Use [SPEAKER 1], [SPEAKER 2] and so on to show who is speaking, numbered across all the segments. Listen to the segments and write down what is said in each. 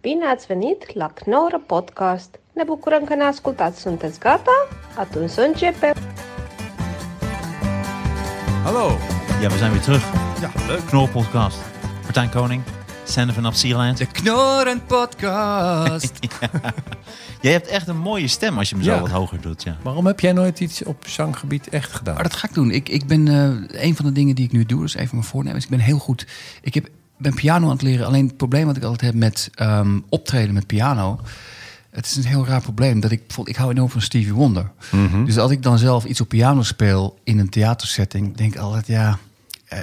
[SPEAKER 1] Bine ați venit la Knorr Podcast! Ne bucurăm că ne ascultați. Sunteți gata? Atunci să începem!
[SPEAKER 2] Hallo.
[SPEAKER 3] Ja, we zijn weer terug.
[SPEAKER 2] Ja, leuk.
[SPEAKER 3] Knor Podcast. Martijn Koning, Sander van Sierland.
[SPEAKER 2] De Knorren Podcast.
[SPEAKER 3] Jij hebt echt een mooie stem als je hem
[SPEAKER 4] Ja.
[SPEAKER 3] zo wat hoger doet. Ja.
[SPEAKER 4] Waarom heb jij nooit iets op zanggebied echt gedaan?
[SPEAKER 2] maar dat ga ik doen. Ik, ik ben, eh, een van de dingen die ik nu doe, dus even mijn voornemens. Ik ben heel goed. Ik heb, ben piano aan het leren. Alleen het probleem wat ik altijd heb met ehm, optreden met piano. Het is een heel raar probleem. Dat ik, bijvoorbeeld- ik hou enorm van Stevie Wonder. Dus als ik dan zelf iets op piano speel in een theatersetting, denk ik altijd, ja. eh,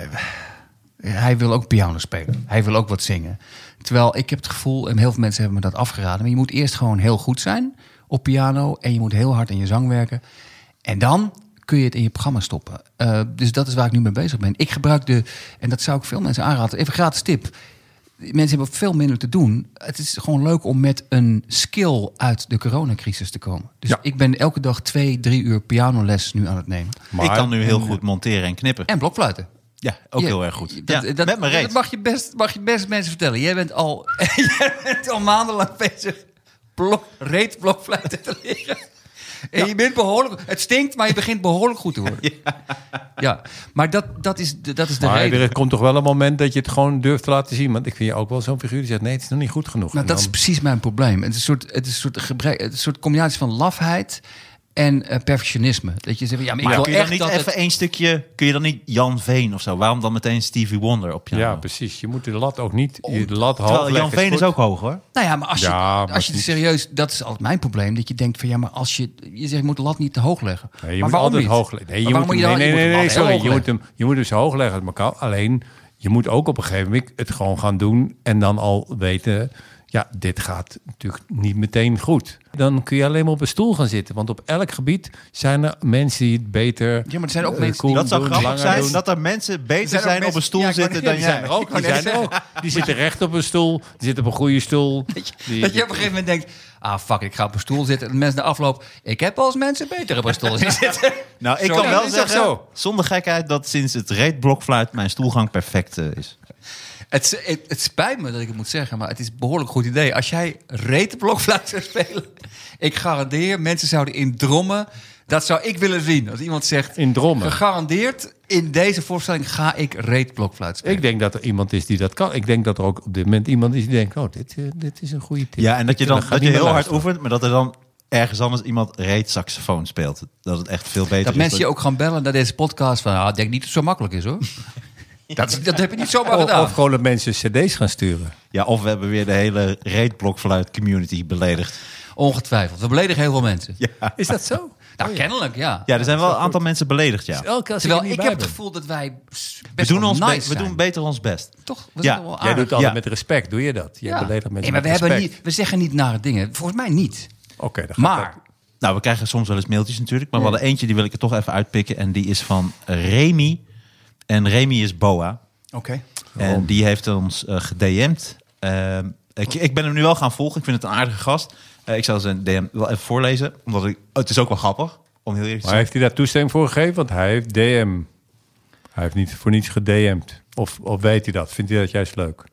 [SPEAKER 2] hij wil ook piano spelen. Hij wil ook wat zingen. Terwijl ik heb het gevoel, en heel veel mensen hebben me dat afgeraden... maar je moet eerst gewoon heel goed zijn op piano... en je moet heel hard aan je zang werken. En dan kun je het in je programma stoppen. Eh, dus dat is waar ik nu mee bezig ben. Ik gebruik de, en dat zou ik veel mensen aanraden... even gratis tip. Mensen hebben veel minder te doen. Het is gewoon leuk om met een skill uit de coronacrisis te komen. Dus
[SPEAKER 4] Ja.
[SPEAKER 2] ik ben elke dag twee, drie uur pianoles nu aan het nemen.
[SPEAKER 4] Maar-
[SPEAKER 3] ik kan nu heel goed monteren en knippen.
[SPEAKER 2] En blokfluiten.
[SPEAKER 3] Ja, ook
[SPEAKER 2] Ja,
[SPEAKER 3] heel erg goed.
[SPEAKER 2] Dat,
[SPEAKER 3] ja,
[SPEAKER 2] dat-
[SPEAKER 3] met mijn reet.
[SPEAKER 2] Dat mag je, best, mag je best mensen vertellen. Jij bent al, jij bent al maandenlang bezig blok, reetblokfluiten te leren. En je bent behoorlijk... Het stinkt, maar je begint behoorlijk goed te worden. Ja, maar dat, dat is, de- dat is de
[SPEAKER 4] Maar
[SPEAKER 2] reden.
[SPEAKER 4] er komt toch wel een moment dat je het gewoon durft te laten zien. Want ik vind je ook wel zo'n figuur die zegt: nee, het is nog niet goed genoeg.
[SPEAKER 2] Nou,
[SPEAKER 4] En
[SPEAKER 2] dat is
[SPEAKER 4] dan-
[SPEAKER 2] precies mijn probleem. Het is een soort, het is een soort, gebrek, het is een soort combinatie van lafheid en eh, perfectionisme. Dat je zegt, ja, maar ik
[SPEAKER 3] Maar
[SPEAKER 2] wil
[SPEAKER 3] kun je dan
[SPEAKER 2] echt
[SPEAKER 3] niet
[SPEAKER 2] dat het-
[SPEAKER 3] even één stukje... Kun je dan niet Jan Veen of zo? Waarom dan meteen Stevie Wonder op je?
[SPEAKER 4] ja, precies. Je moet de lat ook niet.
[SPEAKER 2] Oh,
[SPEAKER 4] Je de lat half
[SPEAKER 3] Terwijl
[SPEAKER 4] leggen,
[SPEAKER 3] Jan Veen is
[SPEAKER 4] goed.
[SPEAKER 3] ook hoog hoor.
[SPEAKER 2] Nou ja, maar als je,
[SPEAKER 4] Ja, maar
[SPEAKER 2] als je
[SPEAKER 4] het is-
[SPEAKER 2] serieus, dat is altijd mijn probleem. Dat je denkt van ja, maar als je, je zegt, je moet de lat niet te hoog leggen.
[SPEAKER 4] Nee, je
[SPEAKER 2] maar
[SPEAKER 4] moet
[SPEAKER 2] waarom
[SPEAKER 4] altijd
[SPEAKER 2] niet?
[SPEAKER 4] hoog leggen. Nee, je
[SPEAKER 2] Maar
[SPEAKER 4] moet,
[SPEAKER 2] waarom
[SPEAKER 4] hem-
[SPEAKER 2] moet
[SPEAKER 4] nee,
[SPEAKER 2] je dan-
[SPEAKER 4] nee,
[SPEAKER 2] je moet
[SPEAKER 4] nee, nee,
[SPEAKER 2] hem
[SPEAKER 4] sorry.
[SPEAKER 2] altijd heel hoog
[SPEAKER 4] Je moet, hem, je moet hem zo hoog leggen. als het maar kan. Alleen, je moet ook op een gegeven moment het gewoon gaan doen. En dan al weten, ja, dit gaat natuurlijk niet meteen goed. Dan kun je alleen maar op een stoel gaan zitten. Want op elk gebied zijn er mensen die het beter...
[SPEAKER 2] Ja, maar er zijn ook
[SPEAKER 4] eh,
[SPEAKER 2] mensen die-
[SPEAKER 4] cool
[SPEAKER 3] Dat zou
[SPEAKER 4] doen,
[SPEAKER 3] grappig
[SPEAKER 4] langer
[SPEAKER 3] zijn
[SPEAKER 4] doen.
[SPEAKER 3] dat er mensen beter
[SPEAKER 2] zijn
[SPEAKER 3] zijn, op
[SPEAKER 2] ook
[SPEAKER 3] een
[SPEAKER 2] mensen-
[SPEAKER 3] stoel
[SPEAKER 2] Ja, ik wou
[SPEAKER 3] zitten
[SPEAKER 2] net-
[SPEAKER 3] dan
[SPEAKER 4] Die
[SPEAKER 2] ja,
[SPEAKER 3] jij.
[SPEAKER 4] zijn er ook. Die,
[SPEAKER 2] net
[SPEAKER 4] zijn er ook. die zitten recht op een stoel. Die zitten op een goede stoel. Die-
[SPEAKER 2] Dat je op een gegeven moment denkt, ah fuck, ik ga op een stoel zitten. En de mensen na afloop, ik heb als mensen beter op een stoel zien zitten.
[SPEAKER 3] Nou, ik
[SPEAKER 2] Zo.
[SPEAKER 3] kan
[SPEAKER 2] Ja,
[SPEAKER 3] wel
[SPEAKER 4] dat is toch
[SPEAKER 3] zeggen,
[SPEAKER 4] zo?
[SPEAKER 3] zonder gekheid, dat sinds het reetblokfluit mijn stoelgang perfect eh, is.
[SPEAKER 2] het, s- het, het spijt me dat ik het moet zeggen, maar het is een behoorlijk goed idee. Als jij retenblokfluit zou spelen, ik garandeer, mensen zouden in drommen. Dat zou ik willen zien. Als iemand zegt,
[SPEAKER 4] In drommen.
[SPEAKER 2] gegarandeerd, in deze voorstelling ga ik reetblokfluit spelen.
[SPEAKER 4] Ik denk dat er iemand is die dat kan. Ik denk dat er ook op dit moment iemand is die denkt... oh, dit, eh, dit is een goede tip.
[SPEAKER 3] Ja, en dat je dan
[SPEAKER 4] ga
[SPEAKER 3] dat je
[SPEAKER 4] niet
[SPEAKER 3] heel
[SPEAKER 4] meer
[SPEAKER 3] hard
[SPEAKER 4] luisteren.
[SPEAKER 3] oefent, maar dat er dan ergens anders iemand reetsaxofoon speelt. Dat het echt veel beter
[SPEAKER 2] Dat
[SPEAKER 3] is.
[SPEAKER 2] mensen je ook gaan bellen naar deze podcast van, ah, ik denk niet dat het zo makkelijk is hoor. dat, is- dat heb je niet zomaar
[SPEAKER 4] Of,
[SPEAKER 2] gedaan.
[SPEAKER 4] of gewoon dat mensen cd's gaan sturen.
[SPEAKER 3] Ja, of we hebben weer de hele reetblokfluit community beledigd.
[SPEAKER 2] Ongetwijfeld. We beledigen heel veel mensen.
[SPEAKER 4] Is dat zo?
[SPEAKER 2] Nou, kennelijk, ja.
[SPEAKER 3] Ja, er zijn wel een aantal mensen beledigd, ja.
[SPEAKER 4] Elke keer als
[SPEAKER 2] Terwijl
[SPEAKER 4] er
[SPEAKER 2] ik
[SPEAKER 4] niet bij
[SPEAKER 2] heb het
[SPEAKER 4] ben.
[SPEAKER 2] gevoel dat wij best
[SPEAKER 3] We doen,
[SPEAKER 2] wel
[SPEAKER 3] ons be-
[SPEAKER 2] nice
[SPEAKER 3] we
[SPEAKER 2] zijn.
[SPEAKER 3] doen beter ons best.
[SPEAKER 2] Toch? We
[SPEAKER 3] Ja,
[SPEAKER 2] zijn wel
[SPEAKER 4] Jij
[SPEAKER 2] aardig.
[SPEAKER 4] doet altijd
[SPEAKER 3] Ja.
[SPEAKER 4] met respect, doe je dat? Jij
[SPEAKER 2] Ah. Ja.
[SPEAKER 4] beledigt mensen
[SPEAKER 2] Nee, maar we,
[SPEAKER 4] met
[SPEAKER 2] hebben
[SPEAKER 4] respect.
[SPEAKER 2] niet, we zeggen niet nare dingen. Volgens mij niet.
[SPEAKER 4] Oké, dan gaat
[SPEAKER 2] Maar,
[SPEAKER 4] dat.
[SPEAKER 3] Nou, we krijgen soms wel eens mailtjes natuurlijk. Maar we hadden eentje, die wil ik er toch even uitpikken. En die is van Remy. En Remy is boa.
[SPEAKER 2] oké.
[SPEAKER 3] En die heeft ons eh gedM'd. Ehm, ik, ik ben hem nu wel gaan volgen. Ik vind het een aardige gast. Eh, ik zal zijn DM wel even voorlezen. Omdat ik, het is ook wel grappig. Om heel eerlijk te
[SPEAKER 4] Maar
[SPEAKER 3] zijn.
[SPEAKER 4] heeft hij daar toestemming voor gegeven? Want hij heeft DM. Hij heeft niet voor niets gedM'd. Of, of weet hij dat? Vindt hij dat juist leuk?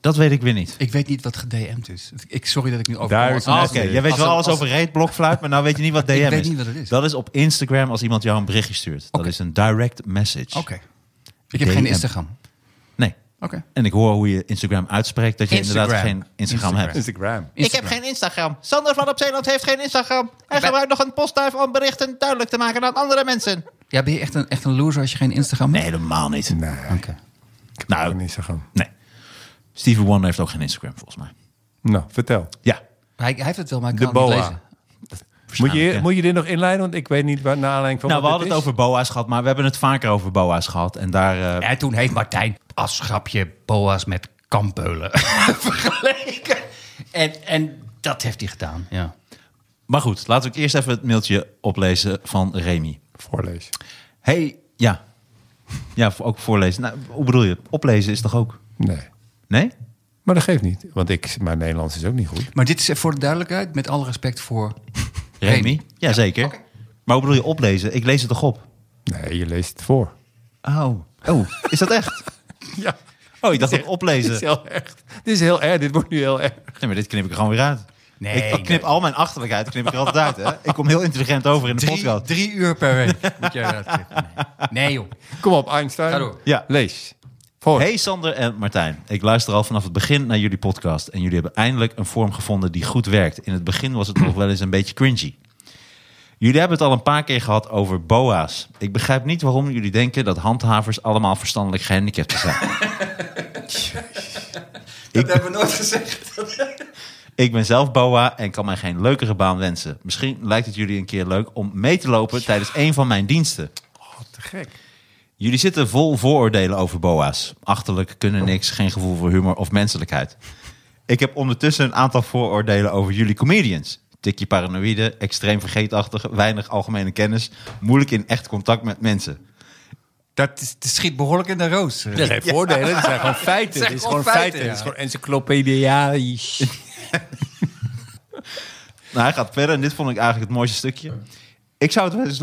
[SPEAKER 3] Dat weet ik weer niet.
[SPEAKER 2] Ik weet niet wat gedM'd is. Ik, sorry dat ik nu over...
[SPEAKER 4] Daar is-
[SPEAKER 3] Ah,
[SPEAKER 4] Ah,
[SPEAKER 3] Oké,
[SPEAKER 4] nee.
[SPEAKER 3] jij weet
[SPEAKER 2] Als
[SPEAKER 3] wel
[SPEAKER 2] een-
[SPEAKER 3] alles
[SPEAKER 2] als-
[SPEAKER 3] over reetblokfluit, maar nou weet je niet wat DM
[SPEAKER 2] weet
[SPEAKER 3] is.
[SPEAKER 2] niet wat het is.
[SPEAKER 3] Dat is op Instagram als iemand jou een berichtje stuurt. Dat
[SPEAKER 2] Oké.
[SPEAKER 3] is een direct message.
[SPEAKER 2] Oké. Ik heb
[SPEAKER 3] DM.
[SPEAKER 2] geen Instagram.
[SPEAKER 3] Nee.
[SPEAKER 2] Oké.
[SPEAKER 3] En ik hoor hoe je Instagram uitspreekt dat je inderdaad
[SPEAKER 2] Instagram.
[SPEAKER 3] geen Instagram,
[SPEAKER 2] Instagram.
[SPEAKER 3] hebt.
[SPEAKER 4] Instagram.
[SPEAKER 2] Instagram.
[SPEAKER 3] geen Instagram. Sander van op Zeeland heeft geen Instagram. Hij
[SPEAKER 2] ben- gebruikt
[SPEAKER 3] nog een postduif om berichten duidelijk te maken aan andere mensen.
[SPEAKER 2] Ja, ben je echt een, echt een loser als je geen Instagram
[SPEAKER 3] Nee,
[SPEAKER 2] hebt?
[SPEAKER 3] helemaal niet.
[SPEAKER 4] Nee,
[SPEAKER 2] Oké.
[SPEAKER 3] Nou,
[SPEAKER 4] geen Instagram.
[SPEAKER 3] nee. Stevie Wonder heeft ook geen Instagram volgens mij.
[SPEAKER 4] Nou, vertel.
[SPEAKER 3] Ja.
[SPEAKER 2] Hij, hij heeft het wel, maar ik
[SPEAKER 4] De
[SPEAKER 2] kan het niet
[SPEAKER 4] boa.
[SPEAKER 2] lezen.
[SPEAKER 4] Moet je,
[SPEAKER 3] ja.
[SPEAKER 4] moet je dit nog inleiden? Want ik weet niet waar naar aanleiding van
[SPEAKER 3] Nou, we
[SPEAKER 4] wat
[SPEAKER 3] hadden het
[SPEAKER 4] dit
[SPEAKER 3] over boa's gehad, maar we hebben het vaker over boa's gehad. En daar... eh,
[SPEAKER 2] En toen heeft Martijn als grapje boa's met kampeulen vergeleken. En, en dat heeft hij gedaan, ja.
[SPEAKER 3] Maar goed, laten we eerst even het mailtje oplezen van Remy.
[SPEAKER 4] is. Voorlezen.
[SPEAKER 3] Hey, ja. Ja, voor- ook voorlezen. Nou, hoe bedoel je? Oplezen is toch ook?
[SPEAKER 4] Nee.
[SPEAKER 3] Nee?
[SPEAKER 4] Maar dat geeft niet. Want ik, mijn Nederlands is ook niet goed.
[SPEAKER 2] Maar dit is voor de duidelijkheid, met alle respect voor
[SPEAKER 3] Remy? Ja, zeker.
[SPEAKER 2] oké.
[SPEAKER 3] Maar hoe bedoel je oplezen? Ik lees het toch op?
[SPEAKER 4] Nee, je leest het voor.
[SPEAKER 3] Oh. Oh, is dat echt?
[SPEAKER 4] Ja.
[SPEAKER 3] Oh, ik dacht dat oplezen.
[SPEAKER 4] Dit is heel erg. Dit is heel erg. Dit wordt nu heel erg.
[SPEAKER 3] Nee, maar dit knip ik er gewoon weer uit.
[SPEAKER 5] Nee,
[SPEAKER 3] ik, ik knip
[SPEAKER 5] nee.
[SPEAKER 3] al mijn achterlijkheid knip ik er altijd uit. Hè? Ik kom heel intelligent over in de
[SPEAKER 5] Drie,
[SPEAKER 3] podcast.
[SPEAKER 5] drie uur per week moet jij eruit knippen. Nee. nee, joh.
[SPEAKER 4] Kom op, Einstein.
[SPEAKER 5] Ga door.
[SPEAKER 3] Ja.
[SPEAKER 4] Lees. Voor.
[SPEAKER 3] Hey Sander en Martijn, ik luister al vanaf het begin naar jullie podcast en jullie hebben eindelijk een vorm gevonden die goed werkt. In het begin was het nog wel eens een beetje cringy. Jullie hebben het al een paar keer gehad over boa's. Ik begrijp niet waarom jullie denken dat handhavers allemaal verstandelijk gehandicapten zijn.
[SPEAKER 2] Dat hebben we nooit gezegd.
[SPEAKER 3] Ik ben zelf boa en kan mij geen leukere baan wensen. Misschien lijkt het jullie een keer leuk om mee te lopen tijdens een van mijn diensten.
[SPEAKER 4] Te gek.
[SPEAKER 3] Jullie zitten vol vooroordelen over boa's. Achterlijk, kunnen niks, geen gevoel voor humor of menselijkheid. Ik heb ondertussen een aantal vooroordelen over jullie comedians. Tikje paranoïde, extreem vergeetachtig, weinig algemene kennis, moeilijk in echt contact met mensen.
[SPEAKER 2] Dat, is, dat schiet behoorlijk in de roos.
[SPEAKER 4] Dat zijn voordelen. Dat zijn gewoon feiten.
[SPEAKER 2] zijn
[SPEAKER 4] Dit is
[SPEAKER 2] gewoon
[SPEAKER 4] gewoon feiten.
[SPEAKER 2] feiten,
[SPEAKER 4] Dit is
[SPEAKER 2] ja.
[SPEAKER 4] gewoon encyclopediaisch.
[SPEAKER 3] Nou, hij gaat verder en dit vond ik eigenlijk het mooiste stukje. Ik zou het wel eens...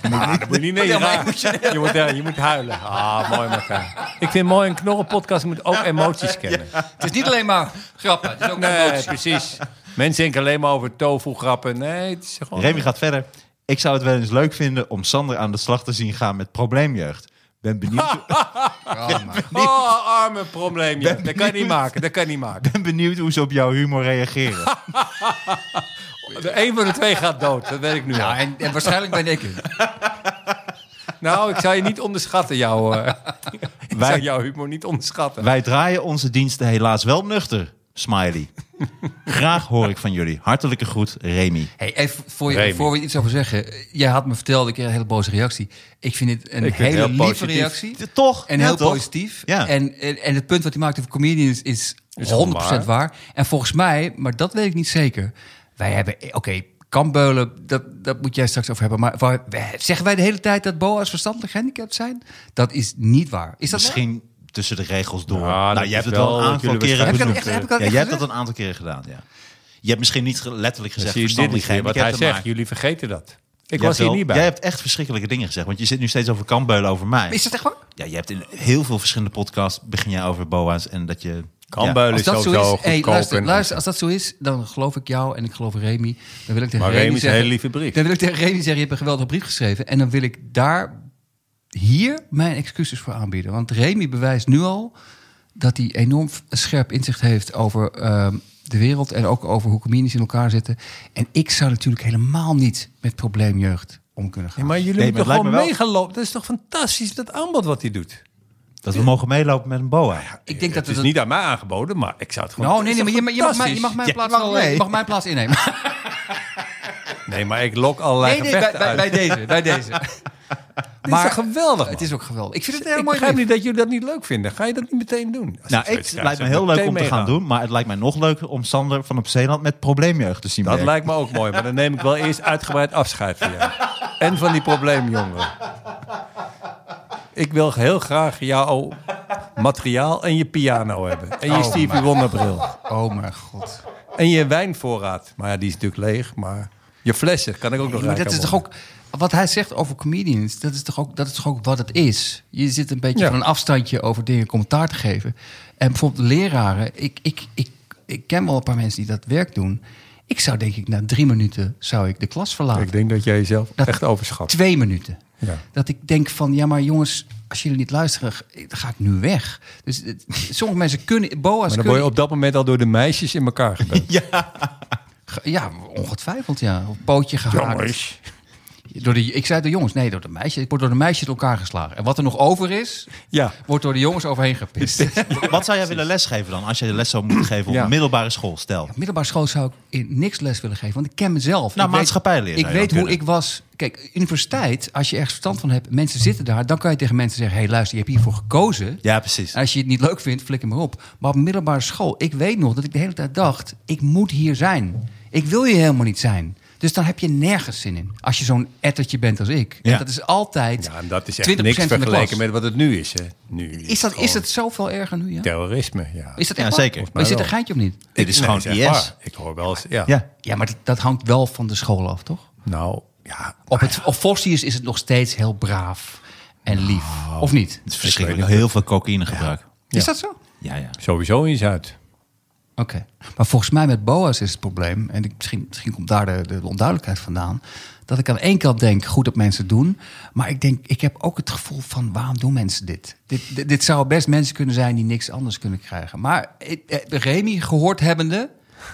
[SPEAKER 4] Ah, dat moet je niet nee, ja. je, moet, eh, je moet huilen. Ah, mooi elkaar. Ik vind mooi, een knorrenpodcast moet ook emoties kennen.
[SPEAKER 2] Het is niet alleen maar grappen. Het is ook
[SPEAKER 4] Nee,
[SPEAKER 2] emotie.
[SPEAKER 4] precies. Mensen denken alleen maar over tofu-grappen. Nee, het is gewoon...
[SPEAKER 3] Remy gaat verder. Ik zou het wel eens leuk vinden om Sander aan de slag te zien gaan met probleemjeugd. Ben benieuwd,
[SPEAKER 4] Oh, arme probleem. ja. Dat kan je niet maken, dat kan je niet maken.
[SPEAKER 3] ben benieuwd hoe ze op jouw humor reageren.
[SPEAKER 4] De een van de twee gaat dood, dat weet ik nu al.
[SPEAKER 2] Ja, Ah, en, en waarschijnlijk ben ik het.
[SPEAKER 4] Nou, ik zou je niet onderschatten, jouw... eh, ik
[SPEAKER 3] Wij-
[SPEAKER 4] zou jouw humor niet onderschatten.
[SPEAKER 3] Wij draaien onze diensten helaas wel nuchter, smiley. Graag hoor ik van jullie. Hartelijke groet, Remy.
[SPEAKER 2] Hey, even voor,
[SPEAKER 4] Remy.
[SPEAKER 2] je, voor we iets over zeggen. Jij had me verteld, ik kreeg een hele boze reactie. Ik vind dit een
[SPEAKER 4] Ik vind het heel
[SPEAKER 2] hele lieve
[SPEAKER 4] positief.
[SPEAKER 2] reactie.
[SPEAKER 3] Ja, Toch?
[SPEAKER 2] En
[SPEAKER 3] Ja,
[SPEAKER 2] heel
[SPEAKER 3] toch?
[SPEAKER 2] positief.
[SPEAKER 3] Ja.
[SPEAKER 2] En, en, en het punt wat hij maakt over comedians is,
[SPEAKER 4] Is
[SPEAKER 2] 100%
[SPEAKER 4] gewoon
[SPEAKER 2] waar. En volgens mij, maar dat weet ik niet zeker. Wij hebben, eh, oké, Kambeulen, dat, dat moet jij straks over hebben. Maar waar, wij- zeggen wij de hele tijd dat boa's verstandelijk gehandicapt zijn? Dat is niet waar. Is dat waar?
[SPEAKER 3] Misschien tussen de regels door.
[SPEAKER 4] Ja, dat
[SPEAKER 3] nou, je hebt
[SPEAKER 4] is
[SPEAKER 3] het wel
[SPEAKER 4] wel
[SPEAKER 3] een
[SPEAKER 4] wat
[SPEAKER 3] aantal
[SPEAKER 4] jullie
[SPEAKER 3] keren
[SPEAKER 4] waarschijnlijk-
[SPEAKER 2] Heb ik dat
[SPEAKER 3] benoemd.
[SPEAKER 2] echt- heb ik
[SPEAKER 3] Ja,
[SPEAKER 2] dat
[SPEAKER 3] jij
[SPEAKER 2] echt
[SPEAKER 3] hebt dat
[SPEAKER 2] gezegd?
[SPEAKER 3] een aantal keren gedaan, ja. Je hebt misschien niet ge- letterlijk
[SPEAKER 4] Dan
[SPEAKER 3] gezegd
[SPEAKER 4] zie je, dit
[SPEAKER 3] verstandig
[SPEAKER 4] is weer wat hij
[SPEAKER 3] gehandicapten,
[SPEAKER 4] zegt.
[SPEAKER 3] maar
[SPEAKER 4] Jullie vergeten dat.
[SPEAKER 3] je
[SPEAKER 4] Ik
[SPEAKER 3] hebt
[SPEAKER 4] was hier
[SPEAKER 3] wel-
[SPEAKER 4] niet bij.
[SPEAKER 3] Jij hebt echt verschrikkelijke dingen gezegd, want je zit nu steeds over kambeulen over mij.
[SPEAKER 2] Is dat echt waar?
[SPEAKER 3] Ja, je hebt in heel veel verschillende podcasts begin jij over boa's en dat je...
[SPEAKER 4] Kambeulen
[SPEAKER 2] Als dat zo
[SPEAKER 4] sowieso
[SPEAKER 2] is, hey,
[SPEAKER 4] goedkoop
[SPEAKER 2] luister,
[SPEAKER 4] en-
[SPEAKER 2] luister, als dat zo is, dan geloof ik jou en ik geloof Remy. Dan wil ik tegen
[SPEAKER 4] Maar Remy
[SPEAKER 2] Remy
[SPEAKER 4] is een
[SPEAKER 2] zeggen,
[SPEAKER 4] hele lieve brief.
[SPEAKER 2] Dan wil ik tegen Remy zeggen, je hebt een geweldige brief geschreven. En dan wil ik daar hier mijn excuses voor aanbieden. Want Remy bewijst nu al dat hij enorm f- scherp inzicht heeft over ehm, de wereld... en ook over hoe communities in elkaar zitten. En ik zou natuurlijk helemaal niet met probleemjeugd om kunnen gaan.
[SPEAKER 4] Ja, maar jullie
[SPEAKER 3] Nee,
[SPEAKER 4] moeten
[SPEAKER 3] maar het
[SPEAKER 4] gewoon
[SPEAKER 3] lijkt me
[SPEAKER 4] meegelopen. Dat is toch fantastisch, dat aanbod wat hij doet.
[SPEAKER 3] Dat we mogen meelopen met een boa.
[SPEAKER 2] ik denk dat
[SPEAKER 4] het is
[SPEAKER 2] dat-
[SPEAKER 4] niet aan mij aangeboden, maar ik zou het gewoon...
[SPEAKER 2] Nou, nee, nee,
[SPEAKER 4] Het
[SPEAKER 2] maar
[SPEAKER 4] is
[SPEAKER 2] je,
[SPEAKER 4] toch
[SPEAKER 2] mag- je, mag mijn,
[SPEAKER 4] fantastisch?
[SPEAKER 3] Ja,
[SPEAKER 2] je, mag mijn plaats
[SPEAKER 3] mag
[SPEAKER 2] wel,
[SPEAKER 3] mee.
[SPEAKER 2] je mag mijn plaats innemen.
[SPEAKER 4] Nee, maar ik lok allerlei
[SPEAKER 2] Nee, nee, bij,
[SPEAKER 4] gevechten
[SPEAKER 2] bij, bij
[SPEAKER 4] uit.
[SPEAKER 2] deze. Bij deze.
[SPEAKER 4] Dit is toch geweldig,
[SPEAKER 2] Het
[SPEAKER 4] man?
[SPEAKER 2] is ook geweldig. Ik vind het een
[SPEAKER 4] Ik
[SPEAKER 2] hele mooie
[SPEAKER 4] begrijp
[SPEAKER 2] brief.
[SPEAKER 4] niet dat jullie dat niet leuk vinden. Ga je dat niet meteen doen? Als
[SPEAKER 3] Nou,
[SPEAKER 4] je zoiets
[SPEAKER 3] het
[SPEAKER 4] krijgt,
[SPEAKER 3] lijkt me
[SPEAKER 4] zou
[SPEAKER 3] heel
[SPEAKER 4] ik
[SPEAKER 3] leuk om te
[SPEAKER 4] meteen
[SPEAKER 3] gaan
[SPEAKER 4] meegaan.
[SPEAKER 3] doen, maar het lijkt mij nog leuker om Sander van op Zeeland met probleemjeugd te zien.
[SPEAKER 4] Dat
[SPEAKER 3] werken.
[SPEAKER 4] lijkt me ook mooi, maar dan neem ik wel eerst uitgebreid afscheid van jou. En van die probleemjongeren. Ik wil heel graag jouw materiaal en je piano hebben. En je Stevie Wonderbril.
[SPEAKER 2] Oh mijn god.
[SPEAKER 4] En je wijnvoorraad. Maar ja, die is natuurlijk leeg. Maar je flessen kan ik ook nog
[SPEAKER 2] Ja, maar dat
[SPEAKER 4] rijk
[SPEAKER 2] is
[SPEAKER 4] aan
[SPEAKER 2] toch
[SPEAKER 4] worden.
[SPEAKER 2] ook wat hij zegt over comedians. Dat is toch ook, dat is toch ook wat het is. Je zit een beetje
[SPEAKER 4] Ja.
[SPEAKER 2] van een afstandje over dingen commentaar te geven. En bijvoorbeeld leraren. Ik, ik, ik, ik ken wel een paar mensen die dat werk doen. Ik zou denk ik na drie minuten zou ik de klas verlaten.
[SPEAKER 4] Ik denk dat jij jezelf
[SPEAKER 2] Dat-
[SPEAKER 4] echt overschat.
[SPEAKER 2] Twee minuten.
[SPEAKER 4] Ja.
[SPEAKER 2] Dat ik denk van, ja maar jongens, als jullie niet luisteren, g- dan ga ik nu weg. Dus het- sommige mensen kunnen, boa's
[SPEAKER 4] Maar dan word je
[SPEAKER 2] kunnen...
[SPEAKER 4] op dat moment al door de meisjes in elkaar gedaan.
[SPEAKER 2] ge- Ja, ongetwijfeld ja. Op pootje gehaakt. Door de, ik zei door jongens, nee, door de meisjes. Ik word door de meisjes door elkaar geslagen. En wat er nog over is,
[SPEAKER 4] Ja.
[SPEAKER 2] wordt door de jongens overheen gepist.
[SPEAKER 3] Wat zou jij willen lesgeven dan, als je de les zou moeten geven op
[SPEAKER 4] Ja.
[SPEAKER 3] middelbare school? Stel,
[SPEAKER 2] Middelbare school zou ik in niks les willen geven, want ik ken mezelf.
[SPEAKER 3] Nou,
[SPEAKER 2] ik weet-
[SPEAKER 3] maatschappijleer zou
[SPEAKER 2] Ik
[SPEAKER 3] je dan
[SPEAKER 2] weet hoe
[SPEAKER 3] kunnen.
[SPEAKER 2] ik was. Kijk, universiteit, als je ergens verstand van hebt, mensen zitten daar, dan kan je tegen mensen zeggen: hé, hey, luister, je hebt hiervoor gekozen.
[SPEAKER 3] ja, precies.
[SPEAKER 2] En Als je het niet leuk vindt, flikker maar op. Maar op middelbare school, ik weet nog dat ik de hele tijd dacht: ik moet hier zijn. Ik wil hier helemaal niet zijn. Dus dan heb je nergens zin in. Als je zo'n ettertje bent als ik.
[SPEAKER 3] Ja.
[SPEAKER 2] En dat is altijd
[SPEAKER 4] Ja, en dat is echt
[SPEAKER 2] 20%
[SPEAKER 4] niks
[SPEAKER 2] van de
[SPEAKER 4] vergeleken
[SPEAKER 2] klas.
[SPEAKER 4] met wat het nu is. Hè. Nu is,
[SPEAKER 2] Is dat,
[SPEAKER 4] gewoon
[SPEAKER 2] is dat zoveel erger nu? Ja?
[SPEAKER 4] terrorisme? Ja.
[SPEAKER 2] Is dat
[SPEAKER 3] Ja,
[SPEAKER 2] echt waar?
[SPEAKER 3] zeker.
[SPEAKER 2] Maar is dit
[SPEAKER 4] wel.
[SPEAKER 2] een geintje of niet?
[SPEAKER 3] Dit is
[SPEAKER 4] Nee,
[SPEAKER 3] gewoon
[SPEAKER 4] echt
[SPEAKER 3] IS.
[SPEAKER 4] waar. Ik hoor wel eens. Ja.
[SPEAKER 3] Ja.
[SPEAKER 2] Ja, maar dat, dat hangt wel van de school af, toch?
[SPEAKER 4] Nou, ja.
[SPEAKER 2] Op het op Fossius is Nou, het nog steeds heel braaf en lief. Of niet?
[SPEAKER 3] Het is verschrikkelijk. Heel veel cocaïne gebruik.
[SPEAKER 4] Ja.
[SPEAKER 2] Is dat zo? Oké.
[SPEAKER 3] Ja, ja.
[SPEAKER 4] Sowieso in Zuid.
[SPEAKER 2] Maar volgens mij met BOA's is het probleem, en ik- misschien, misschien komt daar de, de onduidelijkheid vandaan, dat ik aan één kant denk, goed dat mensen het doen, maar ik denk, ik heb ook het gevoel van, waarom doen mensen dit? Dit, dit, dit zou best mensen kunnen zijn die niks anders kunnen krijgen. Maar eh, eh, Remy gehoord hebbende,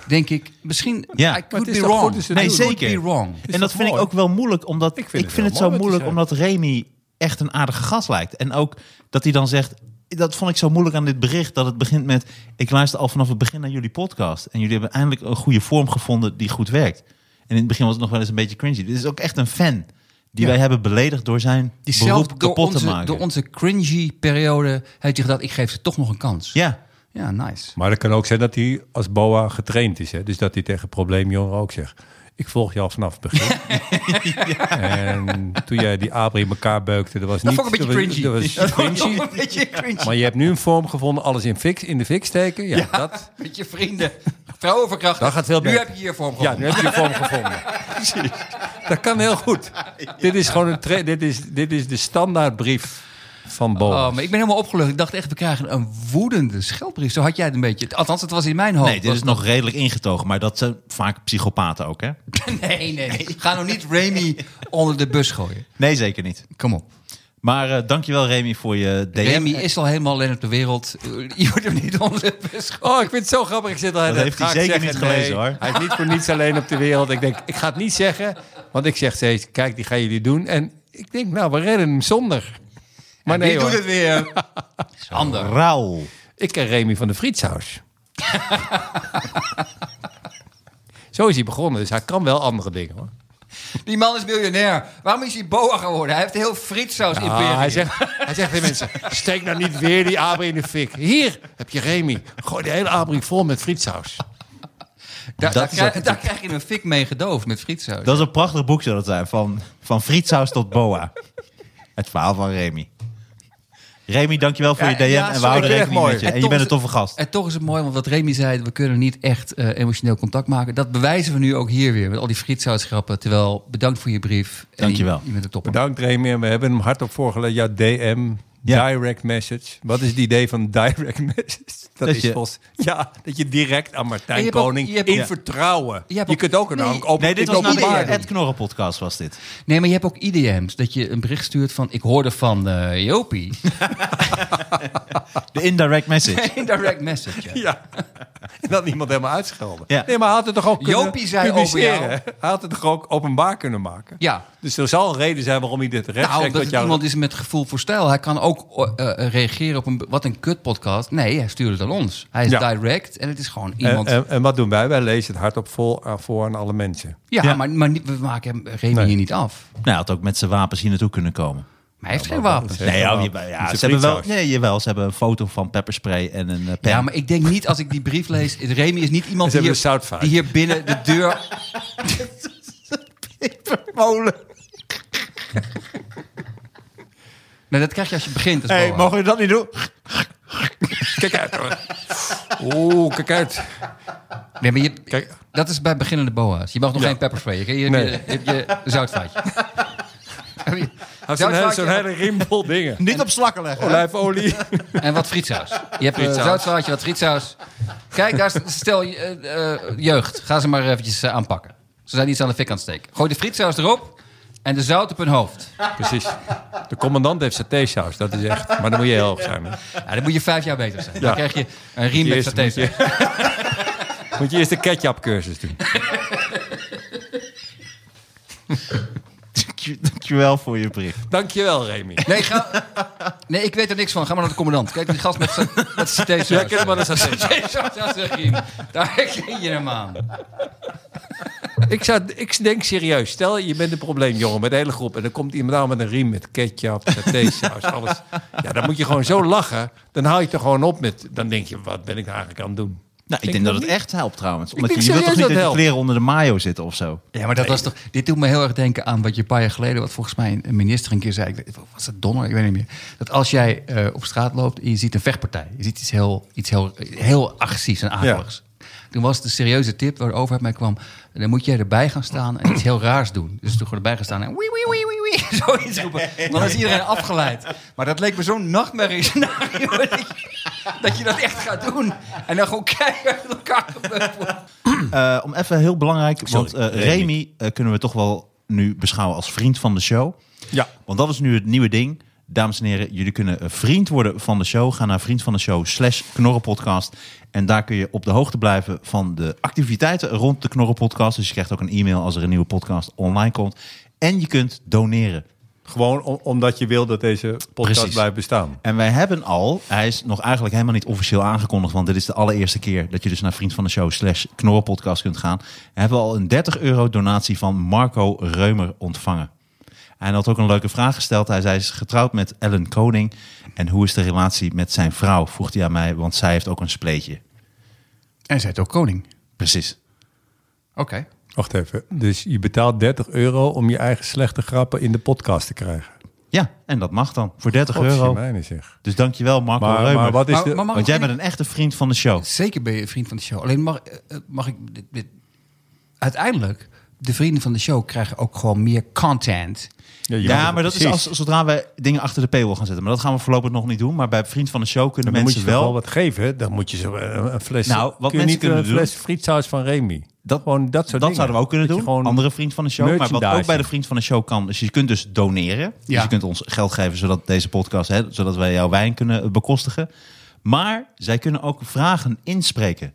[SPEAKER 2] denk ik, misschien,
[SPEAKER 3] Ja.
[SPEAKER 2] I
[SPEAKER 4] Maar het
[SPEAKER 2] could
[SPEAKER 4] is
[SPEAKER 2] be
[SPEAKER 4] toch goed
[SPEAKER 2] wrong.
[SPEAKER 4] dat ze
[SPEAKER 2] I
[SPEAKER 4] het
[SPEAKER 3] Nee,
[SPEAKER 2] could
[SPEAKER 4] doen?
[SPEAKER 3] zeker.
[SPEAKER 2] be wrong.
[SPEAKER 4] Is
[SPEAKER 3] en
[SPEAKER 4] dat
[SPEAKER 3] dat vind
[SPEAKER 4] mooi?
[SPEAKER 3] ik ook wel moeilijk, omdat
[SPEAKER 4] Ik
[SPEAKER 3] ik
[SPEAKER 4] vind
[SPEAKER 3] vind
[SPEAKER 4] het
[SPEAKER 3] het,
[SPEAKER 4] wel mooi
[SPEAKER 3] zo
[SPEAKER 4] wat hij
[SPEAKER 3] moeilijk,
[SPEAKER 4] zei.
[SPEAKER 3] omdat Remy echt een aardige gast lijkt. En ook dat hij dan zegt, dat vond ik zo moeilijk aan dit bericht, dat het begint met, ik luister al vanaf het begin naar jullie podcast. En jullie hebben eindelijk een goede vorm gevonden die goed werkt. En in het begin was het nog wel eens een beetje cringy. Dit is ook echt een fan die wij hebben beledigd door zijn
[SPEAKER 2] Die zelf
[SPEAKER 3] beroep
[SPEAKER 2] door
[SPEAKER 3] kapot te
[SPEAKER 2] onze,
[SPEAKER 3] maken.
[SPEAKER 2] door onze cringy periode heeft hij gedacht, ik geef ze toch nog een kans.
[SPEAKER 3] Ja,
[SPEAKER 2] Ja, nice.
[SPEAKER 4] Maar dat kan ook zijn dat hij als boa getraind is. Hè? Dus dat hij tegen probleemjongeren ook zegt... ik volg je al vanaf het begin. En toen jij die apen in elkaar beukte... dat was
[SPEAKER 2] Dat
[SPEAKER 4] niet...
[SPEAKER 2] vond ik een beetje
[SPEAKER 4] dat was- dat was cringy.
[SPEAKER 2] Een beetje cringy
[SPEAKER 4] Maar je hebt nu een vorm gevonden, alles in, fik, in de fik steken. Ja, Dat,
[SPEAKER 2] met je vrienden. Vrouwenverkracht.
[SPEAKER 4] Dat gaat veel
[SPEAKER 2] Nu
[SPEAKER 4] beter.
[SPEAKER 2] heb je hier voor hem
[SPEAKER 4] ja, nu heb je een vorm gevonden. Dat kan heel goed. Dit is gewoon een tra- dit, is, dit is de standaardbrief van boa.
[SPEAKER 2] Oh, maar ik ben helemaal opgelucht. Ik dacht echt, we krijgen een woedende scheldbrief. Zo had jij het een beetje. Althans, het was in mijn hoofd.
[SPEAKER 3] nee, dit is nog redelijk ingetogen, maar dat zijn vaak psychopaten ook, hè?
[SPEAKER 2] nee, nee, nee. Ga nou niet Remy onder de bus gooien.
[SPEAKER 3] Nee, zeker niet.
[SPEAKER 2] Kom op.
[SPEAKER 3] Maar eh, dankjewel Remy voor je DM.
[SPEAKER 2] Remy is al helemaal in op de wereld. Je wordt hem niet onder de bus gooien.
[SPEAKER 4] Oh, ik vind het zo grappig. Ik zit al
[SPEAKER 3] Dat heeft hij zeker niet gelezen, hoor.
[SPEAKER 4] Hij is niet voor niets alleen op de wereld. Ik denk, ik ga het niet zeggen. Want ik zeg steeds, kijk, die gaan jullie doen. En ik denk, nou, we redden hem zonder. Maar nee
[SPEAKER 2] Wie doet
[SPEAKER 4] hoor,
[SPEAKER 2] het weer? Ander.
[SPEAKER 3] Rauw.
[SPEAKER 4] ik ken Remy van de Frietshuis. Zo is hij begonnen, dus hij kan wel andere dingen hoor.
[SPEAKER 2] Die man is miljonair. Waarom is hij boa geworden? Hij heeft een heel frietsaus imperium.
[SPEAKER 4] Ah, hij, zegt, hij zegt tegen mensen, steek nou niet weer die abri in de fik. Hier heb je Remy. Gooi de hele abri vol met frietsaus.
[SPEAKER 2] Daar,
[SPEAKER 3] Dat
[SPEAKER 2] daar,
[SPEAKER 3] is
[SPEAKER 2] krijg,
[SPEAKER 3] ook-
[SPEAKER 2] daar krijg je een fik mee gedoofd met frietsaus.
[SPEAKER 3] Dat is een prachtig boek, zou dat zijn. Van, van frietsaus tot boa. Het verhaal van Remy. Remy, dankjewel voor je DM.
[SPEAKER 2] Ja, ja,
[SPEAKER 3] en we
[SPEAKER 2] sorry,
[SPEAKER 3] houden
[SPEAKER 2] erg
[SPEAKER 3] rekening
[SPEAKER 2] mooi.
[SPEAKER 3] met je.
[SPEAKER 2] En
[SPEAKER 3] En, je
[SPEAKER 2] toch
[SPEAKER 3] bent
[SPEAKER 2] is
[SPEAKER 3] een toffe gast.
[SPEAKER 2] En toch is het mooi, want wat Remy zei, we kunnen niet echt eh, emotioneel contact maken. Dat bewijzen we nu ook hier weer met al die frietsausgrappen. Terwijl, bedankt voor je brief. En
[SPEAKER 3] Dankjewel.
[SPEAKER 2] Je, je bent een topper.
[SPEAKER 4] Bedankt Remy, en we hebben hem hardop voorgelegd. Ja, DM,
[SPEAKER 3] Ja.
[SPEAKER 4] direct message. Wat is het idee van direct message? Dat,
[SPEAKER 3] Dat
[SPEAKER 4] is
[SPEAKER 3] je-
[SPEAKER 4] volgens... Ja, dat je direct aan
[SPEAKER 2] En
[SPEAKER 4] Martijn
[SPEAKER 2] je hebt ook-
[SPEAKER 4] Koning
[SPEAKER 2] je hebt
[SPEAKER 4] in
[SPEAKER 2] ook-
[SPEAKER 4] vertrouwen.
[SPEAKER 2] je
[SPEAKER 4] Je,
[SPEAKER 2] hebt ook-
[SPEAKER 4] kunt ook een
[SPEAKER 2] nee.
[SPEAKER 4] namelijk open,
[SPEAKER 3] Nee, dit
[SPEAKER 4] in
[SPEAKER 3] was nou
[SPEAKER 4] openbaar
[SPEAKER 3] de
[SPEAKER 4] doen.
[SPEAKER 3] Ed Knorren podcast was dit.
[SPEAKER 2] Nee, maar je hebt ook IDM's. Dat je een bericht stuurt van, ik hoorde van eh Jopie.
[SPEAKER 3] De indirect message.
[SPEAKER 2] Een direct message. ja.
[SPEAKER 4] Ja. En dan iemand helemaal uitschelden.
[SPEAKER 3] Ja.
[SPEAKER 4] Nee, maar hij had het toch ook kunnen
[SPEAKER 2] Jopie zei over
[SPEAKER 4] publiceren?
[SPEAKER 2] jou.
[SPEAKER 4] Hij had het toch ook openbaar kunnen maken?
[SPEAKER 2] Ja.
[SPEAKER 4] Dus er zal een reden zijn waarom hij dit recht
[SPEAKER 2] Nou,
[SPEAKER 4] zegt.
[SPEAKER 2] omdat
[SPEAKER 4] dat
[SPEAKER 2] het
[SPEAKER 4] jou-
[SPEAKER 2] iemand is met gevoel voor stijl. Hij kan ook eh, eh, reageren op een... Wat een kut podcast. Nee, hij stuurde het aan ons. Hij is
[SPEAKER 4] Ja. Eh,
[SPEAKER 2] direct en het is gewoon
[SPEAKER 4] En-
[SPEAKER 2] iemand...
[SPEAKER 4] en, en, wat doen wij? Wij lezen het hardop vol aan- voor aan alle mensen.
[SPEAKER 2] ja,
[SPEAKER 3] ja.
[SPEAKER 2] Maar, maar niet, we maken hem, Remy
[SPEAKER 4] Nee.
[SPEAKER 2] hier niet af. Maar
[SPEAKER 3] Nou, hij had ook met zijn wapens hier naartoe kunnen komen.
[SPEAKER 2] hij heeft geen wapens.
[SPEAKER 4] Zeg
[SPEAKER 3] Nee,
[SPEAKER 4] maar,
[SPEAKER 3] oh, je-
[SPEAKER 4] met
[SPEAKER 3] ja,
[SPEAKER 4] zijn
[SPEAKER 3] ze hebben wel,
[SPEAKER 4] frietsaus.
[SPEAKER 3] nee, jawel, ze hebben een foto van pepperspray en een eh, pen.
[SPEAKER 2] Ja, maar ik denk niet als ik die brief lees. Remy is niet iemand
[SPEAKER 4] Ze
[SPEAKER 2] die
[SPEAKER 4] hebben
[SPEAKER 2] hier,
[SPEAKER 4] een zoutvaart.
[SPEAKER 2] die hier binnen de deur. Nou, dat krijg je als je begint. Als
[SPEAKER 3] Hey,
[SPEAKER 2] boa.
[SPEAKER 3] mogen we dat niet doen?
[SPEAKER 4] Kijk uit hoor. Oeh, kijk uit.
[SPEAKER 2] Nee, maar je,
[SPEAKER 4] Kijk.
[SPEAKER 2] dat is bij beginnende boa's. Je mag nog geen pepperspray. Je, je, je,
[SPEAKER 4] Nee.
[SPEAKER 2] je hebt je zoutvaatje. Heb je
[SPEAKER 4] Hij heeft zo'n hele-
[SPEAKER 2] zoutvaatje
[SPEAKER 4] zo'n hele rimpel dingen.
[SPEAKER 3] Niet op slakken leggen.
[SPEAKER 4] Olijfolie.
[SPEAKER 2] en wat frietsaus. Je hebt een zoutvaatje, wat frietsaus. Kijk, daar is- stel je eh, eh, jeugd. Ga ze maar eventjes eh, aanpakken. Ze zijn iets aan de fik aan het steken. Gooi de frietsaus erop en de zout op hun hoofd.
[SPEAKER 4] Precies. De commandant heeft satésaus, dat is echt. Maar dan moet je heel op zijn. hè.
[SPEAKER 2] Ja, dan moet je vijf jaar bezig zijn. Dan
[SPEAKER 4] Ja.
[SPEAKER 2] krijg je een riem met
[SPEAKER 4] Eerst
[SPEAKER 2] saté.
[SPEAKER 4] moet je, moet je eerst de ketchup cursus doen.
[SPEAKER 3] Dankjewel voor je brief.
[SPEAKER 4] Dankjewel Remy.
[SPEAKER 2] Nee, ga... nee, ik weet er niks van. Ga maar naar de commandant. Kijk, die gast met zijn met zijn theesaus.
[SPEAKER 4] Jij kent maar de saté.
[SPEAKER 2] Theesaus aan zijn riem. Daar herken je hem aan.
[SPEAKER 4] Ik, zou, ik denk serieus, stel je bent een probleemjongen met de hele groep... en dan komt iemand aan met een riem met ketchup, satésaus, alles. Ja, dan moet je gewoon zo lachen. Dan haal je het er gewoon op met... Dan denk je, wat ben ik nou eigenlijk aan het doen?
[SPEAKER 3] Nou, ik denk dat het echt helpt trouwens. Omdat
[SPEAKER 4] denk
[SPEAKER 3] je, je wilt toch
[SPEAKER 4] serieus
[SPEAKER 3] niet
[SPEAKER 4] dat
[SPEAKER 3] dat je
[SPEAKER 4] het
[SPEAKER 3] kleren onder de mayo zitten of zo?
[SPEAKER 2] Ja, maar dat was toch. Dit doet me heel erg denken aan wat je een paar jaar geleden, wat volgens mij een minister een keer zei. Ik weet, was het Donner? Ik weet niet meer. Dat als jij eh, op straat loopt en je ziet een vechtpartij, je ziet iets heel, iets heel, heel agressiefs en akeligs. Toen was de serieuze tip waar de overheid mee kwam. Dan moet jij erbij gaan staan en iets heel raars doen. Dus toen gewoon erbij gaan staan en wee, wee, wee, wee, wee, zoiets roepen. Want dan is iedereen afgeleid. Maar dat leek me zo'n nachtmerrie scenario. dat je dat echt gaat doen. En dan gewoon keihard met elkaar gebeugeld.
[SPEAKER 3] Eh, om even heel belangrijk,
[SPEAKER 4] Hmm. Sorry,
[SPEAKER 3] want eh,
[SPEAKER 4] Remy.
[SPEAKER 3] Remy eh, kunnen we toch wel nu beschouwen als vriend van de show.
[SPEAKER 4] Ja.
[SPEAKER 3] Want dat is nu het nieuwe ding. Dames en heren, jullie kunnen eh, vriend worden van de show. Ga naar vriend van de show slash knorrenpodcast. En daar kun je op de hoogte blijven van de activiteiten rond de knorrenpodcast. Dus je krijgt ook een e-mail als er een nieuwe podcast online komt. En je kunt doneren.
[SPEAKER 4] Gewoon om- omdat je wil dat deze podcast
[SPEAKER 3] Precies.
[SPEAKER 4] blijft bestaan.
[SPEAKER 3] En wij hebben al, hij is nog eigenlijk helemaal niet officieel aangekondigd, want dit is de allereerste keer dat je dus naar Vriend van de Show slash Knorrenpodcast kunt gaan. Hebben we al een 30 euro donatie van Marco Reumer ontvangen. Hij had ook een leuke vraag gesteld. Hij zei, hij is getrouwd met Ellen Koning. En hoe is de relatie met zijn vrouw, vroeg hij aan mij, want zij heeft ook een spleetje.
[SPEAKER 5] En zij het ook koning.
[SPEAKER 3] Precies.
[SPEAKER 2] Oké.
[SPEAKER 4] Wacht even. Dus je betaalt 30 euro om je eigen slechte grappen in de podcast te krijgen.
[SPEAKER 3] Ja, en dat mag dan, voor 30 euro.
[SPEAKER 4] Mijne, zeg.
[SPEAKER 3] Dus dankjewel Marco
[SPEAKER 4] Maar,
[SPEAKER 3] Reumer.
[SPEAKER 4] maar wat is
[SPEAKER 2] Maar-
[SPEAKER 4] de...
[SPEAKER 2] maar mag
[SPEAKER 3] want
[SPEAKER 2] ik
[SPEAKER 3] jij
[SPEAKER 2] één-
[SPEAKER 3] bent een echte vriend van de show.
[SPEAKER 2] Zeker ben je een vriend van de show. Alleen mag, eh, eh, mag ik dit, dit- uiteindelijk de vrienden van de show krijgen ook gewoon meer content.
[SPEAKER 4] je
[SPEAKER 3] Ja,
[SPEAKER 4] mag-
[SPEAKER 3] maar dat
[SPEAKER 4] precies.
[SPEAKER 3] is als, zodra wij dingen achter de paywall gaan zetten. Maar dat gaan we voorlopig nog niet doen. Maar bij Vriend van de Show kunnen
[SPEAKER 4] Dan moet je
[SPEAKER 3] mensen
[SPEAKER 4] ze wel
[SPEAKER 3] wel...
[SPEAKER 4] wat geven. hè? Dan moet je ze eh, een, een fles...
[SPEAKER 3] Nou,
[SPEAKER 4] kun
[SPEAKER 3] wat
[SPEAKER 4] je
[SPEAKER 3] mensen
[SPEAKER 4] niet
[SPEAKER 3] kunnen
[SPEAKER 4] een
[SPEAKER 3] doen-
[SPEAKER 4] fles frietsaus van Remy.
[SPEAKER 3] Dat-
[SPEAKER 4] gewoon dat soort
[SPEAKER 3] dat
[SPEAKER 4] dingen.
[SPEAKER 3] zouden we ook kunnen
[SPEAKER 4] Dat je
[SPEAKER 3] doen.
[SPEAKER 4] gewoon-
[SPEAKER 3] Andere Vriend van de Show. Maar wat ook bij de
[SPEAKER 4] merchandising.
[SPEAKER 3] Vriend van de Show kan... Dus je kunt dus doneren. Dus
[SPEAKER 2] Ja.
[SPEAKER 3] je kunt ons geld geven zodat deze podcast... Hè, zodat wij jouw wijn kunnen eh, bekostigen. Maar zij kunnen ook vragen inspreken.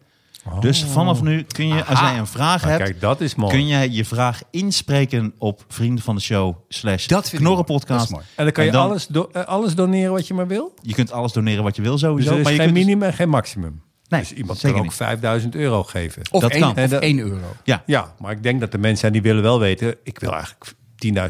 [SPEAKER 3] Dus vanaf nu kun je, als jij een vraag
[SPEAKER 4] Ah,
[SPEAKER 3] hebt...
[SPEAKER 4] Oh. kijk, dat is mooi.
[SPEAKER 3] kun jij je vraag inspreken op Vrienden van de Show... slash
[SPEAKER 2] Dat vind ik mooi. Dat
[SPEAKER 3] Knorrenpodcast.
[SPEAKER 2] is mooi.
[SPEAKER 4] En dan kan je alles, do- eh, alles doneren wat je maar wil.
[SPEAKER 3] Je kunt alles doneren wat je wil
[SPEAKER 4] Dus
[SPEAKER 3] sowieso.
[SPEAKER 4] er is
[SPEAKER 3] maar je
[SPEAKER 4] geen
[SPEAKER 3] kunt dus-
[SPEAKER 4] minimum en geen maximum.
[SPEAKER 3] Nee,
[SPEAKER 4] dus iemand
[SPEAKER 3] zeker
[SPEAKER 4] kan ook
[SPEAKER 3] niet.
[SPEAKER 4] 5000 euro geven.
[SPEAKER 2] Of,
[SPEAKER 3] Dat
[SPEAKER 2] één,
[SPEAKER 3] kan.
[SPEAKER 2] of
[SPEAKER 4] En dat-
[SPEAKER 2] één euro.
[SPEAKER 3] Ja,
[SPEAKER 4] Ja, maar ik denk dat er mensen zijn die willen wel weten... ik wil eigenlijk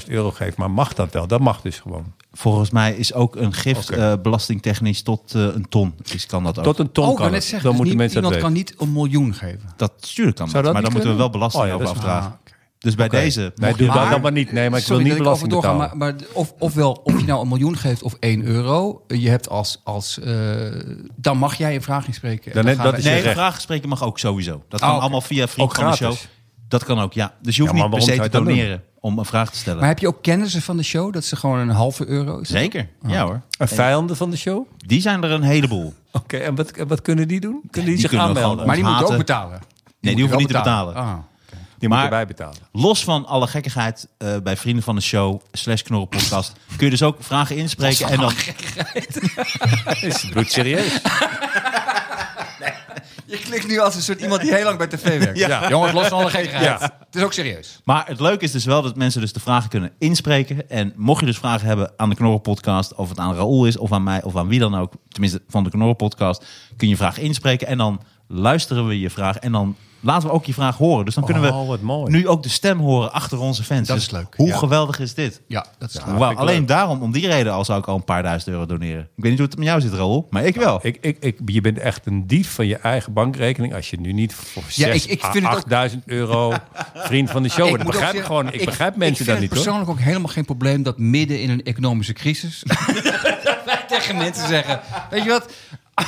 [SPEAKER 4] 10.000 euro geven, maar mag dat wel? Dat mag dus
[SPEAKER 3] Oh.
[SPEAKER 4] gewoon.
[SPEAKER 3] Volgens mij is ook een gift
[SPEAKER 4] Oké.
[SPEAKER 3] eh, belastingtechnisch tot eh, een ton. Dus kan dat ook.
[SPEAKER 4] Tot een ton
[SPEAKER 2] Oh, ik
[SPEAKER 4] kan
[SPEAKER 2] kan net
[SPEAKER 4] het.
[SPEAKER 2] zeggen,
[SPEAKER 4] dan moeten
[SPEAKER 2] dus niet-
[SPEAKER 4] mensen dat
[SPEAKER 2] iemand
[SPEAKER 4] weten.
[SPEAKER 2] kan niet een miljoen geven.
[SPEAKER 3] dat stuurlijk kan
[SPEAKER 4] Zou
[SPEAKER 3] dat,
[SPEAKER 4] dat
[SPEAKER 3] maar dan
[SPEAKER 4] niet
[SPEAKER 3] moeten we
[SPEAKER 4] kunnen?
[SPEAKER 3] wel belasting
[SPEAKER 4] Oh ja,
[SPEAKER 3] over
[SPEAKER 4] dat is-
[SPEAKER 3] afdragen.
[SPEAKER 2] ah, oké.
[SPEAKER 3] Dus bij
[SPEAKER 4] Oké.
[SPEAKER 3] deze
[SPEAKER 4] Nee,
[SPEAKER 3] mocht
[SPEAKER 4] doe
[SPEAKER 3] je-
[SPEAKER 4] dat dan maar niet. Nee, maar ik
[SPEAKER 2] Sorry
[SPEAKER 4] wil niet
[SPEAKER 2] dat
[SPEAKER 4] belasting
[SPEAKER 2] overdoor ga,
[SPEAKER 4] betalen.
[SPEAKER 2] Maar, maar of, ofwel, of je nou een miljoen geeft of 1 euro, je hebt als, als eh, dan mag jij een vraag inspreken.
[SPEAKER 4] Dan-
[SPEAKER 2] En gaan
[SPEAKER 4] dat
[SPEAKER 2] wij-
[SPEAKER 4] is-
[SPEAKER 3] Nee,
[SPEAKER 4] recht.
[SPEAKER 3] vraagspreken mag ook sowieso. Dat kan
[SPEAKER 2] oké.
[SPEAKER 3] allemaal via vriend
[SPEAKER 4] Ah, Ook
[SPEAKER 3] van de show.
[SPEAKER 4] gratis.
[SPEAKER 3] Dat kan ook, ja. Dus je hoeft
[SPEAKER 4] Ja, maar
[SPEAKER 3] niet per se
[SPEAKER 4] waarom
[SPEAKER 3] te
[SPEAKER 4] zou je dat
[SPEAKER 3] doneren om een vraag te stellen.
[SPEAKER 2] Maar heb je ook kennissen van de show dat ze gewoon een halve euro is?
[SPEAKER 3] Zeker,
[SPEAKER 4] Ah.
[SPEAKER 3] ja hoor.
[SPEAKER 4] En vijanden van de show? Oké,
[SPEAKER 3] Die zijn er een heleboel.
[SPEAKER 4] en wat, en wat kunnen die doen? Kunnen
[SPEAKER 3] die
[SPEAKER 4] die, zich
[SPEAKER 3] kunnen we
[SPEAKER 4] aanmelden?
[SPEAKER 3] gewoon-
[SPEAKER 2] Maar die moeten ook
[SPEAKER 3] Haten.
[SPEAKER 2] betalen.
[SPEAKER 3] Nee, die hoeven
[SPEAKER 2] moeten
[SPEAKER 3] niet te
[SPEAKER 2] wel
[SPEAKER 3] betalen.
[SPEAKER 2] Ah.
[SPEAKER 4] die
[SPEAKER 3] maar-
[SPEAKER 4] moeten wij betalen.
[SPEAKER 3] Los van alle gekkigheid eh, bij vrienden van de show slash knorrenpodcast... kun je dus ook vragen inspreken en dan...
[SPEAKER 4] Is het bloedserieus?
[SPEAKER 2] Je klinkt nu als een soort iemand die heel lang bij tv werkt.
[SPEAKER 4] Ja.
[SPEAKER 2] Jongens, los van alle gekkigheid.
[SPEAKER 4] Ja.
[SPEAKER 2] Het is ook serieus.
[SPEAKER 3] Maar het leuke is dus wel dat mensen dus de vragen kunnen inspreken. En mocht je dus vragen hebben aan de Knorrenpodcast, of het aan Raoul is, of aan mij, of aan wie dan ook, tenminste van de Knorrenpodcast, kun je vraag inspreken en dan luisteren we je vraag en dan laten we ook je vraag horen. Dus dan kunnen
[SPEAKER 4] Oh,
[SPEAKER 3] we
[SPEAKER 4] wat mooi.
[SPEAKER 3] nu ook de stem horen achter onze fans.
[SPEAKER 2] Dat
[SPEAKER 3] Dus
[SPEAKER 2] is leuk,
[SPEAKER 3] Hoe
[SPEAKER 2] ja.
[SPEAKER 3] geweldig is dit?
[SPEAKER 2] Ja, dat is goed.
[SPEAKER 3] Wauw, alleen daarom, om die reden al zou ik al een paar duizend euro doneren. Ik weet niet hoe het met jou zit, Raoul, maar ik wel.
[SPEAKER 4] Ik, ik, ik, je bent echt een dief van je eigen bankrekening als je nu niet voor
[SPEAKER 2] Ja, ik-
[SPEAKER 4] 6
[SPEAKER 2] ik
[SPEAKER 4] à
[SPEAKER 2] vind het ook-
[SPEAKER 4] 8000 euro vriend van de show
[SPEAKER 2] Ik
[SPEAKER 4] wordt.
[SPEAKER 2] moet
[SPEAKER 4] Dat
[SPEAKER 2] ook
[SPEAKER 4] begrijp ik
[SPEAKER 2] zeggen,
[SPEAKER 4] gewoon. Ik, begrijp mensen
[SPEAKER 2] ik
[SPEAKER 4] dat
[SPEAKER 2] vind
[SPEAKER 4] niet
[SPEAKER 2] het persoonlijk ook helemaal geen probleem dat midden in een economische crisis... dat wij tegen mensen zeggen, weet je wat...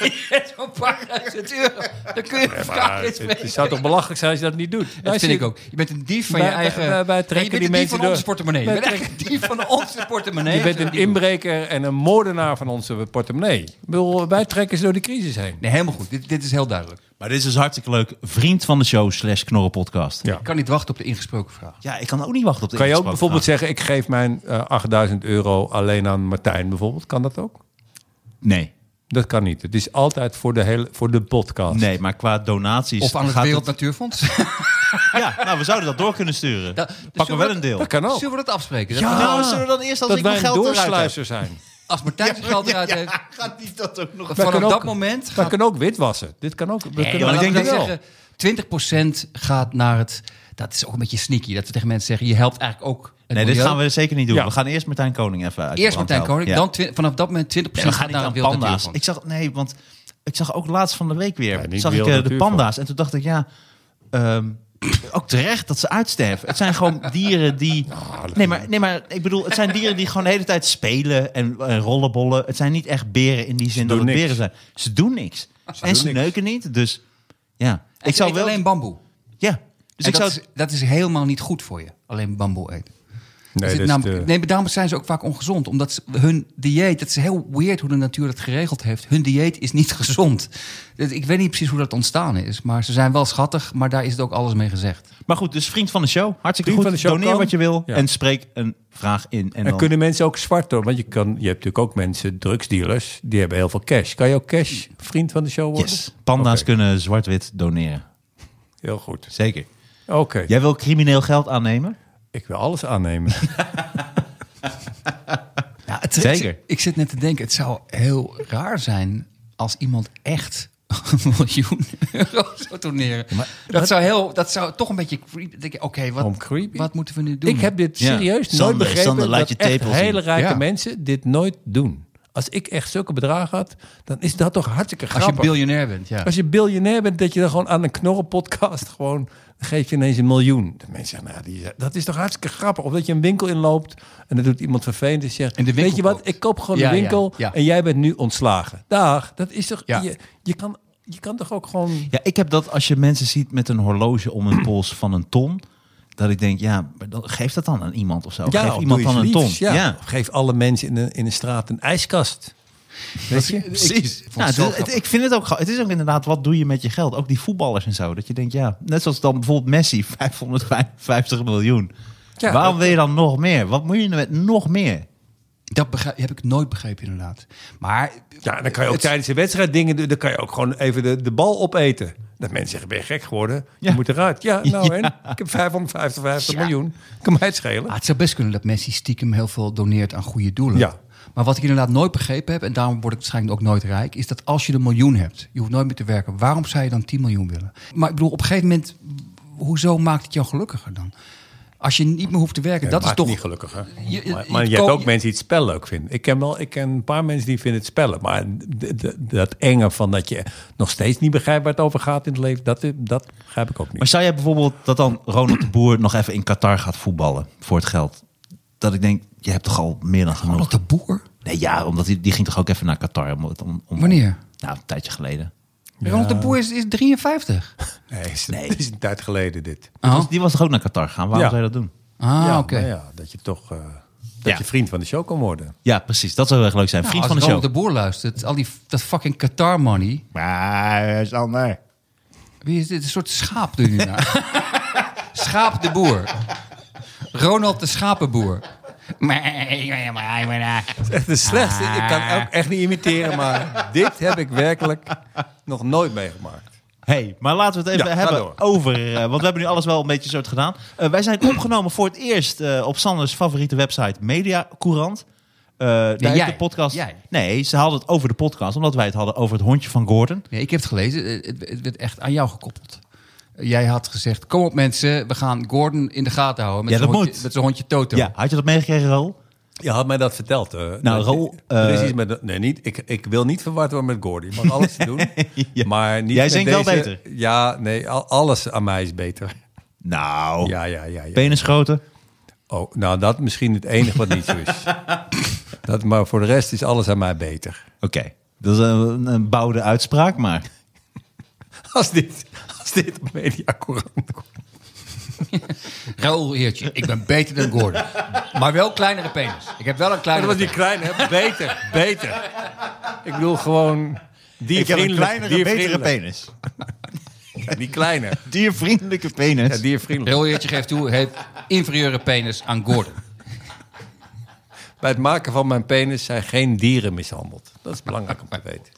[SPEAKER 2] Je hebt Zo'n paar duizend euro, dan kun je een
[SPEAKER 4] hoor.
[SPEAKER 2] vraag
[SPEAKER 4] Maar het,
[SPEAKER 2] inspreken.
[SPEAKER 4] het zou toch belachelijk zijn als je dat niet doet?
[SPEAKER 2] Dat vind ik ook. Je bent een dief van
[SPEAKER 4] Wij-
[SPEAKER 2] je eigen...
[SPEAKER 4] wij- wij
[SPEAKER 2] Nee,
[SPEAKER 4] trekken die
[SPEAKER 2] je bent een dief
[SPEAKER 4] mensen
[SPEAKER 2] van
[SPEAKER 4] door.
[SPEAKER 2] onze portemonnee. Je
[SPEAKER 4] Wij
[SPEAKER 2] bent echt een dief van onze portemonnee.
[SPEAKER 4] Je bent een
[SPEAKER 2] Zullen we die doen?
[SPEAKER 4] inbreker en een moordenaar van onze portemonnee. Ik bedoel, wij trekken ze door de crisis heen.
[SPEAKER 2] Nee, helemaal goed. Dit, dit is heel duidelijk.
[SPEAKER 3] Maar dit is dus hartstikke leuk. Vriend van de show slash Knorrenpodcast.
[SPEAKER 4] Ja.
[SPEAKER 2] Ik kan niet wachten op de ingesproken vraag.
[SPEAKER 3] Ja, ik kan ook niet wachten op de
[SPEAKER 4] Kan je ook
[SPEAKER 3] ingesproken
[SPEAKER 4] bijvoorbeeld
[SPEAKER 3] vraag.
[SPEAKER 4] zeggen, ik geef mijn eh, 8000 euro alleen aan Martijn bijvoorbeeld? Kan dat ook?
[SPEAKER 3] Nee.
[SPEAKER 4] Dat kan niet. Het is altijd voor de, hele, voor de podcast.
[SPEAKER 3] Nee, maar qua donaties...
[SPEAKER 2] Of aan het
[SPEAKER 3] gaat
[SPEAKER 2] Wereld Natuurfonds.
[SPEAKER 3] Ja, nou, we zouden dat door kunnen sturen.
[SPEAKER 2] Ja,
[SPEAKER 3] Pak
[SPEAKER 2] dus Ah,
[SPEAKER 3] Pakken we
[SPEAKER 2] zullen
[SPEAKER 3] wel een deel.
[SPEAKER 4] Dat kan ook.
[SPEAKER 2] Zullen we dat afspreken? Dat-
[SPEAKER 4] Ja.
[SPEAKER 3] Nou, zullen we dan eerst als
[SPEAKER 4] dat
[SPEAKER 3] ik
[SPEAKER 4] wij
[SPEAKER 3] mijn
[SPEAKER 4] een
[SPEAKER 3] geld eruit heb?
[SPEAKER 4] doorsluizer zijn.
[SPEAKER 2] Als Martijn zijn geld eruit heeft,
[SPEAKER 3] Gaat die dat ook nog?
[SPEAKER 2] vanaf
[SPEAKER 4] kunnen ook-
[SPEAKER 2] dat moment...
[SPEAKER 4] Dat kan ook witwassen. Dit kan ook. we kunnen
[SPEAKER 2] maar
[SPEAKER 4] ook-
[SPEAKER 2] ik
[SPEAKER 3] ik
[SPEAKER 2] denk
[SPEAKER 3] denk
[SPEAKER 2] dat
[SPEAKER 3] dat
[SPEAKER 2] zeggen, 20% gaat naar het... Dat is ook een beetje sneaky, dat we tegen mensen zeggen... je helpt eigenlijk ook het
[SPEAKER 3] Nee, dit
[SPEAKER 2] milieu.
[SPEAKER 3] gaan we zeker niet doen.
[SPEAKER 4] Ja.
[SPEAKER 3] We gaan eerst Martijn Koning even uit. de
[SPEAKER 2] Eerst
[SPEAKER 3] brand
[SPEAKER 2] Martijn
[SPEAKER 3] helpen.
[SPEAKER 2] Koning,
[SPEAKER 3] Ja.
[SPEAKER 2] dan twi- vanaf dat moment 20%
[SPEAKER 3] Nee, we gaan
[SPEAKER 2] gaat
[SPEAKER 3] niet
[SPEAKER 2] naar
[SPEAKER 3] aan
[SPEAKER 2] het Wereld
[SPEAKER 3] panda's.
[SPEAKER 2] Natuurfonds.
[SPEAKER 3] Ik zag, nee, want ik zag ook laatst van de week weer.
[SPEAKER 4] Ja, niet
[SPEAKER 3] zag ik
[SPEAKER 4] Wereld
[SPEAKER 3] eh, de
[SPEAKER 4] Natuurfonds.
[SPEAKER 3] panda's en toen dacht ik, ja, ehm, ook terecht dat ze uitsterven. Het zijn gewoon dieren die. Nee maar, nee, maar ik bedoel, het zijn dieren die gewoon de hele tijd spelen en, en rollenbollen. Het zijn niet echt beren in die zin dat
[SPEAKER 4] doen
[SPEAKER 3] het
[SPEAKER 4] niks.
[SPEAKER 3] beren zijn. Ze doen niks. en
[SPEAKER 4] doen
[SPEAKER 3] ze
[SPEAKER 4] niks.
[SPEAKER 3] neuken niet. Dus ja,
[SPEAKER 2] En ze eten alleen bamboe.
[SPEAKER 3] Ja. Dus
[SPEAKER 2] En
[SPEAKER 3] ik
[SPEAKER 2] dat,
[SPEAKER 3] zou
[SPEAKER 2] is, dat is helemaal niet goed voor je, alleen bamboe eten.
[SPEAKER 4] Nee,
[SPEAKER 2] Er zit
[SPEAKER 4] dat is
[SPEAKER 2] namelijk-
[SPEAKER 4] te-
[SPEAKER 2] nee, maar daarom zijn ze ook vaak ongezond. Omdat ze- hun dieet, het is heel weird hoe de natuur dat geregeld heeft. Hun dieet is niet gezond. Dus Ik weet niet precies hoe dat ontstaan is. Maar ze zijn wel schattig, maar daar is het ook alles mee gezegd.
[SPEAKER 3] Maar goed, dus vriend van de show. Hartstikke
[SPEAKER 4] Vriend
[SPEAKER 3] goed.
[SPEAKER 4] van de show
[SPEAKER 3] Doneer
[SPEAKER 4] kan.
[SPEAKER 3] wat je wil
[SPEAKER 4] Ja.
[SPEAKER 3] en spreek een vraag in.
[SPEAKER 4] En
[SPEAKER 3] En, dan...
[SPEAKER 4] kunnen mensen ook zwart door? Want je, kan, je hebt natuurlijk ook mensen, drugsdealers, die hebben heel veel cash. Kan je ook cash vriend van de show worden?
[SPEAKER 3] Yes. Panda's
[SPEAKER 4] Oké.
[SPEAKER 3] kunnen zwart-wit doneren.
[SPEAKER 4] Heel goed.
[SPEAKER 3] Zeker.
[SPEAKER 4] Oké,
[SPEAKER 3] Jij wil crimineel geld aannemen?
[SPEAKER 4] ik wil alles aannemen.
[SPEAKER 2] Ja,
[SPEAKER 3] Zeker.
[SPEAKER 2] Ik zit net te denken, het zou heel raar zijn als iemand echt een miljoen euro zou doneren. dat, zou heel, dat zou toch een beetje... creepy- denk ik, Oké,
[SPEAKER 4] Om
[SPEAKER 2] wat,
[SPEAKER 4] creepy?
[SPEAKER 2] wat moeten we nu doen?
[SPEAKER 4] ik heb dit
[SPEAKER 3] Ja.
[SPEAKER 4] serieus nooit
[SPEAKER 3] Sander,
[SPEAKER 4] begrepen
[SPEAKER 3] Sander, laat
[SPEAKER 4] dat
[SPEAKER 3] je
[SPEAKER 4] echt
[SPEAKER 3] tepel
[SPEAKER 4] hele
[SPEAKER 3] zien.
[SPEAKER 4] rijke
[SPEAKER 2] Ja.
[SPEAKER 4] mensen dit nooit doen. Als ik echt zulke bedragen had, dan is dat toch hartstikke
[SPEAKER 2] Als
[SPEAKER 4] grappig.
[SPEAKER 2] je biljonair bent, ja.
[SPEAKER 4] Als je biljonair bent, dat je dan gewoon aan een knorrenpodcast gewoon dan geef je ineens een miljoen. De mensen zeggen, nou, die, dat is toch hartstikke grappig. Of dat je een winkel inloopt en dat doet iemand vervelend en zegt,
[SPEAKER 2] En de winkel
[SPEAKER 4] weet je wat,
[SPEAKER 2] koopt.
[SPEAKER 4] ik koop gewoon
[SPEAKER 2] Ja,
[SPEAKER 4] de winkel
[SPEAKER 2] ja, ja.
[SPEAKER 4] en jij bent nu ontslagen. Dag, dat is toch,
[SPEAKER 2] Ja.
[SPEAKER 4] je, je, kan, je kan toch ook gewoon...
[SPEAKER 3] Ja, ik heb dat als je mensen ziet met een horloge om een pols van een ton. Dat ik denk, ja, maar dan, geef dat dan aan iemand of zo. geef
[SPEAKER 4] of
[SPEAKER 3] iemand
[SPEAKER 4] doe
[SPEAKER 3] dan
[SPEAKER 4] iets
[SPEAKER 3] een ton.
[SPEAKER 4] liefs, Ja. Of Geef alle mensen in de, in de straat een ijskast. Weet je?
[SPEAKER 2] Precies. Ik vond
[SPEAKER 3] Nou,
[SPEAKER 2] het zo
[SPEAKER 3] het- het-
[SPEAKER 2] grappig.
[SPEAKER 3] ik vind het ook, gra- het is ook inderdaad, wat doe je met je geld? Ook die voetballers en zo. Dat je denkt, ja, net zoals dan bijvoorbeeld Messi, 550 miljoen.
[SPEAKER 4] Ja,
[SPEAKER 3] Waarom
[SPEAKER 4] dat-
[SPEAKER 3] wil je dan nog meer? Wat moet je met nog meer?
[SPEAKER 2] Dat begrijp- heb ik nooit begrepen, inderdaad. Maar
[SPEAKER 4] Ja, dan kan je ook Eh, tijdens de wedstrijd dingen doen. Dan kan je ook gewoon even de, de bal opeten. Dat mensen zeggen, ben je gek geworden?
[SPEAKER 3] Ja.
[SPEAKER 4] Je moet eruit. Ja, nou
[SPEAKER 3] Ja.
[SPEAKER 4] en? Ik heb 555
[SPEAKER 2] Ja.
[SPEAKER 4] miljoen. Kan mij het schelen.
[SPEAKER 2] ah, het zou best kunnen dat Messi stiekem heel veel doneert aan goede doelen.
[SPEAKER 4] Ja.
[SPEAKER 2] Maar wat ik inderdaad nooit begrepen heb, en daarom word ik waarschijnlijk ook nooit rijk, is dat als je een miljoen hebt, je hoeft nooit meer te werken, waarom zou je dan 10 miljoen willen? Maar ik bedoel, op een gegeven moment, hoezo maakt het jou gelukkiger dan? Als je niet meer hoeft te werken, dat is
[SPEAKER 4] maakt
[SPEAKER 2] toch.
[SPEAKER 4] niet gelukkig, hè?
[SPEAKER 2] je-
[SPEAKER 4] maar
[SPEAKER 2] je-
[SPEAKER 4] maar
[SPEAKER 2] je
[SPEAKER 4] je hebt
[SPEAKER 2] ko-
[SPEAKER 4] ook mensen die het spel leuk vinden. Ik ken, wel, ik ken een paar mensen die vinden het spellen. Maar d- d- dat enge van dat je nog steeds niet begrijpt waar het over gaat in het leven... dat, dat begrijp ik ook niet.
[SPEAKER 3] Maar zou jij bijvoorbeeld dat dan Ronald de Boer nog even in Qatar gaat voetballen voor het geld? Dat ik denk, je hebt toch al meer dan
[SPEAKER 2] Ronald
[SPEAKER 3] genoeg.
[SPEAKER 2] de Boer?
[SPEAKER 3] Nee, ja, omdat die, die ging toch ook even naar Qatar? Om, om, om-
[SPEAKER 2] Wanneer?
[SPEAKER 3] Nou, een tijdje geleden.
[SPEAKER 2] Ronald de Boer is, is 53.
[SPEAKER 4] nee, is,
[SPEAKER 3] Nee.
[SPEAKER 4] is een tijd geleden dit.
[SPEAKER 2] Oh.
[SPEAKER 3] Dus die was toch ook naar Qatar gaan? Waarom
[SPEAKER 4] Ja.
[SPEAKER 3] zou je dat doen?
[SPEAKER 2] Ah,
[SPEAKER 4] ja,
[SPEAKER 2] oké.
[SPEAKER 4] nou ja, dat je toch eh, dat
[SPEAKER 3] Ja.
[SPEAKER 4] je vriend van de show kan worden.
[SPEAKER 3] Ja, precies. Dat zou heel erg leuk zijn.
[SPEAKER 2] Nou,
[SPEAKER 3] Vriend
[SPEAKER 2] als
[SPEAKER 3] van de show.
[SPEAKER 2] Ronald de Boer luistert, al die dat fucking Qatar money.
[SPEAKER 3] Maar, Sander.
[SPEAKER 2] Wie is dit? Een soort schaap doe je nu naar. schaap de boer. Ronald de schapenboer.
[SPEAKER 4] Echt de slechtste. Ik kan ook echt niet imiteren, maar dit heb ik werkelijk nog nooit meegemaakt.
[SPEAKER 3] hey, maar laten we het even
[SPEAKER 4] Ja, ga door.
[SPEAKER 3] hebben over... eh, want we hebben nu alles wel een beetje soort gedaan. Eh, wij zijn opgenomen voor het eerst eh, op Sanders favoriete website Media Courant. Eh daar heeft
[SPEAKER 2] jij.
[SPEAKER 3] de podcast...
[SPEAKER 2] Jij.
[SPEAKER 3] Nee, ze hadden het over de podcast. Omdat wij het hadden over het hondje van Gordon.
[SPEAKER 2] Nee, ik heb het gelezen. Eh, Het, het werd echt aan jou gekoppeld. Jij had gezegd, kom op mensen, we gaan Gordon in de gaten houden. Met
[SPEAKER 3] Ja,
[SPEAKER 2] zijn
[SPEAKER 3] dat
[SPEAKER 2] hondje,
[SPEAKER 3] moet.
[SPEAKER 2] Met zijn hondje Toto.
[SPEAKER 3] Ja, had je dat meegekregen, Raoul?
[SPEAKER 4] Je had mij dat verteld. eh,
[SPEAKER 3] Nou,
[SPEAKER 4] dat-
[SPEAKER 3] Roel,
[SPEAKER 4] er is
[SPEAKER 3] eh,
[SPEAKER 4] iets met, nee, niet, ik, ik wil niet verward worden met Gordy. Je mag alles doen. Maar niet
[SPEAKER 3] Jij
[SPEAKER 4] met
[SPEAKER 3] zingt wel
[SPEAKER 4] deze-
[SPEAKER 3] beter.
[SPEAKER 4] Ja, nee, al- alles aan mij is beter.
[SPEAKER 3] Nou,
[SPEAKER 4] Ja, ja, ja. ja.
[SPEAKER 3] penisgrote.
[SPEAKER 4] Oh, nou, dat misschien het enige wat niet zo is. Dat, maar voor de rest is alles aan mij beter.
[SPEAKER 3] Oké, dat is een, een bouwde uitspraak, maar...
[SPEAKER 4] Als dit, als dit op media Courant komt.
[SPEAKER 2] Raoul Heertje, ik ben beter dan Gordon. maar wel kleinere penis. Ik heb wel een
[SPEAKER 4] Dat
[SPEAKER 2] kleinere
[SPEAKER 4] was die
[SPEAKER 2] penis.
[SPEAKER 4] kleine, beter, beter. Ik bedoel gewoon diervriendelijk. diervriendelijk.
[SPEAKER 3] penis.
[SPEAKER 4] Ja, die kleine.
[SPEAKER 3] Diervriendelijke penis.
[SPEAKER 4] Ja, diervriendelijk.
[SPEAKER 2] Raoul Heertje geeft toe, heeft inferieure penis aan Gordon.
[SPEAKER 4] Bij het maken van mijn penis zijn geen dieren mishandeld. Dat is belangrijk om te weten.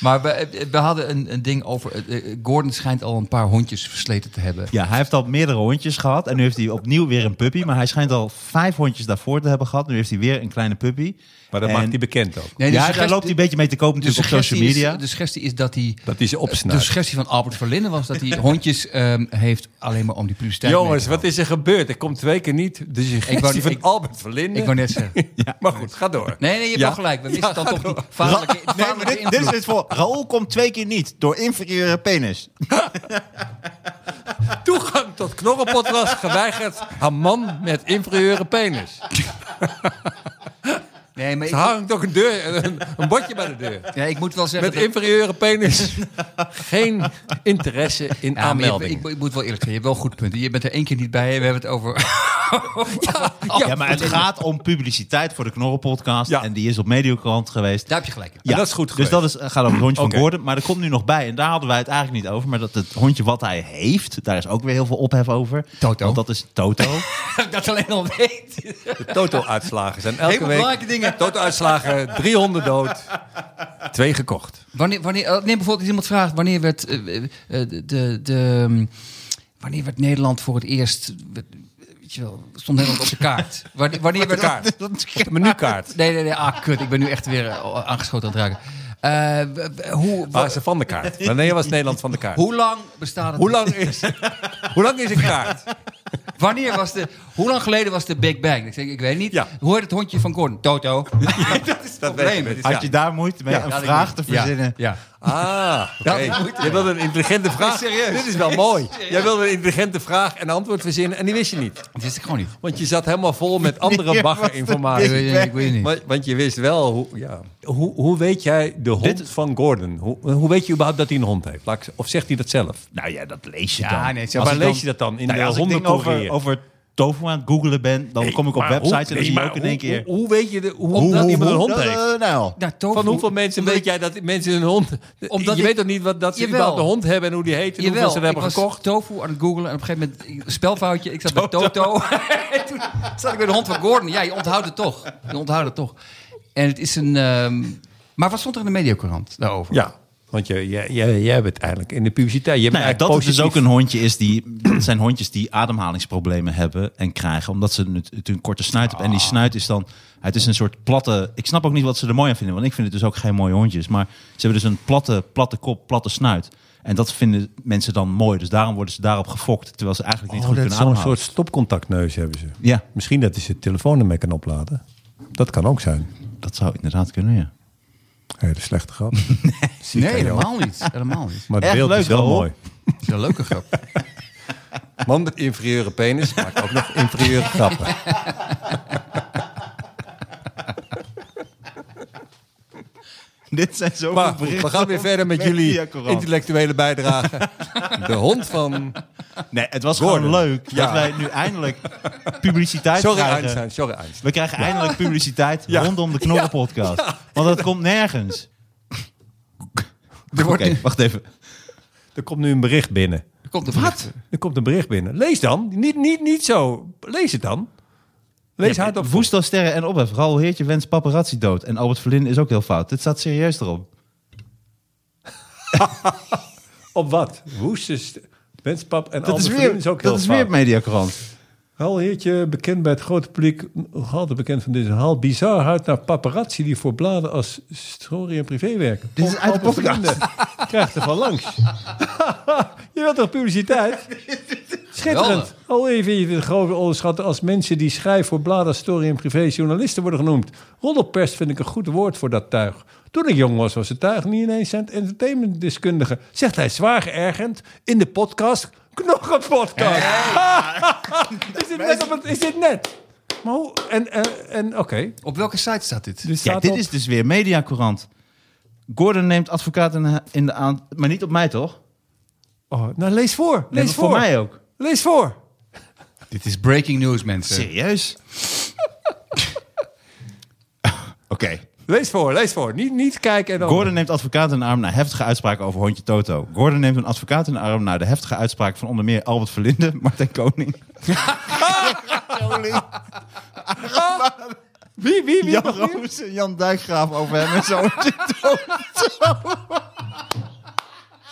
[SPEAKER 2] Maar we, we hadden een, een ding over... eh, eh, Gordon schijnt al een paar hondjes versleten te hebben.
[SPEAKER 3] Ja, hij heeft al meerdere hondjes gehad. En nu heeft hij opnieuw weer een puppy. Maar hij schijnt al vijf hondjes daarvoor te hebben gehad. Nu heeft hij weer een kleine puppy.
[SPEAKER 4] Maar dat
[SPEAKER 3] En-
[SPEAKER 4] maakt hij bekend ook.
[SPEAKER 2] Nee, de
[SPEAKER 3] ja, daar
[SPEAKER 2] suggestie-
[SPEAKER 3] loopt hij een beetje mee te koop
[SPEAKER 2] de
[SPEAKER 3] natuurlijk op
[SPEAKER 2] suggestie
[SPEAKER 3] social media.
[SPEAKER 2] Is, dus de suggestie is dat hij...
[SPEAKER 4] Dat hij ze
[SPEAKER 2] De
[SPEAKER 4] opsnuift.
[SPEAKER 2] suggestie van Albert Verlinde was dat hij hondjes ehm, heeft alleen maar om die publiciteit mee
[SPEAKER 4] Jongens,
[SPEAKER 2] te
[SPEAKER 4] wat is er gebeurd? Ik kom twee keer niet. Dus je
[SPEAKER 2] Ik wou-
[SPEAKER 4] van
[SPEAKER 2] ik-
[SPEAKER 4] Albert Verlinde.
[SPEAKER 2] houden. Ik wou net zeggen.
[SPEAKER 4] Maar goed, ga door.
[SPEAKER 2] Nee, nee, je hebt
[SPEAKER 4] Ja.
[SPEAKER 2] wel gelijk. We missen
[SPEAKER 4] Ja,
[SPEAKER 2] dan
[SPEAKER 4] ga
[SPEAKER 2] toch
[SPEAKER 4] door.
[SPEAKER 2] die vaderlijke, vaderlijke invloed.
[SPEAKER 3] het voor. Raoul komt twee keer niet door inferieure penis.
[SPEAKER 4] Toegang tot knorrenpot was geweigerd aan man met inferieure penis.
[SPEAKER 2] Nee, maar
[SPEAKER 4] Ze
[SPEAKER 2] ik,
[SPEAKER 4] hangt ook een, deur, een, een bordje bij de deur.
[SPEAKER 2] ja, ik moet wel zeggen...
[SPEAKER 4] Met
[SPEAKER 2] dat-
[SPEAKER 4] inferieure penis. Geen interesse in
[SPEAKER 2] Ja, maar je-
[SPEAKER 4] aanmelding.
[SPEAKER 2] Ik, ik moet wel eerlijk zijn, je hebt wel een goed punt. Je bent er één keer niet bij, we hebben het over...
[SPEAKER 3] ja, maar het gaat om publiciteit voor de Knorrelpodcast.
[SPEAKER 4] Ja.
[SPEAKER 3] En die is op Mediokrant geweest.
[SPEAKER 2] Daar heb je gelijk. in.
[SPEAKER 3] Ja,
[SPEAKER 4] dat is goed
[SPEAKER 3] Dus
[SPEAKER 4] geweest.
[SPEAKER 3] dat is, gaat over het hondje
[SPEAKER 4] Oké.
[SPEAKER 3] van Gordon. Maar er komt nu nog bij, en daar hadden wij het eigenlijk niet over. Maar dat het hondje wat hij heeft, daar is ook weer heel veel ophef over.
[SPEAKER 2] Toto.
[SPEAKER 3] Want dat is Toto.
[SPEAKER 2] Dat ik dat alleen al weet.
[SPEAKER 4] De Toto-uitslagen zijn elke
[SPEAKER 2] Hele
[SPEAKER 4] week.
[SPEAKER 2] belangrijke dingen.
[SPEAKER 4] Toto-uitslagen, 300 dood, twee gekocht.
[SPEAKER 2] Wanneer, wanneer, eh, nee, bijvoorbeeld als iemand vraagt, wanneer werd, eh, eh, eh, de, de, de, mm, wanneer werd Nederland voor het eerst... Weet je wel, stond Nederland op de kaart? Wanneer, wanneer werd,
[SPEAKER 4] kaart. Op de menukaart.
[SPEAKER 2] Nee, nee, nee. Ah, kut. Ik ben nu echt weer eh, aangeschoten aan het raken. Eh, w- w- hoe,
[SPEAKER 4] Waar is ze van de kaart? Wanneer was Nederland van de kaart?
[SPEAKER 2] hoe lang bestaat het?
[SPEAKER 4] Ah. Hoe lang is, hoe lang is een kaart?
[SPEAKER 2] Wanneer was de, hoe lang geleden was de Big Bang? Ik, zeg, ik weet niet.
[SPEAKER 4] Ja.
[SPEAKER 2] Hoe heet het hondje van Gordon? Toto. dat is het probleem.
[SPEAKER 4] weet ik.
[SPEAKER 3] Had je daar moeite mee? een
[SPEAKER 2] Ja, dat
[SPEAKER 3] vraag
[SPEAKER 2] ik
[SPEAKER 3] te
[SPEAKER 2] niet.
[SPEAKER 3] verzinnen.
[SPEAKER 2] Ja.
[SPEAKER 4] Ah, oké. Je wilde een intelligente vraag. Dit is wel mooi. Jij wilde een intelligente vraag en antwoord verzinnen en die wist je niet.
[SPEAKER 2] Dat wist ik gewoon niet.
[SPEAKER 4] Want je zat helemaal vol met andere
[SPEAKER 2] Ik
[SPEAKER 4] baggerinformatie.
[SPEAKER 2] weet, ik weet niet.
[SPEAKER 4] Maar- Want je wist wel, hoe, ja. hoe, hoe weet jij de hond van Gordon? Hoe, hoe weet je überhaupt dat hij een hond heeft? Laat ik- Of zegt hij dat zelf?
[SPEAKER 3] Nou ja, dat lees je
[SPEAKER 2] Ja,
[SPEAKER 3] dan.
[SPEAKER 2] nee,
[SPEAKER 3] Als
[SPEAKER 2] zeg,
[SPEAKER 4] waar
[SPEAKER 3] ik dan-
[SPEAKER 4] lees je dat dan? In
[SPEAKER 3] Nou ja,
[SPEAKER 4] de
[SPEAKER 3] als ik dingen over,
[SPEAKER 4] hondencourier?
[SPEAKER 3] over tofu aan het googelen ben, dan kom ik op
[SPEAKER 4] Maar hoe-
[SPEAKER 3] websites en dan
[SPEAKER 4] nee,
[SPEAKER 3] zie je
[SPEAKER 4] maar
[SPEAKER 3] ook in
[SPEAKER 4] hoe-
[SPEAKER 3] één keer...
[SPEAKER 4] Hoe, hoe weet je de, hoe, dat iemand een hond
[SPEAKER 3] dat-
[SPEAKER 4] heeft?
[SPEAKER 3] eh, nou.
[SPEAKER 2] Nou, tofu-
[SPEAKER 4] Van hoeveel mensen
[SPEAKER 2] omdat
[SPEAKER 4] weet
[SPEAKER 2] ik-
[SPEAKER 4] jij dat mensen een hond...
[SPEAKER 2] Omdat
[SPEAKER 4] je
[SPEAKER 2] ik-
[SPEAKER 4] weet toch niet wat, dat ze
[SPEAKER 2] Jawel.
[SPEAKER 4] überhaupt een hond hebben en hoe die heet en hoeveel
[SPEAKER 2] Jawel,
[SPEAKER 4] ze er hebben
[SPEAKER 2] ik was
[SPEAKER 4] gekocht?
[SPEAKER 2] tofu aan het googlen en op een gegeven moment, ik- spelfoutje, ik zat bij Toto. En toen zat ik bij de hond van Gordon. Ja, je onthoudt het toch. Je onthoudt het toch. En het is een... ehm, maar wat stond er in de mediacorant daarover?
[SPEAKER 4] Ja, want je, jij, jij, jij bent eigenlijk in de publiciteit. Je bent
[SPEAKER 3] Nou ja, dat
[SPEAKER 4] eigenlijk
[SPEAKER 3] het dus ook
[SPEAKER 4] positief.
[SPEAKER 3] een hondje is die. dat zijn hondjes die ademhalingsproblemen hebben en krijgen. Omdat ze het- het een korte snuit hebben. En die snuit is dan. Het is een soort platte. Ik snap ook niet wat ze er mooi aan vinden. Want ik vind het dus ook geen mooie hondjes. Maar ze hebben dus een platte, platte kop, platte snuit. En dat vinden mensen dan mooi. Dus daarom worden ze daarop gefokt. Terwijl ze eigenlijk niet
[SPEAKER 4] Oh,
[SPEAKER 3] goed
[SPEAKER 4] dat
[SPEAKER 3] kunnen
[SPEAKER 4] is zo'n soort
[SPEAKER 3] ademhalen.
[SPEAKER 4] stopcontactneus hebben ze.
[SPEAKER 3] Ja,
[SPEAKER 4] Misschien dat hij zijn telefoon ermee kan opladen. Dat kan ook zijn.
[SPEAKER 3] dat zou inderdaad kunnen. Ja.
[SPEAKER 4] Hele slechte grap. Zie ik aan
[SPEAKER 2] Nee,
[SPEAKER 4] jou.
[SPEAKER 2] helemaal niet. Helemaal niet.
[SPEAKER 4] Maar het
[SPEAKER 3] Echt
[SPEAKER 4] beeld
[SPEAKER 3] leuk,
[SPEAKER 4] is wel
[SPEAKER 3] hoor.
[SPEAKER 4] mooi.
[SPEAKER 2] Het is een leuke grap.
[SPEAKER 4] Man met inferieure penis maakt ook nog inferieure grappen.
[SPEAKER 3] Dit zijn zoveel
[SPEAKER 4] Maar goed, we gaan weer verder met jullie intellectuele bijdrage. De hond van...
[SPEAKER 3] Nee, het was
[SPEAKER 4] Gordon.
[SPEAKER 3] gewoon leuk
[SPEAKER 4] Ja.
[SPEAKER 3] dat wij nu eindelijk publiciteit
[SPEAKER 4] Sorry
[SPEAKER 3] krijgen.
[SPEAKER 4] Einstein, sorry Einstein.
[SPEAKER 3] We krijgen eindelijk publiciteit
[SPEAKER 4] Ja.
[SPEAKER 3] rondom de Knorrenpodcast. Want dat komt nergens.
[SPEAKER 2] Er
[SPEAKER 3] Oké,
[SPEAKER 2] wordt nu-
[SPEAKER 3] wacht even.
[SPEAKER 4] Er komt nu een bericht binnen.
[SPEAKER 2] er komt een bericht.
[SPEAKER 4] Er komt een bericht binnen. Lees dan. Niet, niet, niet zo. Lees het dan. Lees hard op.
[SPEAKER 3] Woestel sterren en ophef. Raoul Heertje wenst paparazzi dood. En Albert Verlin is ook heel fout. Dit staat serieus erop.
[SPEAKER 4] Op wat? Woesters. Wenspap en
[SPEAKER 3] Dat is
[SPEAKER 4] Albert
[SPEAKER 3] weer,
[SPEAKER 4] Verlin is ook heel
[SPEAKER 3] dat is weer
[SPEAKER 4] fout.
[SPEAKER 3] mediakrant.
[SPEAKER 4] Wel heertje, bekend bij het grote publiek, nog altijd bekend van dit verhaal. Bizar hard naar paparazzi die voor bladen als story en privé werken.
[SPEAKER 3] Dit is uit de
[SPEAKER 4] Albert
[SPEAKER 3] podcast.
[SPEAKER 4] Verlinde Krijgt er van langs. je wilt toch publiciteit? Schitterend.
[SPEAKER 2] Geweldig.
[SPEAKER 4] Al even je dit grote onderschatten als mensen die schrijven voor bladen als story en privé journalisten worden genoemd. Roddelpers vind ik een goed woord voor dat tuig. Toen ik jong was, was het tuig niet ineens zijn entertainmentdeskundige. Zegt hij zwaar geërgerd in de podcast. Knokkenpodcast. Is dit net? Op het, is dit net? Maar hoe? En, en, en oké.
[SPEAKER 2] Op welke site staat dit?
[SPEAKER 4] Dus
[SPEAKER 3] Ja,
[SPEAKER 4] staat
[SPEAKER 3] dit
[SPEAKER 4] op-
[SPEAKER 3] is dus weer mediakrant. Gordon neemt advocaat in- in de aan... Maar niet op mij, toch?
[SPEAKER 4] Oh, nou, lees voor. Lees
[SPEAKER 3] Nee, maar
[SPEAKER 4] voor.
[SPEAKER 3] voor mij ook.
[SPEAKER 4] Lees voor.
[SPEAKER 2] Dit is breaking news, mensen.
[SPEAKER 3] Serieus? Oké.
[SPEAKER 4] Lees voor. Lees voor. Niet, niet kijken en dan...
[SPEAKER 3] Gordon neemt advocaat in de arm na heftige uitspraak over hondje Toto. Gordon neemt een advocaat in de arm na de heftige uitspraak van onder meer Albert Verlinde, Martijn Koning,
[SPEAKER 4] Wie, wie, wie?
[SPEAKER 3] Jan
[SPEAKER 4] nog meer?
[SPEAKER 3] Roos en Jan Dijkgraaf over hem en zo.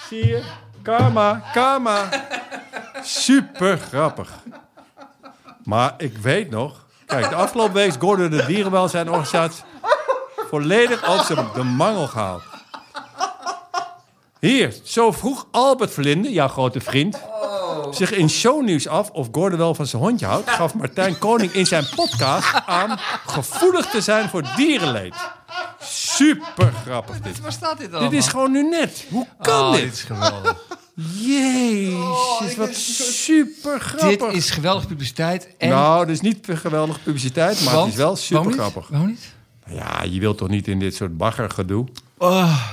[SPEAKER 4] Zie je? Karma. Karma. Super grappig. Maar ik weet nog... Kijk, de afgelopen week is Gordon de dierenwelzijnorganisatie volledig op zijn de mangel gehaald. Hier, zo vroeg Albert Verlinde, jouw grote vriend, zich in shownieuws af of Gordon wel van zijn hondje houdt, gaf Martijn Koning in zijn podcast aan gevoelig te zijn voor dierenleed. Super grappig dit.
[SPEAKER 2] Waar staat dit allemaal?
[SPEAKER 4] Dit is gewoon nu net. Hoe kan
[SPEAKER 2] Oh,
[SPEAKER 4] dit?
[SPEAKER 2] dit is geweldig.
[SPEAKER 4] Jezus, wat super grappig.
[SPEAKER 2] dit is geweldige publiciteit. En
[SPEAKER 4] Nou, dit is Nou, niet geweldig publiciteit, maar
[SPEAKER 2] want-
[SPEAKER 4] het is wel super
[SPEAKER 2] Waarom niet?
[SPEAKER 4] grappig.
[SPEAKER 2] Waarom niet?
[SPEAKER 4] Ja, je wilt toch niet in dit soort baggergedoe?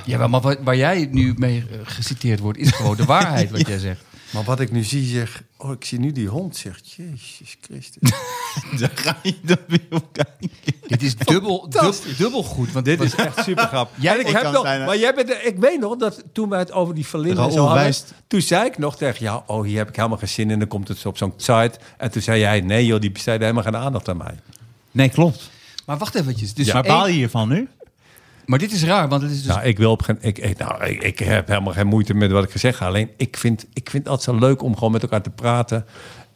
[SPEAKER 2] Ja, maar wat- waar jij nu mee eh, geciteerd wordt, is gewoon de waarheid wat jij zegt.
[SPEAKER 4] Maar wat ik nu zie, zeg... Oh, ik zie nu die hond, zegt Jezus Christus.
[SPEAKER 3] Daar ga je dan weer op kijken.
[SPEAKER 2] Dit is dubbel, dub- dubbel goed. Want
[SPEAKER 4] Dit
[SPEAKER 2] wat-
[SPEAKER 4] is echt super grappig.
[SPEAKER 2] Jij-
[SPEAKER 4] en ik
[SPEAKER 3] ik
[SPEAKER 4] heb
[SPEAKER 3] kan
[SPEAKER 4] nog,
[SPEAKER 3] bijna-
[SPEAKER 4] maar jij bent, ik weet nog dat toen wij het over die verlindering
[SPEAKER 3] Raoul
[SPEAKER 4] zo hadden,
[SPEAKER 3] wijst.
[SPEAKER 4] toen zei ik nog tegen jou, oh hier heb ik helemaal geen zin in, dan komt het op zo'n site. En toen zei jij, nee joh, die besteden helemaal geen aandacht aan mij.
[SPEAKER 3] Nee, klopt.
[SPEAKER 2] maar wacht eventjes. Dus
[SPEAKER 3] maar
[SPEAKER 2] één-
[SPEAKER 3] baal je hiervan nu?
[SPEAKER 2] maar dit is raar, want het is dus
[SPEAKER 4] Nou, ik, wil op geen, ik, ik- nou ik, ik heb helemaal geen moeite met wat ik gezegd heb. Alleen ik vind, ik vind het altijd zo leuk om gewoon met elkaar te praten.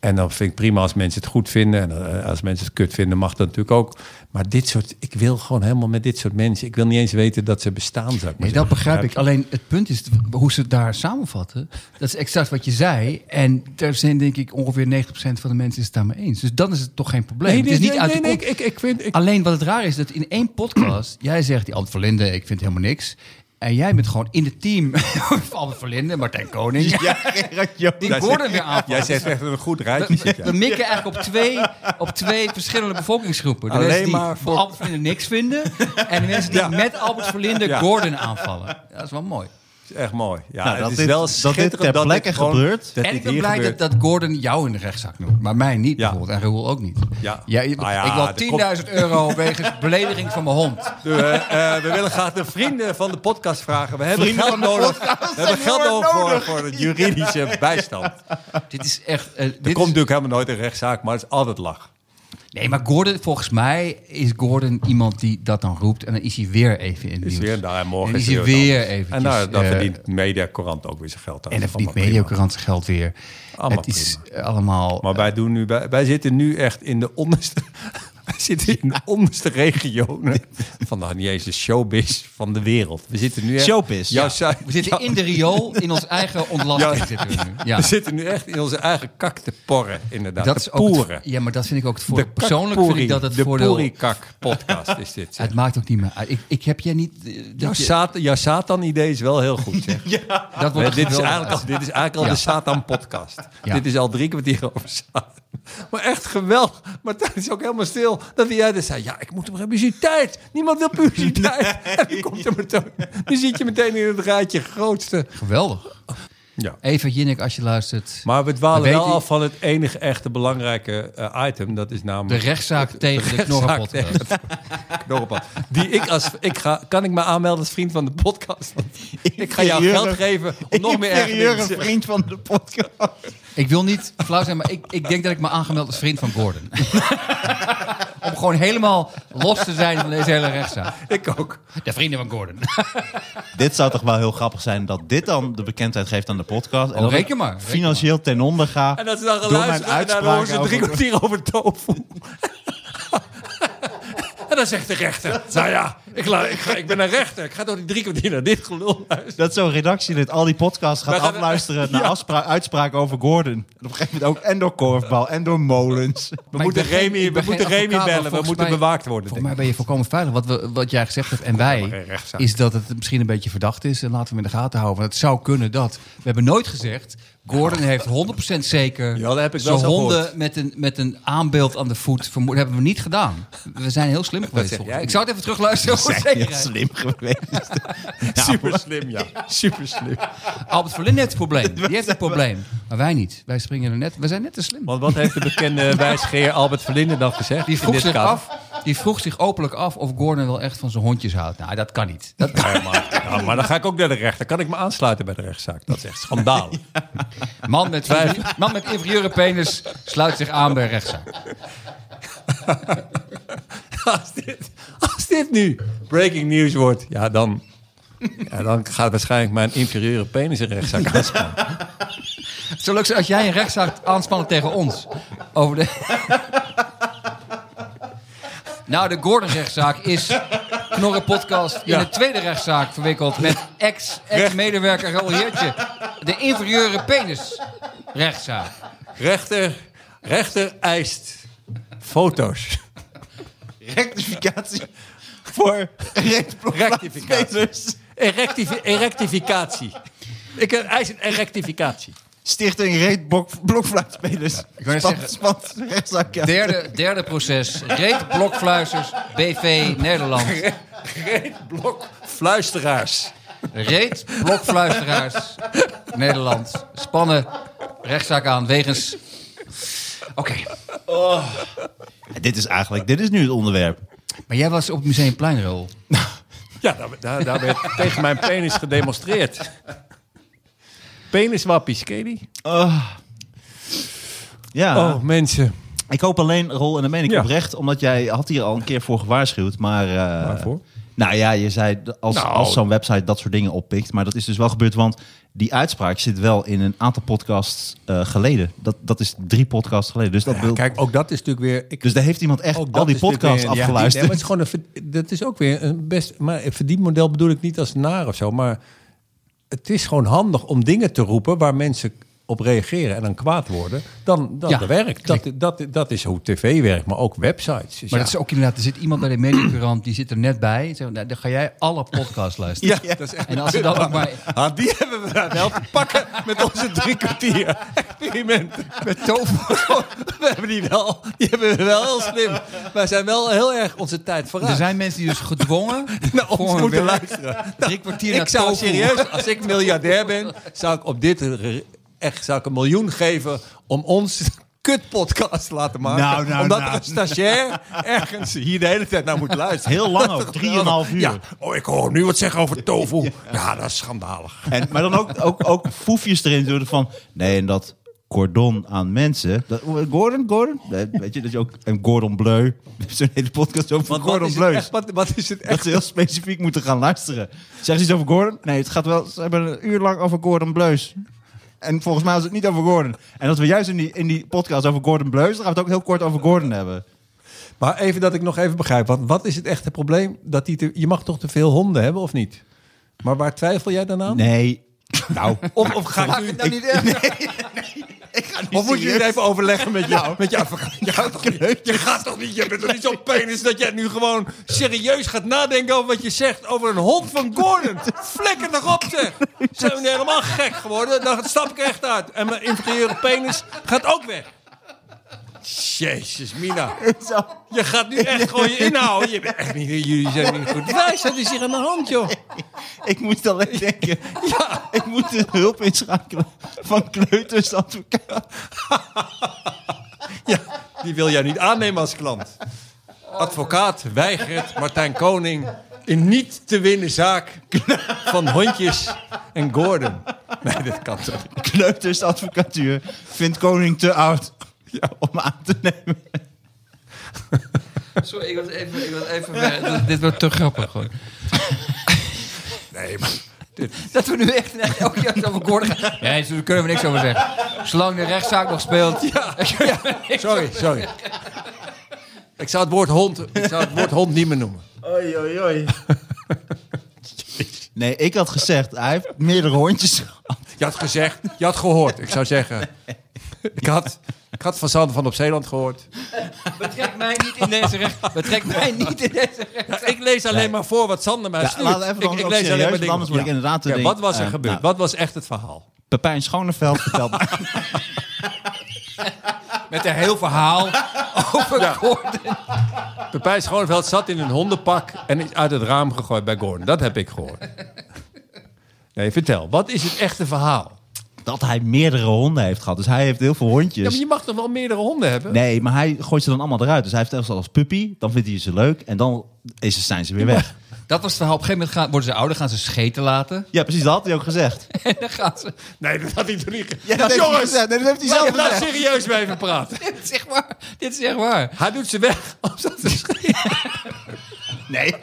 [SPEAKER 4] En dan vind ik prima als mensen het goed vinden. En eh, als mensen het kut vinden, mag dat natuurlijk ook. Maar dit soort, ik wil gewoon helemaal met dit soort mensen. Ik wil niet eens weten dat ze bestaan. Zou ik maar
[SPEAKER 2] Nee, dat
[SPEAKER 4] zeggen.
[SPEAKER 2] begrijp ik. Alleen het punt is hoe ze het daar samenvatten. Dat is exact wat je zei. En daar zijn denk ik ongeveer 90% van de mensen is het daarmee eens. Dus dan is het toch geen probleem.
[SPEAKER 4] Nee,
[SPEAKER 2] het is
[SPEAKER 4] nee,
[SPEAKER 2] niet
[SPEAKER 4] nee,
[SPEAKER 2] uit de
[SPEAKER 4] nee,
[SPEAKER 2] kop.
[SPEAKER 4] ik, ik, ik vind, ik,
[SPEAKER 2] Alleen wat het raar is, dat in één podcast... jij zegt, die Albert Verlinde, ik vind helemaal niks. En jij bent gewoon in het team van Albert Verlinde, Martijn Koning. die
[SPEAKER 4] Jij
[SPEAKER 2] worden
[SPEAKER 4] zegt-
[SPEAKER 2] weer aanpakken.
[SPEAKER 4] Jij zegt echt dat een goed
[SPEAKER 2] We,
[SPEAKER 4] rijtje
[SPEAKER 2] we-
[SPEAKER 4] zit. ja.
[SPEAKER 2] we mikken eigenlijk op twee, op twee verschillende bevolkingsgroepen. De
[SPEAKER 4] Alleen
[SPEAKER 2] mensen die
[SPEAKER 4] maar voor-
[SPEAKER 2] Albert Verlinde niks vinden... en de mensen die met Albert Verlinde
[SPEAKER 4] Ja.
[SPEAKER 2] Gordon aanvallen. Dat is wel mooi.
[SPEAKER 4] Het is Echt mooi. Ja,
[SPEAKER 3] Nou,
[SPEAKER 4] het
[SPEAKER 3] dat
[SPEAKER 4] is
[SPEAKER 3] dit-
[SPEAKER 4] wel
[SPEAKER 3] dat dit
[SPEAKER 4] schitterend
[SPEAKER 3] ter
[SPEAKER 4] dit
[SPEAKER 3] plekke
[SPEAKER 4] gewoon-
[SPEAKER 3] gebeurt.
[SPEAKER 4] dat
[SPEAKER 2] en
[SPEAKER 4] dit
[SPEAKER 2] ik ben
[SPEAKER 4] hier
[SPEAKER 2] blij dat,
[SPEAKER 4] gebeurt.
[SPEAKER 2] dat Gordon jou in de rechtszaak noemt. Maar mij niet
[SPEAKER 4] Ja.
[SPEAKER 2] bijvoorbeeld. En Raoul ook niet.
[SPEAKER 4] Ja.
[SPEAKER 2] je-
[SPEAKER 4] Nou ja, dat
[SPEAKER 2] ik wil 10.000 euro wegens belediging van mijn hond.
[SPEAKER 4] Dus, eh, eh, we willen graag de vrienden van de podcast vragen. We hebben geld nodig. We hebben geld nodig voor, voor de juridische bijstand.
[SPEAKER 2] Dit is echt... eh, dit
[SPEAKER 4] Er
[SPEAKER 2] is-
[SPEAKER 4] komt natuurlijk helemaal nooit een rechtszaak, maar het is altijd lach.
[SPEAKER 2] Nee, maar Gordon, volgens mij is Gordon iemand die dat dan roept. En dan is hij weer even in het
[SPEAKER 4] Is
[SPEAKER 2] nieuws.
[SPEAKER 4] weer daar en morgen.
[SPEAKER 2] En is
[SPEAKER 4] is
[SPEAKER 2] hij
[SPEAKER 4] het
[SPEAKER 2] weer
[SPEAKER 4] anders.
[SPEAKER 2] even.
[SPEAKER 4] En nou, dan
[SPEAKER 2] eh,
[SPEAKER 4] verdient Mediacorant ook weer zijn geld. aan.
[SPEAKER 2] En dan
[SPEAKER 4] Dat is
[SPEAKER 2] verdient
[SPEAKER 4] allemaal prima.
[SPEAKER 2] Mediocrant zijn geld weer.
[SPEAKER 4] Allemaal
[SPEAKER 2] het is eh, allemaal...
[SPEAKER 4] Maar wij, doen nu, wij, wij zitten nu echt in de onderste, wij zitten in de onderste regionen van de, niet eens de showbiz van de wereld. We zitten nu echt,
[SPEAKER 3] Showbiz,
[SPEAKER 4] Jouw
[SPEAKER 3] ja.
[SPEAKER 4] sui-
[SPEAKER 2] we zitten in de riool, in ons eigen ontlasting zitten we nu. Ja.
[SPEAKER 4] We zitten nu echt in onze eigen kak te porren, inderdaad.
[SPEAKER 2] Dat
[SPEAKER 4] te
[SPEAKER 2] is ook het-
[SPEAKER 4] poeren.
[SPEAKER 2] ja, maar dat vind ik ook het
[SPEAKER 4] de
[SPEAKER 2] voordeel. Persoonlijk vind ik dat het
[SPEAKER 4] de
[SPEAKER 2] voordeel...
[SPEAKER 4] poerikak podcast is dit.
[SPEAKER 2] Ja,
[SPEAKER 4] zeg.
[SPEAKER 2] Het maakt ook niet meer uit. Ik, ik heb jij niet... eh,
[SPEAKER 4] Jouw,
[SPEAKER 2] je-
[SPEAKER 4] satan, jouw Satan-idee is wel heel goed, zeg.
[SPEAKER 2] dat
[SPEAKER 4] Nee,
[SPEAKER 2] wordt
[SPEAKER 4] dit, is
[SPEAKER 2] geweldig.
[SPEAKER 4] eigenlijk al, dit is eigenlijk al
[SPEAKER 2] Ja.
[SPEAKER 4] de Satan-podcast.
[SPEAKER 2] Ja.
[SPEAKER 4] Dit is al drie kwartier over Satan. Maar echt geweldig. Martijn is ook helemaal stil. Dat hij uit zei, ja, ik moet hem publiciteit. Niemand wil publiciteit. En dan komt er meteen, nu zit je meteen in het rijtje grootste.
[SPEAKER 2] Geweldig.
[SPEAKER 4] Ja.
[SPEAKER 2] Even Jinnik, als je luistert.
[SPEAKER 4] Maar we
[SPEAKER 2] Maar
[SPEAKER 4] dwalen
[SPEAKER 2] weet
[SPEAKER 4] wel
[SPEAKER 2] je-
[SPEAKER 4] af van het enige echte belangrijke eh, item. Dat is namelijk...
[SPEAKER 2] de rechtszaak tegen de,
[SPEAKER 4] rechtszaak
[SPEAKER 2] Knorrenpodcast.
[SPEAKER 4] Knorrenpad. Die ik als ik ga, kan ik me aanmelden als vriend van de podcast. Ik ga jou
[SPEAKER 3] Inferieure-
[SPEAKER 4] geld geven om nog meer ergernis.
[SPEAKER 3] Interieure vriend van de podcast.
[SPEAKER 2] Ik wil niet flauw zijn, maar ik, ik denk dat ik me aangemeld als vriend van Gordon. Om gewoon helemaal los te zijn van deze hele rechtszaak.
[SPEAKER 4] Ik ook.
[SPEAKER 2] De vrienden van Gordon.
[SPEAKER 3] Dit zou toch wel heel grappig zijn dat dit dan de bekendheid geeft aan de podcast. En
[SPEAKER 2] Oh,
[SPEAKER 3] dat ik
[SPEAKER 2] reken maar, reken
[SPEAKER 3] Financieel ten onder ga.
[SPEAKER 4] En dat ze dan gaan
[SPEAKER 3] Door mijn
[SPEAKER 4] luisteren en dan horen ze
[SPEAKER 3] uitspraken
[SPEAKER 4] drie
[SPEAKER 3] over-
[SPEAKER 4] kwartier over tofu. en dan zegt de rechter, nou ja, ik, la- ik, ga, ik ben een rechter. Ik ga door die drie kwartier naar dit gelul luisteren.
[SPEAKER 3] Dat zo'n redactielid al die podcasts gaat
[SPEAKER 4] Wij gaan-
[SPEAKER 3] afluisteren naar afspra- uitspraken over Gordon. En op een gegeven moment ook en door korfbal en door molens.
[SPEAKER 4] We
[SPEAKER 2] Maar
[SPEAKER 4] moeten
[SPEAKER 2] ik ben geen-
[SPEAKER 4] Remy,
[SPEAKER 2] ik
[SPEAKER 4] we
[SPEAKER 2] ben
[SPEAKER 4] moeten
[SPEAKER 2] geen
[SPEAKER 4] Remy
[SPEAKER 2] advocaat, maar
[SPEAKER 4] bellen. We
[SPEAKER 2] volgens
[SPEAKER 4] moeten
[SPEAKER 2] mij-
[SPEAKER 4] bewaakt worden.
[SPEAKER 2] Volgens
[SPEAKER 4] denk
[SPEAKER 2] mij ben je volkomen veilig. Wat, we, wat jij gezegd hebt en
[SPEAKER 4] geen
[SPEAKER 2] wij,
[SPEAKER 4] rechtszaak.
[SPEAKER 2] is dat het misschien een beetje verdacht is. En laten we hem in de gaten houden. Want het zou kunnen dat. We hebben nooit gezegd, Gordon heeft 100% zeker
[SPEAKER 4] Ja, dat heb ik wel
[SPEAKER 2] zijn
[SPEAKER 4] zo
[SPEAKER 2] honden
[SPEAKER 4] gehoord.
[SPEAKER 2] met een, met een aanbeeld aan de voet vermoord. Dat hebben we niet gedaan. We zijn heel slim geweest.
[SPEAKER 4] zeg
[SPEAKER 2] volgens
[SPEAKER 4] jij
[SPEAKER 2] mij. Ik zou het even terugluisteren. voor
[SPEAKER 3] Zijn heel
[SPEAKER 2] zekerheid.
[SPEAKER 3] slim geweest.
[SPEAKER 4] ik. Super slim, ja. Super slim.
[SPEAKER 2] Albert Verlinde heeft het probleem. Die heeft het probleem. Maar wij niet. Wij springen er net. We zijn net te slim.
[SPEAKER 4] Want wat heeft de bekende wijsgeer Albert Verlinde dan gezegd?
[SPEAKER 2] Die
[SPEAKER 4] in
[SPEAKER 2] vroeg,
[SPEAKER 4] dit
[SPEAKER 2] zich
[SPEAKER 4] kader?
[SPEAKER 2] af, die vroeg zich openlijk af of Gordon wel echt van zijn hondjes houdt. Nou, dat kan niet. Dat kan.
[SPEAKER 4] Ja, maar, ja, maar dan ga ik ook naar de rechter. Kan ik me aansluiten bij de rechtszaak? Dat is echt schandaal.
[SPEAKER 2] Man met, man met inferieure penis sluit zich aan bij rechtszaak.
[SPEAKER 4] als, dit, als dit nu breaking news wordt, ja, dan, ja, dan gaat waarschijnlijk mijn inferieure penis een rechtszaak aanspannen.
[SPEAKER 2] Het zou leuk zijn als jij een rechtszaak aanspannen tegen ons. Over de... Nou, de Gordon-rechtszaak is Knorren Podcast in een tweede rechtszaak verwikkeld met ex- ex-medewerker Raoul Heertje. De inferieure penis-rechtszaak.
[SPEAKER 4] Rechter, rechter eist foto's.
[SPEAKER 3] Rectificatie voor
[SPEAKER 4] Rectificatie. dus. Eh,
[SPEAKER 3] rectificatie.
[SPEAKER 4] eh, Erectifi- erectificatie. Ik eis een erectificatie.
[SPEAKER 3] Stichting Reed Blok- Blokfluitspelers.
[SPEAKER 5] ik wou net zeggen-
[SPEAKER 3] spant, rechtszak. ja.
[SPEAKER 2] Derde, derde proces. Reet Blokfluisters, BV Nederland.
[SPEAKER 4] Blok fluisteraars.
[SPEAKER 2] Reet Blokfluisteraars, Nederland. Spannen rechtszaak aan wegens... Oké,
[SPEAKER 3] Ja, Dit is eigenlijk, dit is nu het onderwerp.
[SPEAKER 2] maar jij was op het Museumplein
[SPEAKER 4] Ja, daar, daar, daar werd tegen mijn penis gedemonstreerd. Peniswappies, ken je die?
[SPEAKER 3] Oh. Ja,
[SPEAKER 4] Oh, mensen.
[SPEAKER 3] ik hoop alleen, Rol, en dan meen ik
[SPEAKER 4] Ja.
[SPEAKER 3] oprecht, omdat jij had hier al een keer voor gewaarschuwd, maar... eh,
[SPEAKER 4] Waarvoor?
[SPEAKER 3] Nou ja, je zei d- als,
[SPEAKER 4] Nou.
[SPEAKER 3] als zo'n website dat soort dingen oppikt. Maar dat is dus wel gebeurd, want die uitspraak zit wel in een aantal podcasts eh, geleden. Dat, dat is drie podcasts geleden. Dus, dat wil,
[SPEAKER 4] Kijk, ook dat is natuurlijk weer... Ik,
[SPEAKER 3] dus daar heeft iemand echt
[SPEAKER 4] ook
[SPEAKER 3] al
[SPEAKER 4] Oh, dat
[SPEAKER 3] die
[SPEAKER 4] is natuurlijk
[SPEAKER 3] podcasts
[SPEAKER 4] weer- ja, nee,
[SPEAKER 3] afgeluisterd.
[SPEAKER 4] maar het is gewoon een, verd- dat is ook weer een best... Maar een verdienmodel bedoel ik niet als naar of zo, maar... Het is gewoon handig om dingen te roepen waar mensen op reageren en dan kwaad worden. Dan, dan
[SPEAKER 2] Ja.
[SPEAKER 4] dat werkt. Dat, dat, dat is hoe tv werkt, maar ook websites. Dus
[SPEAKER 2] Maar
[SPEAKER 4] ja.
[SPEAKER 2] dat is ook inderdaad, er zit iemand bij de mediacurant, die zit er net bij. Zeg, nou, dan ga jij alle podcasts luisteren.
[SPEAKER 4] Ja, dat is echt
[SPEAKER 2] En als ze dan ook maar
[SPEAKER 4] Ah, die hebben we daar wel te pakken met onze drie kwartier experimenten.
[SPEAKER 2] met tover...
[SPEAKER 4] We hebben die wel, die hebben we wel heel slim. Wij zijn wel heel erg onze tijd vooruit.
[SPEAKER 2] Er zijn mensen die dus gedwongen
[SPEAKER 4] naar
[SPEAKER 2] voor
[SPEAKER 4] ons
[SPEAKER 2] hun
[SPEAKER 4] moeten
[SPEAKER 2] werk
[SPEAKER 4] luisteren.
[SPEAKER 2] drie kwartier naar
[SPEAKER 4] Ik zou
[SPEAKER 2] tofu.
[SPEAKER 4] serieus, als ik miljardair ben, zou ik op dit re- echt zou ik een miljoen geven om ons kutpodcast te laten maken.
[SPEAKER 3] Nou, nou,
[SPEAKER 4] omdat
[SPEAKER 3] nou.
[SPEAKER 4] er een stagiair ergens hier de hele tijd naar moet luisteren.
[SPEAKER 3] Heel lang ook,
[SPEAKER 4] Dat is toch
[SPEAKER 3] drieënhalf uur.
[SPEAKER 4] geweldig? Ja. Oh, ik hoor hem nu wat zeggen over tofu. Ja, dat is schandalig.
[SPEAKER 3] En, maar dan ook, ook, ook foefjes erin doen van... Nee, en dat cordon aan mensen... Dat, Gordon, Gordon? Nee, weet je, dat je ook... En Gordon Bleu. Zo'n hele podcast
[SPEAKER 4] Want
[SPEAKER 3] over
[SPEAKER 4] wat
[SPEAKER 3] Gordon
[SPEAKER 4] is het
[SPEAKER 3] Bleu.
[SPEAKER 4] echt- Wat, wat is het echt?
[SPEAKER 3] Dat ze heel specifiek moeten gaan luisteren. Zeggen ze iets over Gordon? Nee, het gaat wel... Ze hebben een uur lang over Gordon Bleus. En volgens mij was het niet over Gordon. En dat we juist in die, in die podcast over Gordon Bleus... dan gaan we het ook heel kort over Gordon hebben.
[SPEAKER 4] Maar even dat ik nog even begrijp. Want wat is het echte probleem? Dat die te- je mag toch te veel honden hebben, of niet? Maar waar twijfel jij dan aan?
[SPEAKER 3] Nee. Nou,
[SPEAKER 4] Of, of ga ik nu... Of moet je het even overleggen met jou? Met jou Nou, je, gaat toch niet, je gaat toch niet... Je bent toch niet zo'n penis dat jij nu gewoon serieus gaat nadenken over wat je zegt over een hond van Gordon. Flikker toch op zeg. Zijn we nu helemaal gek geworden? Dan stap ik echt uit. En mijn inferiore penis gaat ook weg. Jezus, Mina. Je gaat nu echt gewoon je inhouden. Je bent echt niet, jullie zijn niet goed wijs. Dat is hier aan de hand, joh.
[SPEAKER 3] Ik moest alleen denken.
[SPEAKER 4] Ja.
[SPEAKER 3] Ik moet de hulp inschakelen van kleutersadvocaat.
[SPEAKER 4] Ja, die wil jij niet aannemen als klant. Advocaat weigert Martijn Koning in niet te winnen zaak van hondjes en Gordon. Nee, dat kan toch niet.
[SPEAKER 3] Kleutersadvocatuur vindt koning te oud om aan te nemen.
[SPEAKER 2] Sorry, ik was even... Ik was even dit, dit wordt te grappig gewoon.
[SPEAKER 4] Nee, maar
[SPEAKER 2] Dat we nu echt nee, ook niet over Gordon gaan. Nee, daar kunnen we niks over zeggen. Zolang de rechtszaak nog speelt...
[SPEAKER 4] sorry, sorry. Ik zou het woord hond, ik zou het woord hond niet meer noemen.
[SPEAKER 3] Oi, oi, oi. Nee, ik had gezegd, hij heeft meerdere hondjes.
[SPEAKER 4] Je had gezegd, je had gehoord. Ik zou zeggen, ik had, ik had van Sander van op Zeeland gehoord.
[SPEAKER 2] Betrek mij niet in deze recht... Betrek mij niet in deze recht...
[SPEAKER 4] Ja, ik lees alleen maar voor wat Sander mij
[SPEAKER 3] Ja,
[SPEAKER 4] stuurt.
[SPEAKER 3] laten we even
[SPEAKER 4] ik,
[SPEAKER 3] dan
[SPEAKER 4] ik
[SPEAKER 3] ook
[SPEAKER 4] lees
[SPEAKER 3] serieus,
[SPEAKER 4] alleen maar
[SPEAKER 3] want
[SPEAKER 4] dingen.
[SPEAKER 3] anders word ik inderdaad te
[SPEAKER 4] Ja,
[SPEAKER 3] denken,
[SPEAKER 4] wat was er
[SPEAKER 3] eh,
[SPEAKER 4] gebeurd?
[SPEAKER 3] nou.
[SPEAKER 4] Wat was echt het verhaal?
[SPEAKER 3] Pepijn Schoneveld vertelt me.
[SPEAKER 2] Met een heel verhaal over Gordon.
[SPEAKER 4] Pepijn Schoneveld zat in een hondenpak en is uit het raam gegooid bij Gordon. Dat heb ik gehoord. Nee, vertel. Wat is het echte verhaal?
[SPEAKER 3] dat hij meerdere honden heeft gehad. Dus hij heeft heel veel hondjes.
[SPEAKER 4] Ja, maar je mag toch wel meerdere honden hebben?
[SPEAKER 3] Nee, maar hij gooit ze dan allemaal eruit. Dus hij heeft zelfs als puppy, dan vindt hij ze leuk en dan is, ze- zijn ze weer weg.
[SPEAKER 2] Dat was het verhaal. Op een gegeven moment gaan, worden ze ouder, gaan ze scheten laten.
[SPEAKER 3] Ja, precies, dat had hij ook gezegd.
[SPEAKER 2] En dan gaan ze...
[SPEAKER 4] Nee, dat had hij toen niet.
[SPEAKER 3] Ja, dat heeft hij gezegd. Nee, dat heeft hij zelf
[SPEAKER 4] laten we daar
[SPEAKER 3] gezegd.
[SPEAKER 4] serieus mee even praten.
[SPEAKER 2] Dit is echt waar. Dit is echt waar.
[SPEAKER 4] Hij doet ze weg om ze te schreeuwen.
[SPEAKER 3] Nee.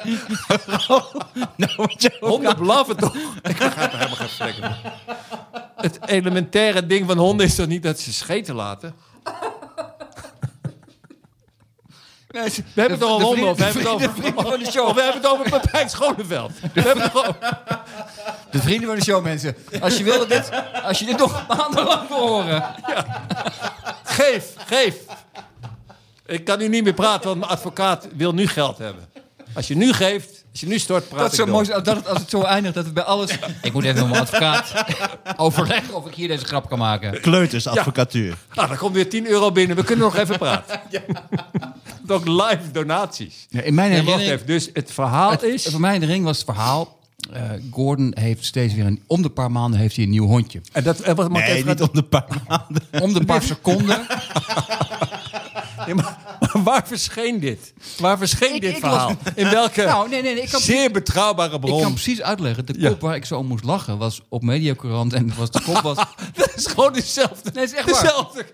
[SPEAKER 3] nou, wat je ook
[SPEAKER 4] Honden blaffen toch? Ik begrijp er helemaal geen flikker van. Het elementaire ding van honden is toch niet dat ze scheten laten? We hebben het al
[SPEAKER 2] De
[SPEAKER 4] honden,
[SPEAKER 2] vrienden-
[SPEAKER 4] of we hebben het over... Of Oh, we hebben het over Pepijn Schoneveld. We hebben het over...
[SPEAKER 2] De vrienden van de show, mensen. Als je wil dat dit, als je dit nog maandenlang wil horen.
[SPEAKER 4] Geef, geef. Ik kan nu niet meer praten, want mijn advocaat wil nu geld hebben. Als je nu geeft, Als je nu stort, praat
[SPEAKER 2] Dat
[SPEAKER 4] ik
[SPEAKER 2] is zo
[SPEAKER 4] door.
[SPEAKER 2] mooi, dat het, als het zo eindigt, dat het bij alles... Ik moet even met mijn advocaat overleggen of ik hier deze grap kan maken.
[SPEAKER 3] Kleutersadvocatuur.
[SPEAKER 4] Nou, dan komt weer 10 euro binnen. We kunnen nog even praten. Met Ook live donaties.
[SPEAKER 5] in mijn
[SPEAKER 4] En
[SPEAKER 2] herinnering-
[SPEAKER 4] wacht even. Dus het verhaal
[SPEAKER 2] Het-
[SPEAKER 4] is...
[SPEAKER 2] Voor mij in de ring was het verhaal... eh, Gordon heeft steeds weer een... Om de paar maanden heeft hij een nieuw hondje.
[SPEAKER 4] En dat, en wat, mag ik
[SPEAKER 3] Nee,
[SPEAKER 4] even
[SPEAKER 3] niet
[SPEAKER 4] gaan-
[SPEAKER 3] om de paar maanden.
[SPEAKER 2] Om de paar seconden.
[SPEAKER 4] Nee, maar, maar waar verscheen dit? Waar verscheen
[SPEAKER 2] Ik-
[SPEAKER 4] dit
[SPEAKER 2] ik
[SPEAKER 4] verhaal? In welke
[SPEAKER 2] Nou, nee, nee, nee, ik kan-
[SPEAKER 4] zeer betrouwbare
[SPEAKER 2] Ik kan
[SPEAKER 4] bron?
[SPEAKER 2] precies uitleggen. De
[SPEAKER 4] Ja.
[SPEAKER 2] kop waar ik zo om moest lachen was op Mediacourant. En het was de kop was...
[SPEAKER 4] dat is gewoon dezelfde.
[SPEAKER 2] Nee, het is echt waar.
[SPEAKER 4] dezelfde.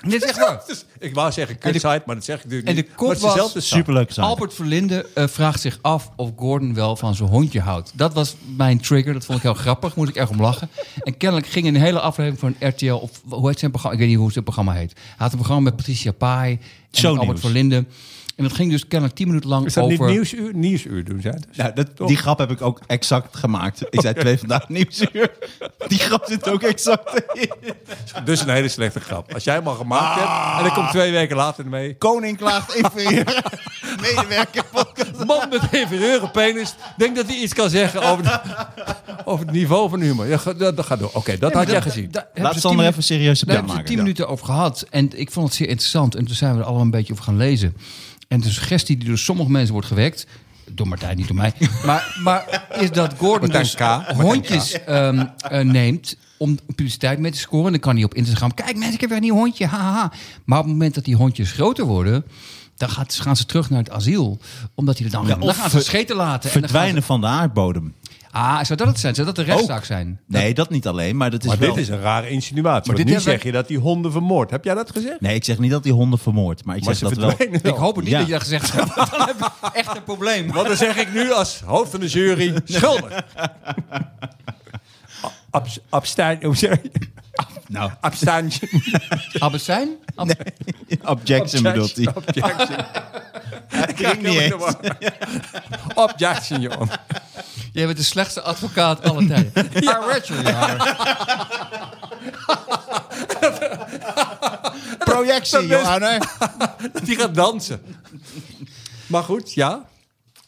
[SPEAKER 2] Dit is echt waar.
[SPEAKER 4] Dus ik wou zeggen kutsite, maar dat zeg ik natuurlijk
[SPEAKER 2] en
[SPEAKER 4] niet.
[SPEAKER 2] de kop
[SPEAKER 4] Maar het is
[SPEAKER 2] was-
[SPEAKER 4] dezelfde site.
[SPEAKER 3] Superleuk zijn.
[SPEAKER 2] Albert Verlinde eh, vraagt zich af of Gordon wel van zijn hondje houdt. Dat was mijn trigger. Dat vond ik heel grappig. Moest ik erg om lachen. En kennelijk ging een hele aflevering van RTL... Of, hoe heet zijn programma? Ik weet niet hoe zijn programma heet. Hij had een programma met Patricia Pai en met
[SPEAKER 3] Shownieuws.
[SPEAKER 2] Albert Verlinde. En dat ging dus kennelijk tien minuten lang
[SPEAKER 4] Is dat
[SPEAKER 2] over...
[SPEAKER 4] niet nieuwsuur? Nieuwsuur doen zij dus.
[SPEAKER 3] Nou, dat, die grap heb ik ook exact gemaakt. Ik zei twee vandaag nieuwsuur. Die grap zit ook exact in.
[SPEAKER 4] Dus een hele slechte grap. Als jij hem al gemaakt hebt en ik kom twee weken later mee.
[SPEAKER 3] Koning klaagt inferieur. Medewerker podcast.
[SPEAKER 4] Man met inferieure penis. Denk dat hij iets kan zeggen over, de- over het niveau van humor. Ja, ga- dat, dat gaat door. Oké, dat had jij gezien.
[SPEAKER 3] Laat Sander even serieus op
[SPEAKER 2] Daar
[SPEAKER 3] jou
[SPEAKER 2] hebben ze
[SPEAKER 3] maken.
[SPEAKER 2] tien minuten over gehad. En ik vond het zeer interessant. En toen zijn we er allemaal een beetje over gaan lezen. En de suggestie die door sommige mensen wordt gewekt... Door Martijn, niet door mij. Maar, maar is dat Gordon
[SPEAKER 4] Martijn
[SPEAKER 2] dus
[SPEAKER 4] K. Martijn
[SPEAKER 2] hondjes ehm, eh, neemt om publiciteit mee te scoren. En dan kan hij op Instagram... Kijk mensen, ik heb weer een nieuw hondje. Hahaha. Maar op het moment dat die hondjes groter worden... dan gaat, gaan ze terug naar het asiel. Omdat die er dan... dan
[SPEAKER 3] of
[SPEAKER 2] gaan ze
[SPEAKER 3] ver-
[SPEAKER 2] scheten laten. en dan gaan
[SPEAKER 3] Verdwijnen van de aardbodem.
[SPEAKER 2] ze- ah, zou dat het zijn? Zou dat de rechtszaak
[SPEAKER 3] Ook.
[SPEAKER 2] zijn?
[SPEAKER 3] Nee, dat niet alleen, maar dat is
[SPEAKER 4] Maar
[SPEAKER 3] wel...
[SPEAKER 4] dit is een rare insinuatie.
[SPEAKER 2] dit
[SPEAKER 4] Want nu
[SPEAKER 2] hebben-
[SPEAKER 4] zeg je dat die honden vermoord. Heb jij dat gezegd?
[SPEAKER 3] Nee, ik zeg niet dat die honden vermoord, maar ik
[SPEAKER 4] Maar
[SPEAKER 3] zeg
[SPEAKER 4] ze
[SPEAKER 3] dat wel...
[SPEAKER 4] verdwijnen wel.
[SPEAKER 2] Ik hoop het niet
[SPEAKER 3] Ja.
[SPEAKER 2] dat je dat gezegd hebt. want Dan heb ik echt een probleem.
[SPEAKER 4] Want dan zeg ik nu als hoofd van de jury schuldig. Abs- Abstain... Hoe zeg je?
[SPEAKER 3] Nou,
[SPEAKER 4] Abstaantje.
[SPEAKER 2] Abbasijn? Ab-
[SPEAKER 3] objection bedoelt hij.
[SPEAKER 4] Objection.
[SPEAKER 3] Ik ging niet eens.
[SPEAKER 4] Objection, joh.
[SPEAKER 2] Jij bent de slechtste advocaat aller tijden. ja.
[SPEAKER 3] Projectie,
[SPEAKER 4] Dat is-
[SPEAKER 3] Johanna.
[SPEAKER 4] Die gaat dansen. Maar goed, ja.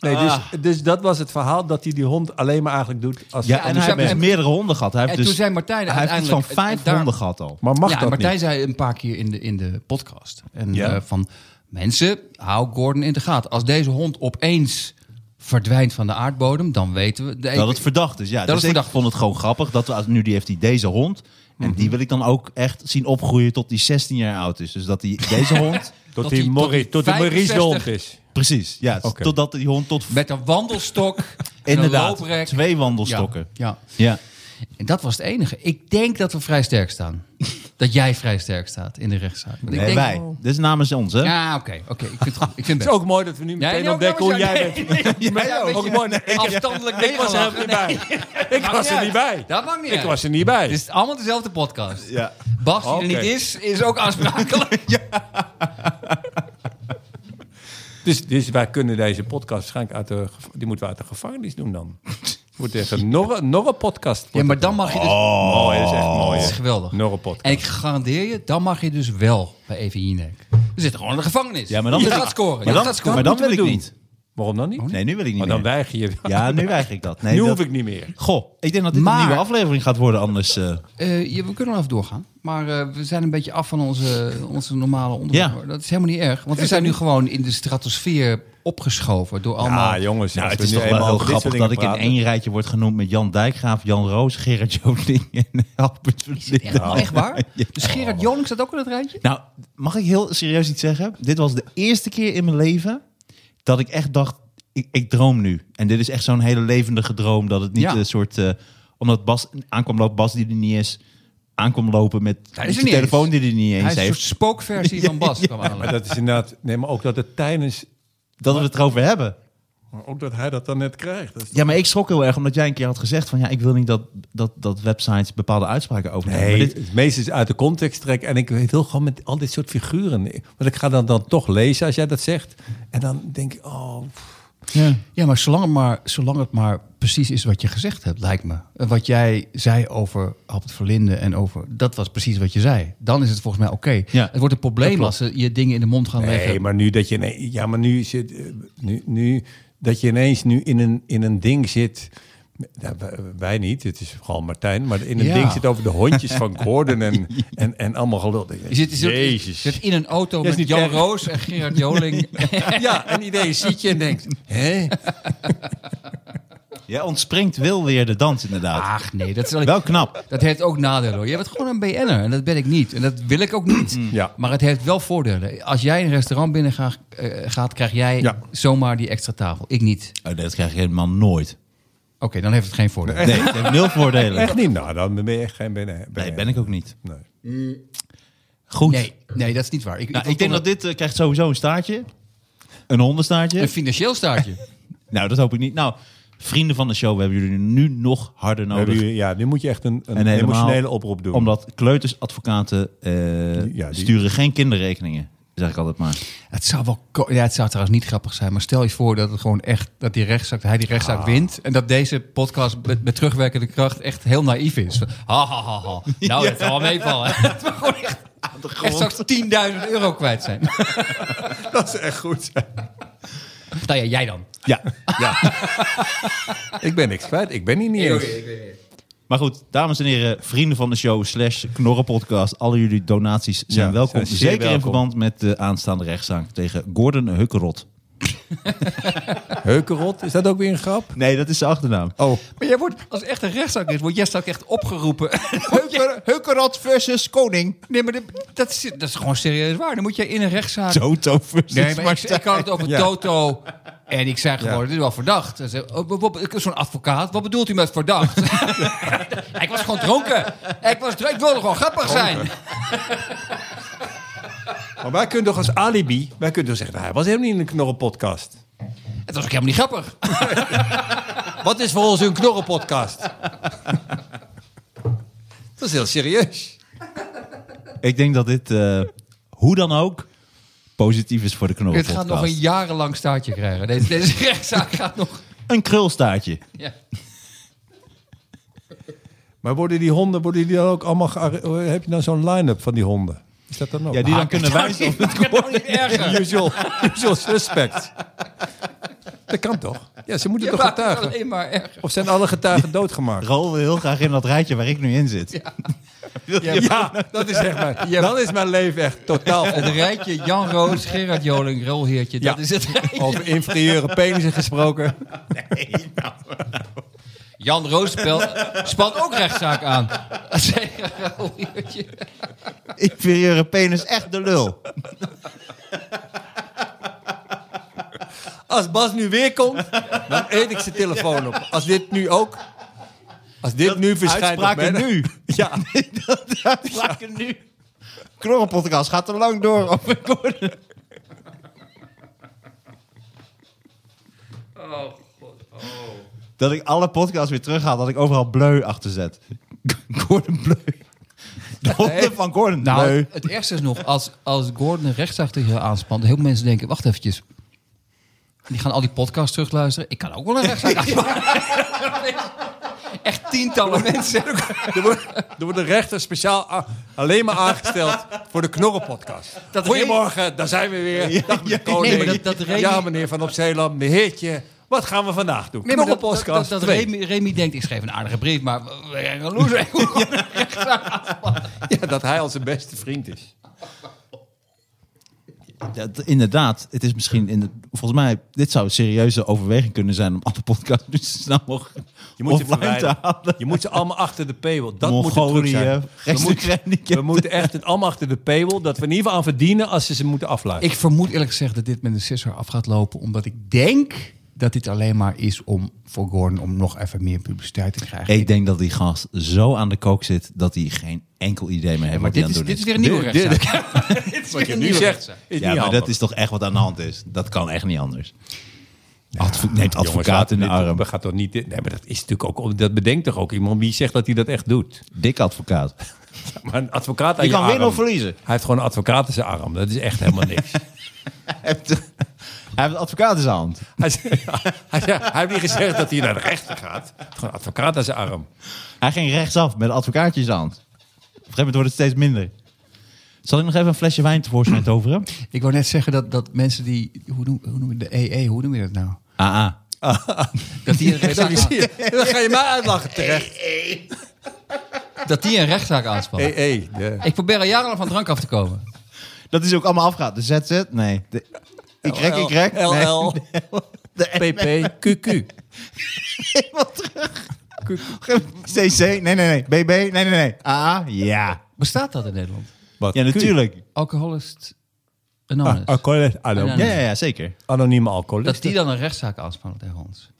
[SPEAKER 4] Nee, dus,
[SPEAKER 2] Ah.
[SPEAKER 4] dus dat was het verhaal dat hij die hond alleen maar eigenlijk doet als
[SPEAKER 3] Ja, en
[SPEAKER 2] hij
[SPEAKER 3] hij heeft dus
[SPEAKER 2] heeft-
[SPEAKER 3] meerdere honden gehad. Hij heeft
[SPEAKER 2] En
[SPEAKER 3] dus,
[SPEAKER 2] toen zei Martijn
[SPEAKER 3] hij heeft iets van
[SPEAKER 2] uiteindelijk...
[SPEAKER 3] vijf
[SPEAKER 2] en daar-
[SPEAKER 3] honden gehad al.
[SPEAKER 4] Maar mag
[SPEAKER 2] ja,
[SPEAKER 4] dat
[SPEAKER 2] Martijn
[SPEAKER 4] niet?
[SPEAKER 2] zei een paar keer in de, in de podcast. En,
[SPEAKER 3] Ja.
[SPEAKER 2] eh, van, mensen, hou Gordon in de gaten. Als deze hond opeens verdwijnt van de aardbodem, dan weten we... de-
[SPEAKER 3] Dat het verdacht is, ja. dus
[SPEAKER 2] is Mhm.
[SPEAKER 3] ik
[SPEAKER 2] verdacht.
[SPEAKER 3] vond het gewoon grappig dat we, nu die heeft hij deze hond. En die wil ik dan ook echt zien opgroeien tot die 16 jaar oud is. Dus dat die, deze hond...
[SPEAKER 4] Tot
[SPEAKER 2] die-
[SPEAKER 4] die
[SPEAKER 2] tot
[SPEAKER 4] Morrie,
[SPEAKER 2] die
[SPEAKER 4] tot die Maries de
[SPEAKER 2] 65
[SPEAKER 4] hond is.
[SPEAKER 3] Precies, ja. Dus
[SPEAKER 4] Oké.
[SPEAKER 3] Totdat die hond tot...
[SPEAKER 2] met een wandelstok en
[SPEAKER 3] Inderdaad,
[SPEAKER 2] een looprek.
[SPEAKER 3] twee
[SPEAKER 2] Ja,
[SPEAKER 3] wandelstokken.
[SPEAKER 2] Ja,
[SPEAKER 3] Ja.
[SPEAKER 2] En dat was het enige. Ik denk dat we vrij sterk staan. dat jij vrij sterk staat in de rechtszaak. Want ik
[SPEAKER 3] Nee,
[SPEAKER 2] denk- Oh.
[SPEAKER 3] wij. Dit is namens ons, hè?
[SPEAKER 2] Ja, oké. oké. ik vind het goed. Ik
[SPEAKER 4] Het
[SPEAKER 2] vind het
[SPEAKER 4] is
[SPEAKER 2] best.
[SPEAKER 4] ook mooi dat we nu meteen
[SPEAKER 2] nee, ook
[SPEAKER 4] ontdekken hoe
[SPEAKER 2] namens
[SPEAKER 4] jij
[SPEAKER 2] jou.
[SPEAKER 4] bent. Maar
[SPEAKER 2] ja,
[SPEAKER 4] ook
[SPEAKER 2] weet je.
[SPEAKER 4] mooi. Ik,
[SPEAKER 2] Afstandelijk
[SPEAKER 4] ik was er
[SPEAKER 2] meegelachen.
[SPEAKER 4] helemaal niet bij. Ik was er
[SPEAKER 2] uit.
[SPEAKER 4] niet bij.
[SPEAKER 2] Dat maakt niet
[SPEAKER 4] Ik
[SPEAKER 2] uit. Dus-
[SPEAKER 4] was er niet bij.
[SPEAKER 2] Het is allemaal dezelfde podcast.
[SPEAKER 3] Ja.
[SPEAKER 2] Bas, die
[SPEAKER 4] Oké.
[SPEAKER 2] er niet is, is ook aansprakelijk.
[SPEAKER 4] Dus, dus wij kunnen deze podcast waarschijnlijk uit de, gev- die moeten we uit de gevangenis doen dan. Wordt echt nog, een- nog een podcast.
[SPEAKER 2] Ja, maar dan mag je dus... Oh,
[SPEAKER 4] mooi, dat is echt mooi.
[SPEAKER 2] dat is geweldig.
[SPEAKER 4] Nog een podcast.
[SPEAKER 2] En ik garandeer je, dan mag je dus wel bij Even Jinek. We zitten gewoon in de gevangenis.
[SPEAKER 3] Ja, maar dan
[SPEAKER 2] je
[SPEAKER 3] wil ik-
[SPEAKER 2] gaat scoren.
[SPEAKER 3] Maar
[SPEAKER 2] je
[SPEAKER 3] dan,
[SPEAKER 2] gaat scoren.
[SPEAKER 3] maar dan
[SPEAKER 4] moeten
[SPEAKER 3] wil
[SPEAKER 4] we
[SPEAKER 3] ik
[SPEAKER 4] doen.
[SPEAKER 3] niet.
[SPEAKER 4] Waarom dan niet?
[SPEAKER 2] Oh,
[SPEAKER 3] Nee, nu wil ik niet
[SPEAKER 4] Maar dan
[SPEAKER 3] meer.
[SPEAKER 4] weiger je.
[SPEAKER 3] Ja, nu weiger ik dat. Nee,
[SPEAKER 4] nu
[SPEAKER 3] dat...
[SPEAKER 4] hoef ik niet meer.
[SPEAKER 3] Goh, ik denk dat dit
[SPEAKER 2] Maar-
[SPEAKER 3] een nieuwe aflevering gaat worden anders. eh.
[SPEAKER 2] Eh, ja, we kunnen wel even doorgaan. Maar eh, we zijn een beetje af van onze, onze normale onderwerpen.
[SPEAKER 3] Ja.
[SPEAKER 2] Dat is helemaal niet erg. Want we zijn nu gewoon in de stratosfeer opgeschoven door allemaal...
[SPEAKER 4] Ja, Ah, jongens.
[SPEAKER 3] Nou,
[SPEAKER 4] als
[SPEAKER 3] het
[SPEAKER 4] we
[SPEAKER 3] is
[SPEAKER 4] nu
[SPEAKER 3] toch wel
[SPEAKER 4] eenmaal
[SPEAKER 3] heel
[SPEAKER 4] over dit soort
[SPEAKER 3] grappig dat ik
[SPEAKER 4] dingen
[SPEAKER 3] in
[SPEAKER 4] praten.
[SPEAKER 3] één rijtje word genoemd met Jan Dijkgraaf, Jan Roos, Gerard Joling en Albert Verlinde.
[SPEAKER 2] Echt, echt waar? Dus Gerard Joling staat ook in het rijtje?
[SPEAKER 3] Nou, mag ik heel serieus iets zeggen? Dit was de eerste keer in mijn leven dat ik echt dacht, ik, ik droom nu. En dit is echt zo'n hele levendige droom, dat het niet
[SPEAKER 2] Ja.
[SPEAKER 3] een soort... eh, omdat Bas aankwam lopen, Bas die er niet is, aankwam lopen met met
[SPEAKER 2] Hij is er
[SPEAKER 3] de
[SPEAKER 2] niet
[SPEAKER 3] telefoon die er niet eens
[SPEAKER 2] Hij is een soort
[SPEAKER 3] heeft.
[SPEAKER 2] spookversie van Bas. kwam aan.
[SPEAKER 4] Maar dat is inderdaad... Nee, maar ook dat het tijdens...
[SPEAKER 3] Dat we het erover hebben.
[SPEAKER 4] maar Ook dat hij dat dan net krijgt. Dat is-
[SPEAKER 3] Ja, maar ik schrok heel erg omdat jij een keer had gezegd van ja, ik wil niet dat, dat, dat websites bepaalde uitspraken overnemen.
[SPEAKER 4] Nee,
[SPEAKER 3] Maar dit-
[SPEAKER 4] het meeste is uit de context trekken. En ik wil gewoon met al dit soort figuren. Want ik ga dan, dan toch lezen als jij dat zegt. En dan denk ik, oh...
[SPEAKER 2] Ja, maar zolang, het maar zolang het maar precies is wat je gezegd hebt, lijkt me. Eh, Wat jij zei over Albert Verlinde en over... Dat was precies wat je zei. Dan is het volgens mij oké.
[SPEAKER 3] Ja,
[SPEAKER 2] het wordt een probleem
[SPEAKER 3] dat
[SPEAKER 2] als ze je dingen in de mond gaan
[SPEAKER 4] Nee,
[SPEAKER 2] leggen.
[SPEAKER 4] maar nu dat je... Nee, ja, maar nu zit... eh, Nu, nu, dat je ineens nu in een, in een ding zit. Ja, wij- wij niet, het is vooral Martijn. Maar in een
[SPEAKER 2] Ja.
[SPEAKER 4] ding zit over de hondjes van Gordon en, en, en allemaal gelul.
[SPEAKER 2] Je zit, je zit- je
[SPEAKER 4] Jezus.
[SPEAKER 2] zit in een auto
[SPEAKER 4] is
[SPEAKER 2] met
[SPEAKER 4] niet
[SPEAKER 2] Jan
[SPEAKER 4] erg.
[SPEAKER 2] Roos en Gerard Joling.
[SPEAKER 4] Ja, en idee ziet je en denkt, hè?
[SPEAKER 3] Jij ontspringt wil weer de dans, inderdaad.
[SPEAKER 2] Ach nee, dat, is wel-
[SPEAKER 3] Wel knap.
[SPEAKER 2] dat heeft ook nadelen. hoor. Jij bent gewoon een BN'er en dat ben ik niet. En dat wil ik ook niet.
[SPEAKER 3] Mm.
[SPEAKER 4] Ja.
[SPEAKER 2] Maar het heeft wel voordelen. Als jij een restaurant binnen ga- eh, gaat, krijg jij
[SPEAKER 4] Ja.
[SPEAKER 2] zomaar die extra tafel. Ik niet.
[SPEAKER 3] Oh, dat krijg je helemaal nooit.
[SPEAKER 2] Oké, dan heeft het geen voordeel.
[SPEAKER 3] Nee, dat heeft nul voordelen.
[SPEAKER 4] Echt niet? Nou, dan ben je echt geen binnen.
[SPEAKER 3] Nee, ben ik ook niet.
[SPEAKER 4] Nee.
[SPEAKER 3] Goed.
[SPEAKER 2] Nee, nee, dat is niet waar. Ik,
[SPEAKER 3] Nou,
[SPEAKER 2] ik
[SPEAKER 3] ik denk dat dit eh, krijgt sowieso een staartje. Een hondenstaartje.
[SPEAKER 2] een financieel staartje.
[SPEAKER 3] Nou, dat hoop ik niet. Nou, vrienden van de show, we hebben jullie nu nog harder
[SPEAKER 4] Nou,
[SPEAKER 3] nodig.
[SPEAKER 4] die- ja, nu moet je echt een, een
[SPEAKER 3] En helemaal-
[SPEAKER 4] emotionele oproep doen.
[SPEAKER 3] Omdat kleutersadvocaten eh,
[SPEAKER 4] Ja, die-
[SPEAKER 3] sturen geen kinderrekeningen. Zeg ik altijd maar.
[SPEAKER 2] het zou wel ko- ja, het zou trouwens niet grappig zijn, maar stel je voor dat het gewoon echt dat die rechtszaak, hij die rechtszaak wint en dat deze podcast met, met terugwerkende kracht echt heel naïef is. Van, Ha ha ha ha. Nou, dat zal wel meevallen. hè. Dat we gewoon echt, echt straks 10.000 euro kwijt zijn.
[SPEAKER 4] dat is echt goed.
[SPEAKER 2] nou ja, jij dan.
[SPEAKER 3] Ja.
[SPEAKER 4] ik ben niks kwijt. Ik ben hier niet eens.
[SPEAKER 3] Maar goed, dames en heren, vrienden van de show slash knorrenpodcast. Alle jullie donaties zijn
[SPEAKER 4] Ja,
[SPEAKER 3] welkom.
[SPEAKER 4] zijn zeer
[SPEAKER 3] Zeker in
[SPEAKER 4] welkom.
[SPEAKER 3] verband met de aanstaande rechtszaak tegen Gordon Hukkerot.
[SPEAKER 4] Heukenrot, is dat ook weer een grap?
[SPEAKER 3] Nee, dat is zijn achternaam.
[SPEAKER 4] Oh,
[SPEAKER 2] Maar jij wordt, als het echt een rechtszaak is, word jij straks echt opgeroepen.
[SPEAKER 3] Hukkerot versus Koning.
[SPEAKER 2] nee, maar dat, dat, is, dat is gewoon serieus waar. Dan moet jij in een rechtszaak
[SPEAKER 3] Toto versus
[SPEAKER 2] Nee, maar ik,
[SPEAKER 3] Martijn.
[SPEAKER 2] ik had het over
[SPEAKER 4] Ja.
[SPEAKER 2] Toto. En ik zei gewoon, dit is wel verdacht. Hij zei, oh, wat- wat- ik- Zo'n advocaat, wat bedoelt u met verdacht? ik was gewoon dronken. Ik, was, dronken. ik wilde gewoon grappig zijn.
[SPEAKER 4] maar wij kunnen toch als alibi... Wij kunnen toch zeggen, nou, hij was helemaal niet in een knorrenpodcast.
[SPEAKER 2] Het was ook helemaal niet grappig.
[SPEAKER 4] Wat is voor ons een knorrenpodcast? dat is heel serieus.
[SPEAKER 3] Ik denk dat dit, eh, hoe dan ook, positief is voor de
[SPEAKER 2] Dit
[SPEAKER 3] knorrenpodcast.
[SPEAKER 2] gaat nog een jarenlang staartje krijgen. Deze, deze rechtszaak gaat nog...
[SPEAKER 3] Een krulstaartje.
[SPEAKER 2] Ja.
[SPEAKER 4] Maar worden die honden, worden die dan ook allemaal... gearre- Heb je dan zo'n line-up van die honden? Is dat dan ook? Ah,
[SPEAKER 3] Ja, die dan kunnen wijzen op het
[SPEAKER 2] Gewoon niet erger.
[SPEAKER 4] usual, usual suspects. Dat kan toch? Ja, ze moeten
[SPEAKER 2] Je
[SPEAKER 4] toch
[SPEAKER 2] maakt het
[SPEAKER 4] getuigen?
[SPEAKER 2] alleen maar erger.
[SPEAKER 4] Of zijn alle getuigen doodgemaakt?
[SPEAKER 3] Rol wil heel graag in dat rijtje waar ik nu in zit. Wil je-
[SPEAKER 4] Ja, dat is echt mijn... Dan is mijn leven echt totaal...
[SPEAKER 2] Het rijtje Jan Roos, Gerard Joling, Rolheertje.
[SPEAKER 4] Ja.
[SPEAKER 2] Dat is het rijtje.
[SPEAKER 4] Over inferieure penissen gesproken.
[SPEAKER 2] nou. Jan Roos spelt, spant ook rechtszaak aan. Dat is echt een rolheertje.
[SPEAKER 3] Inferieure penis, echt de lul.
[SPEAKER 4] Als Bas nu weer komt, dan eet ik zijn telefoon op. Als dit nu ook... Als dit nu verschijnt op
[SPEAKER 3] Uitspraken
[SPEAKER 4] mijn...
[SPEAKER 3] nu.
[SPEAKER 4] Ja,
[SPEAKER 3] Uitspraken nu. Knorrenpodcast gaat er lang door. Over Gordon. Dat ik alle podcasts weer terughaal, dat ik overal bleu achter zet. Gordon bleu. De honden van Gordon
[SPEAKER 2] Nou,
[SPEAKER 3] bleu.
[SPEAKER 2] het ergste is nog, als, als Gordon een rechtszaak tegen jou aanspant, heel veel mensen denken, wacht eventjes. Die gaan al die podcasts terugluisteren. Ik kan ook wel een rechtszaak aanspannen. Echt tientallen mensen.
[SPEAKER 4] er wordt, er wordt een rechter speciaal a- alleen maar aangesteld voor de Knorrenpodcast.
[SPEAKER 2] Dat
[SPEAKER 4] Goedemorgen, daar zijn we weer. Dag meneer Koning.
[SPEAKER 2] Nee, maar dat- dat re-
[SPEAKER 4] ja, meneer Van Opzeeland, meneer Heertje. Wat gaan we vandaag doen?
[SPEAKER 2] Nee, maar dat, dat,
[SPEAKER 4] Knorrenpodcast
[SPEAKER 2] dat, dat
[SPEAKER 4] twee.
[SPEAKER 2] Remy, Remy denkt, ik schreef een aardige brief, maar... eh, een loser.
[SPEAKER 4] Ja, dat hij onze beste vriend is.
[SPEAKER 3] Ja, d- inderdaad, het is misschien. In de, volgens mij, dit zou een serieuze overweging kunnen zijn om alle podcasts nu zo snel mogelijk
[SPEAKER 4] Je moet, ze
[SPEAKER 3] offline te
[SPEAKER 4] verwijderen.
[SPEAKER 3] halen.
[SPEAKER 4] je moet ze allemaal achter de paywall. Dat moet de truc
[SPEAKER 3] Mongolië,
[SPEAKER 4] zijn. We
[SPEAKER 3] rechtstreeks
[SPEAKER 4] moeten,
[SPEAKER 3] gehandicapten.
[SPEAKER 4] we moeten echt het allemaal achter de paywall. Dat we in ieder geval aan verdienen als ze ze moeten afluisteren.
[SPEAKER 2] Ik vermoed eerlijk gezegd dat dit met een sisser af gaat lopen, omdat ik denk dat dit alleen maar is om voor Gordon om nog even meer publiciteit te krijgen.
[SPEAKER 3] Ik denk dat die gast zo aan de kook zit dat hij geen enkel idee meer heeft
[SPEAKER 2] maar
[SPEAKER 3] wat hij
[SPEAKER 2] dit
[SPEAKER 3] aan het
[SPEAKER 2] is,
[SPEAKER 3] doen
[SPEAKER 2] dit
[SPEAKER 3] is.
[SPEAKER 2] is weer een nieuwe rechtszaak. Dit is weer een nieuwe rechtszaak.
[SPEAKER 4] is
[SPEAKER 3] ja,
[SPEAKER 4] niet
[SPEAKER 3] maar
[SPEAKER 4] handig.
[SPEAKER 3] dat is toch echt wat aan de hand is. Dat kan echt niet anders. Advo- neemt advocaat in de
[SPEAKER 4] Jongens,
[SPEAKER 3] arm.
[SPEAKER 4] We gaan toch niet. Nee, maar dat is natuurlijk ook. Dat bedenkt toch ook iemand wie zegt dat hij dat echt doet.
[SPEAKER 3] Dik advocaat.
[SPEAKER 4] Maar een advocaat aan
[SPEAKER 3] Je
[SPEAKER 4] je,
[SPEAKER 3] kan winnen
[SPEAKER 4] arm.
[SPEAKER 3] of verliezen.
[SPEAKER 4] Hij heeft gewoon een advocaat in zijn arm. Dat is echt helemaal niks.
[SPEAKER 3] Hij heeft, hij heeft advocaat in zijn hand.
[SPEAKER 4] hij, zei- hij, zei- hij heeft niet gezegd dat hij naar de rechter gaat. Hij heeft Gewoon een advocaat aan zijn arm.
[SPEAKER 3] Hij ging rechtsaf met een advocaatje in zijn hand. Op een gegeven moment wordt het steeds minder. Zal ik nog even een flesje wijn tevoorschijn toveren?
[SPEAKER 2] Ik wou net zeggen dat, dat mensen die. Hoe noem, hoe noem je de EE? Hoe noem je dat nou?
[SPEAKER 3] Ah, ah.
[SPEAKER 2] Dat die een rechtszaak, aan-
[SPEAKER 4] Dan ga je mij uitlachen terecht.
[SPEAKER 2] dat die een rechtszaak aanspant.
[SPEAKER 4] Hey, hey, de-
[SPEAKER 2] Ik probeer al jarenlang van drank af te komen.
[SPEAKER 3] Dat is ook allemaal afgehaald. De ZZ? Nee. De, ik rek, ik rek. Nee.
[SPEAKER 4] LL, PP, QQ.
[SPEAKER 3] CC? Nee, nee, nee. BB? Nee, nee, nee. AA? Ja.
[SPEAKER 2] Bestaat dat in Nederland?
[SPEAKER 4] Wat?
[SPEAKER 3] Ja,
[SPEAKER 4] Q.
[SPEAKER 3] natuurlijk.
[SPEAKER 2] Alcoholist Anonymous.
[SPEAKER 4] Ah, Alcoholist
[SPEAKER 2] Ja,
[SPEAKER 4] anoniem.
[SPEAKER 3] Ja, ja, ja, zeker.
[SPEAKER 4] Anonieme alcoholist.
[SPEAKER 2] dat die dan een rechtszaak aanspannen tegen ons.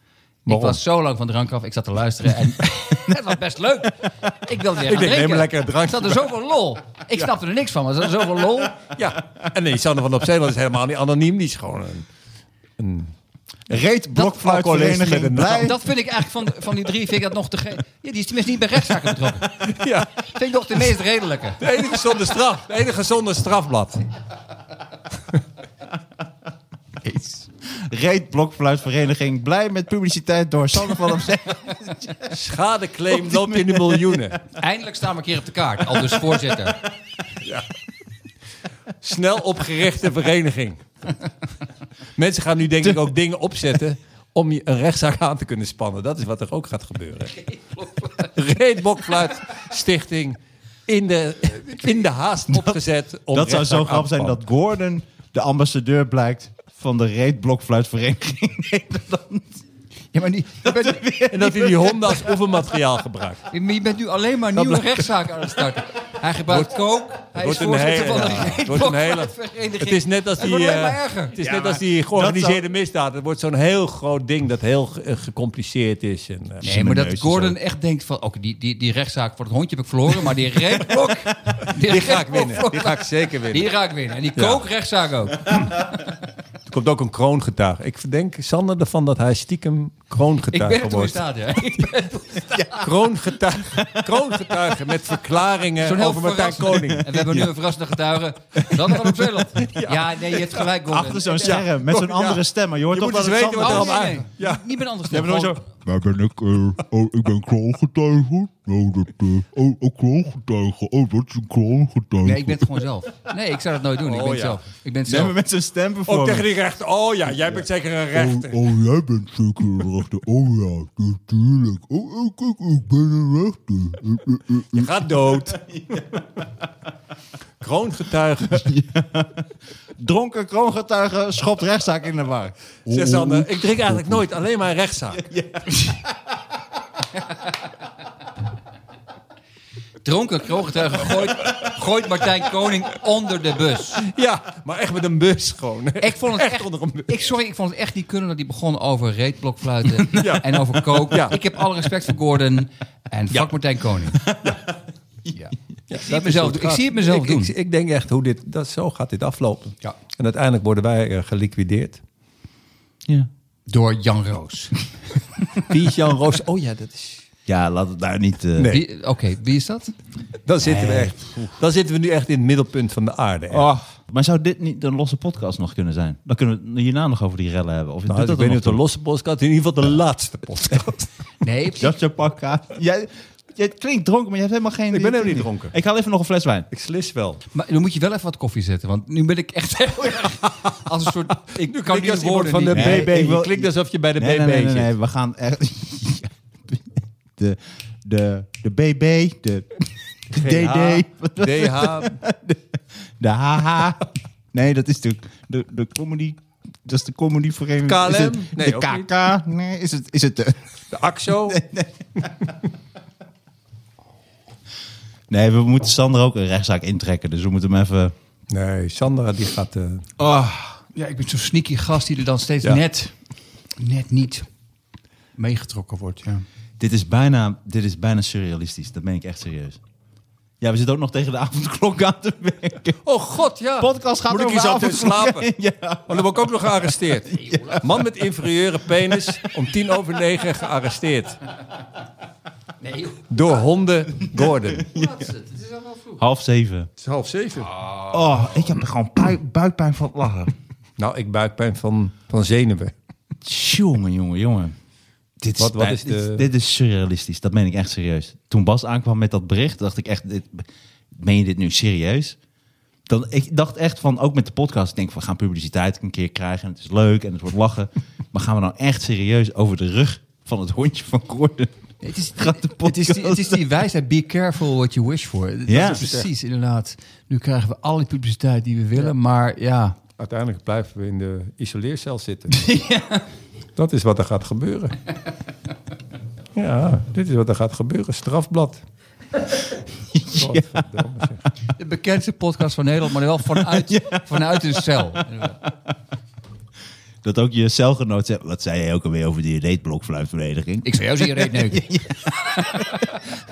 [SPEAKER 4] Waarom?
[SPEAKER 2] Ik was zo lang van drank af, ik zat te luisteren en het was best leuk. Ik wilde weer
[SPEAKER 4] denk, neem
[SPEAKER 2] gaan drinken.
[SPEAKER 4] een lekkere drankje
[SPEAKER 2] Ik zat er zoveel lol. Ik snapte er niks van, maar er zat zoveel lol.
[SPEAKER 4] Ja, en die Sanne van Opzeeland is helemaal niet anoniem. Die is gewoon een... alcoholist met
[SPEAKER 3] Reet
[SPEAKER 4] een
[SPEAKER 3] blokfluitvereniging blij.
[SPEAKER 2] Dat vind ik eigenlijk van, van die drie, vind ik dat nog te ge- ja, Die is tenminste niet bij rechtszaken betrokken.
[SPEAKER 4] Ja,
[SPEAKER 2] Vind ik nog de meest redelijke.
[SPEAKER 4] de enige zonder straf. De enige zonder strafblad.
[SPEAKER 3] Reet blokfluitvereniging blij met publiciteit door Sanne van Opzij.
[SPEAKER 4] Schadeclaim loopt in de miljoenen.
[SPEAKER 2] Eindelijk staan we een keer op de kaart, al dus voorzitter.
[SPEAKER 4] Snel opgerichte vereniging. Mensen gaan nu denk ik ook dingen opzetten om je een rechtszaak aan te kunnen spannen. Dat is wat er ook gaat gebeuren. Reetbokfluit Stichting in de, in de haast opgezet. Om
[SPEAKER 3] Dat zou
[SPEAKER 4] rechtszaak
[SPEAKER 3] zo
[SPEAKER 4] aan
[SPEAKER 3] grappig
[SPEAKER 4] te
[SPEAKER 3] zijn dat
[SPEAKER 4] spannen.
[SPEAKER 3] Gordon de ambassadeur blijkt van de Reet blokfluitvereniging Nederland.
[SPEAKER 2] Ja, maar, niet- je, bent,
[SPEAKER 4] En dat hij die honden als oefenmateriaal gebruikt.
[SPEAKER 2] maar je bent nu alleen maar nieuwe rechtszaken aan het starten. Hij gebruikt kook, hij is
[SPEAKER 4] wordt een
[SPEAKER 2] voorzitter
[SPEAKER 4] hele-
[SPEAKER 2] van
[SPEAKER 4] ja,
[SPEAKER 2] de
[SPEAKER 4] het wordt een hele-
[SPEAKER 2] Reetblokvereniging.
[SPEAKER 4] Het is net als
[SPEAKER 2] Het
[SPEAKER 4] die,
[SPEAKER 2] wordt
[SPEAKER 4] eh,
[SPEAKER 2] alleen maar erger.
[SPEAKER 4] het is net als die georganiseerde misdaad. Het wordt zo'n heel groot ding dat heel eh, gecompliceerd is. En, eh,
[SPEAKER 2] Nee, maar dat
[SPEAKER 3] neus en
[SPEAKER 2] Gordon echt denkt van... Oké, die, die, die rechtszaak voor het hondje heb ik verloren... maar die reetblok... Die,
[SPEAKER 4] ga ik winnen. Die ga ik zeker winnen.
[SPEAKER 2] Die ga ik winnen. En die kookrechtszaak ook.
[SPEAKER 4] Er komt ook een kroongetuige. Ik verdenk Sander ervan dat hij stiekem kroongetuige
[SPEAKER 2] Ik ben er toe in
[SPEAKER 4] wordt.
[SPEAKER 2] staat, ja. Ik ben
[SPEAKER 4] Kroongetuige, kroongetuige met verklaringen
[SPEAKER 2] zo'n heel
[SPEAKER 4] over Martijn
[SPEAKER 2] verrassende-
[SPEAKER 4] Koning.
[SPEAKER 2] En we hebben nu een verrassende getuige. Dat nog op Zeeland. Ja, nee, je hebt gelijk, Gordon.
[SPEAKER 3] Achter zo'n scherm met zo'n andere stem. Maar je dus hoort
[SPEAKER 4] Je
[SPEAKER 3] toch
[SPEAKER 4] moet
[SPEAKER 3] wel
[SPEAKER 4] eens
[SPEAKER 3] dat
[SPEAKER 4] weten
[SPEAKER 3] Sander...
[SPEAKER 4] wat er
[SPEAKER 2] Oh,
[SPEAKER 4] allemaal
[SPEAKER 2] nee,
[SPEAKER 4] aan...
[SPEAKER 2] nee.
[SPEAKER 4] Ja.
[SPEAKER 2] Niet met anders.
[SPEAKER 3] Ja, maar dan
[SPEAKER 2] Gewoon-
[SPEAKER 3] zo-
[SPEAKER 6] Waar ben ik? eh, oh, ik ben kroongetuige. Oh, dat, eh, oh, een kroongetuige. Oh, dat is een kroongetuige.
[SPEAKER 2] Nee, ik ben het gewoon zelf. Nee, ik zou dat nooit doen. Ik ben het
[SPEAKER 4] Oh, ja.
[SPEAKER 2] zelf. Ik ben het
[SPEAKER 3] Nee,
[SPEAKER 2] zelf.
[SPEAKER 3] maar met zo'n stem
[SPEAKER 4] Ook tegen
[SPEAKER 3] bijvoorbeeld.
[SPEAKER 4] die rechter. Oh ja, jij bent zeker een rechter.
[SPEAKER 6] Oh, oh, jij bent zeker een rechter. Oh ja, natuurlijk. Oh, oh, kijk, ik ben een rechter. Eh, eh, eh, eh.
[SPEAKER 4] Je gaat dood. Kroongetuige.
[SPEAKER 3] Dronken kroongetuige schopt rechtszaak in de war.
[SPEAKER 4] Zeg Sander, ik drink eigenlijk nooit, alleen maar een rechtszaak.
[SPEAKER 2] Dronken krooggetuige gooit, gooit Martijn Koning onder de bus.
[SPEAKER 4] Ja, maar echt met een bus gewoon.
[SPEAKER 2] Ik vond het echt,
[SPEAKER 4] onder een bus.
[SPEAKER 2] Ik, sorry, ik vond het echt niet kunnen dat hij begon over reetblokfluiten en over kook.
[SPEAKER 4] Ja.
[SPEAKER 2] Ik heb alle respect voor Gordon en fuck Martijn Koning. Ja. ik, zie het mezelf, doen. ik zie het mezelf
[SPEAKER 4] ik,
[SPEAKER 2] doen.
[SPEAKER 4] Ik, ik denk echt, hoe dit, dat, zo gaat dit aflopen.
[SPEAKER 2] Ja.
[SPEAKER 4] En uiteindelijk worden wij eh, geliquideerd.
[SPEAKER 2] Door Jan Roos.
[SPEAKER 4] Wie is Jan Roos? Oh ja, dat is...
[SPEAKER 3] Ja, laat het daar niet... eh,
[SPEAKER 4] Nee.
[SPEAKER 2] Wie- Oké, wie is dat?
[SPEAKER 4] Dan zitten, we echt, dan zitten we nu echt in het middelpunt van de aarde. Nou, echt.
[SPEAKER 3] Oh. Maar zou dit niet een losse podcast nog kunnen zijn? Dan kunnen we het hierna nog over die rellen hebben. Of
[SPEAKER 4] Nou,
[SPEAKER 3] doet
[SPEAKER 4] ik
[SPEAKER 3] dat
[SPEAKER 4] weet niet of
[SPEAKER 3] er
[SPEAKER 4] de
[SPEAKER 3] nog
[SPEAKER 4] losse podcast, in ieder geval de laatste podcast.
[SPEAKER 2] Nee,
[SPEAKER 3] toe? Dat je pakka. Jij, jij klinkt dronken, maar je hebt helemaal geen...
[SPEAKER 4] Ik ben helemaal niet dronken.
[SPEAKER 3] Ik haal even nog een fles wijn.
[SPEAKER 4] ik slis wel.
[SPEAKER 2] maar dan moet je wel even wat koffie zetten, want nu ben ik echt heel erg als een soort... Ik nu kan
[SPEAKER 4] Klinkt
[SPEAKER 2] niet
[SPEAKER 4] als iemand
[SPEAKER 2] woorden
[SPEAKER 4] van de
[SPEAKER 2] die-
[SPEAKER 3] Nee,
[SPEAKER 4] BB.
[SPEAKER 3] ik wil-
[SPEAKER 4] Het klinkt alsof je bij de
[SPEAKER 3] Nee,
[SPEAKER 4] BB
[SPEAKER 3] nee, nee, nee,
[SPEAKER 4] zit.
[SPEAKER 3] nee, we gaan echt... De, de, de BB, de, de DD,
[SPEAKER 4] DH.
[SPEAKER 3] de HH. Nee, dat is de, de, de comedy... Dat is de comedyvereniging.
[SPEAKER 4] KLM?
[SPEAKER 3] Is het
[SPEAKER 4] Nee,
[SPEAKER 3] de
[SPEAKER 4] ook niet.
[SPEAKER 3] KK? Nee, is het, is het de...
[SPEAKER 4] De AXO.
[SPEAKER 3] Nee, we moeten Sander ook een rechtszaak intrekken. Dus we moeten hem even...
[SPEAKER 4] Nee, Sandra die gaat... eh,
[SPEAKER 2] Oh, ja, ik ben zo'n sneaky gast die er dan steeds
[SPEAKER 4] Ja.
[SPEAKER 2] net, net niet meegetrokken wordt. Ja.
[SPEAKER 3] Dit is bijna, dit is bijna surrealistisch. Dat meen ik echt serieus. Ja, we zitten ook nog tegen de avondklok aan te werken.
[SPEAKER 4] Oh god, ja.
[SPEAKER 3] Podcast gaat
[SPEAKER 4] Moet ik
[SPEAKER 3] over
[SPEAKER 4] eens altijd
[SPEAKER 3] avondklok.
[SPEAKER 4] slapen?
[SPEAKER 3] Ja.
[SPEAKER 4] Oh, dan word ik ook nog gearresteerd. Man met inferieure penis, om tien over negen gearresteerd.
[SPEAKER 2] Nee, joh,
[SPEAKER 4] Door honden Gordon.
[SPEAKER 2] wat is het? Het is al wel vroeg.
[SPEAKER 3] Half zeven.
[SPEAKER 4] Het is half zeven.
[SPEAKER 3] Oh, ik heb er gewoon pui- buikpijn van het lachen.
[SPEAKER 4] Nou, ik buikpijn van, van zenuwen.
[SPEAKER 3] Jongen, jongen, jongen. Dit is,
[SPEAKER 4] Wat- wat
[SPEAKER 3] bij-
[SPEAKER 4] is
[SPEAKER 3] dit,
[SPEAKER 4] de-
[SPEAKER 3] dit is surrealistisch. Dat meen ik echt serieus. Toen Bas aankwam met dat bericht, dacht ik echt... Dit, meen je dit nu serieus?
[SPEAKER 7] Dan, ik dacht echt van, ook met de podcast, ik denk van, we gaan publiciteit een keer krijgen en het is leuk en het wordt lachen. maar gaan we nou echt serieus over de rug van het hondje van Gordon?
[SPEAKER 2] Het is,
[SPEAKER 7] Gaat de
[SPEAKER 2] het, is die,
[SPEAKER 7] podcast-
[SPEAKER 2] het is die wijsheid, be careful what you wish for. Dat
[SPEAKER 7] Ja.
[SPEAKER 2] is precies, inderdaad. Nu krijgen we alle publiciteit die we willen, maar ja...
[SPEAKER 4] Uiteindelijk blijven we in de isoleercel zitten. Dat is wat er gaat gebeuren. Ja, dit is wat er gaat gebeuren. Strafblad. Godverdomme, zeg.
[SPEAKER 2] De bekendste podcast van Nederland, maar wel vanuit, vanuit een cel.
[SPEAKER 7] Dat ook je celgenoot zegt, wat zei jij ook alweer over die reetblokfluitvereniging?
[SPEAKER 2] Ik zou jou zien reetneuken.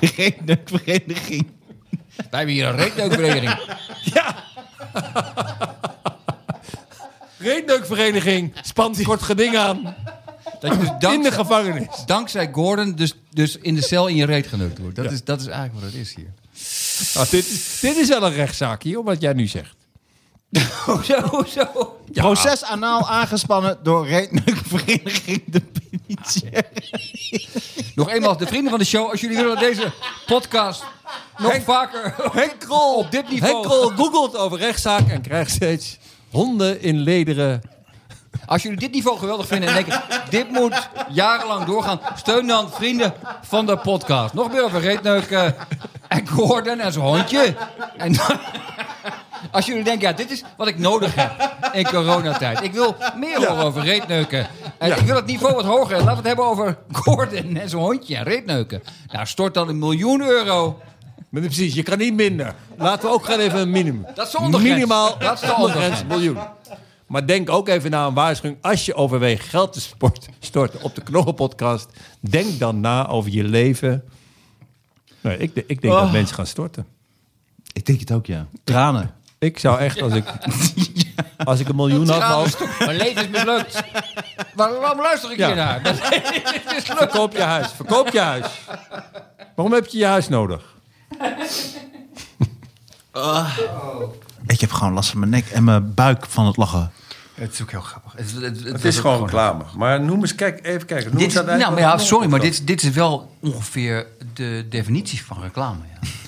[SPEAKER 7] Geen neukvereniging.
[SPEAKER 2] Wij hebben hier een reetneukvereniging.
[SPEAKER 4] Reetneukvereniging spant kort geding aan
[SPEAKER 2] Dat je dus
[SPEAKER 4] in de
[SPEAKER 2] dankzij,
[SPEAKER 4] gevangenis.
[SPEAKER 2] dankzij Gordon dus, dus in de cel in je reet geneukt wordt. Dat, is, dat is eigenlijk wat het is hier.
[SPEAKER 4] Nou, dit, is- dit is wel een rechtszaak hier, wat jij nu zegt.
[SPEAKER 2] Hoezo, zo.
[SPEAKER 7] Proces anaal aangespannen door reetneukvereniging de penitentiaire.
[SPEAKER 2] Nog eenmaal, de vrienden van de show, als jullie willen dat deze podcast nog vaker Henkrol, op dit niveau...
[SPEAKER 4] Henkel googelt over rechtszaak en krijgt steeds honden in lederen.
[SPEAKER 2] Als jullie dit niveau geweldig vinden en denken, dit moet jarenlang doorgaan, steun dan vrienden van de podcast. Nog meer over Reetneuk eh, en Gordon en zijn hondje. En dan- als jullie denken, ja, dit is wat ik nodig heb in coronatijd. Ik wil meer horen over Reetneuken. En ik wil het niveau wat hoger. Laten we het hebben over Gordon en zijn hondje en Reetneuken. Nou, stort dan een miljoen euro.
[SPEAKER 4] Maar precies, je kan niet minder. Laten we ook gaan even een minimum.
[SPEAKER 2] Dat is de ondergrens.
[SPEAKER 4] Minimaal
[SPEAKER 2] Dat is de
[SPEAKER 4] ondergrens
[SPEAKER 2] ondergrens.
[SPEAKER 4] miljoen. Maar denk ook even na een waarschuwing. Als je overweegt geld te sport- storten op de Knorrelpodcast, denk dan na over je leven. Nee, ik, de- ik denk
[SPEAKER 2] Oh.
[SPEAKER 4] dat mensen gaan storten.
[SPEAKER 7] Ik denk het ook, ja. Tranen.
[SPEAKER 4] Ik zou echt, als ik, als ik een miljoen had,
[SPEAKER 2] Trouwens,
[SPEAKER 4] maar
[SPEAKER 2] mijn leven is mislukt. Waar- Waarom luister ik
[SPEAKER 4] Ja.
[SPEAKER 2] hier naar? Het is leuk.
[SPEAKER 4] verkoop je huis. Verkoop je huis. Waarom heb je je huis nodig?
[SPEAKER 7] Ik heb gewoon last van mijn nek en mijn buik van het lachen.
[SPEAKER 8] Het is ook heel grappig. Het, het- het-
[SPEAKER 4] Het is gewoon reclame. Maar noem eens, kijk, even kijken. Noem
[SPEAKER 2] Dit is, nou, maar ja, sorry, maar dit, is- dit is wel ongeveer de definitie van reclame.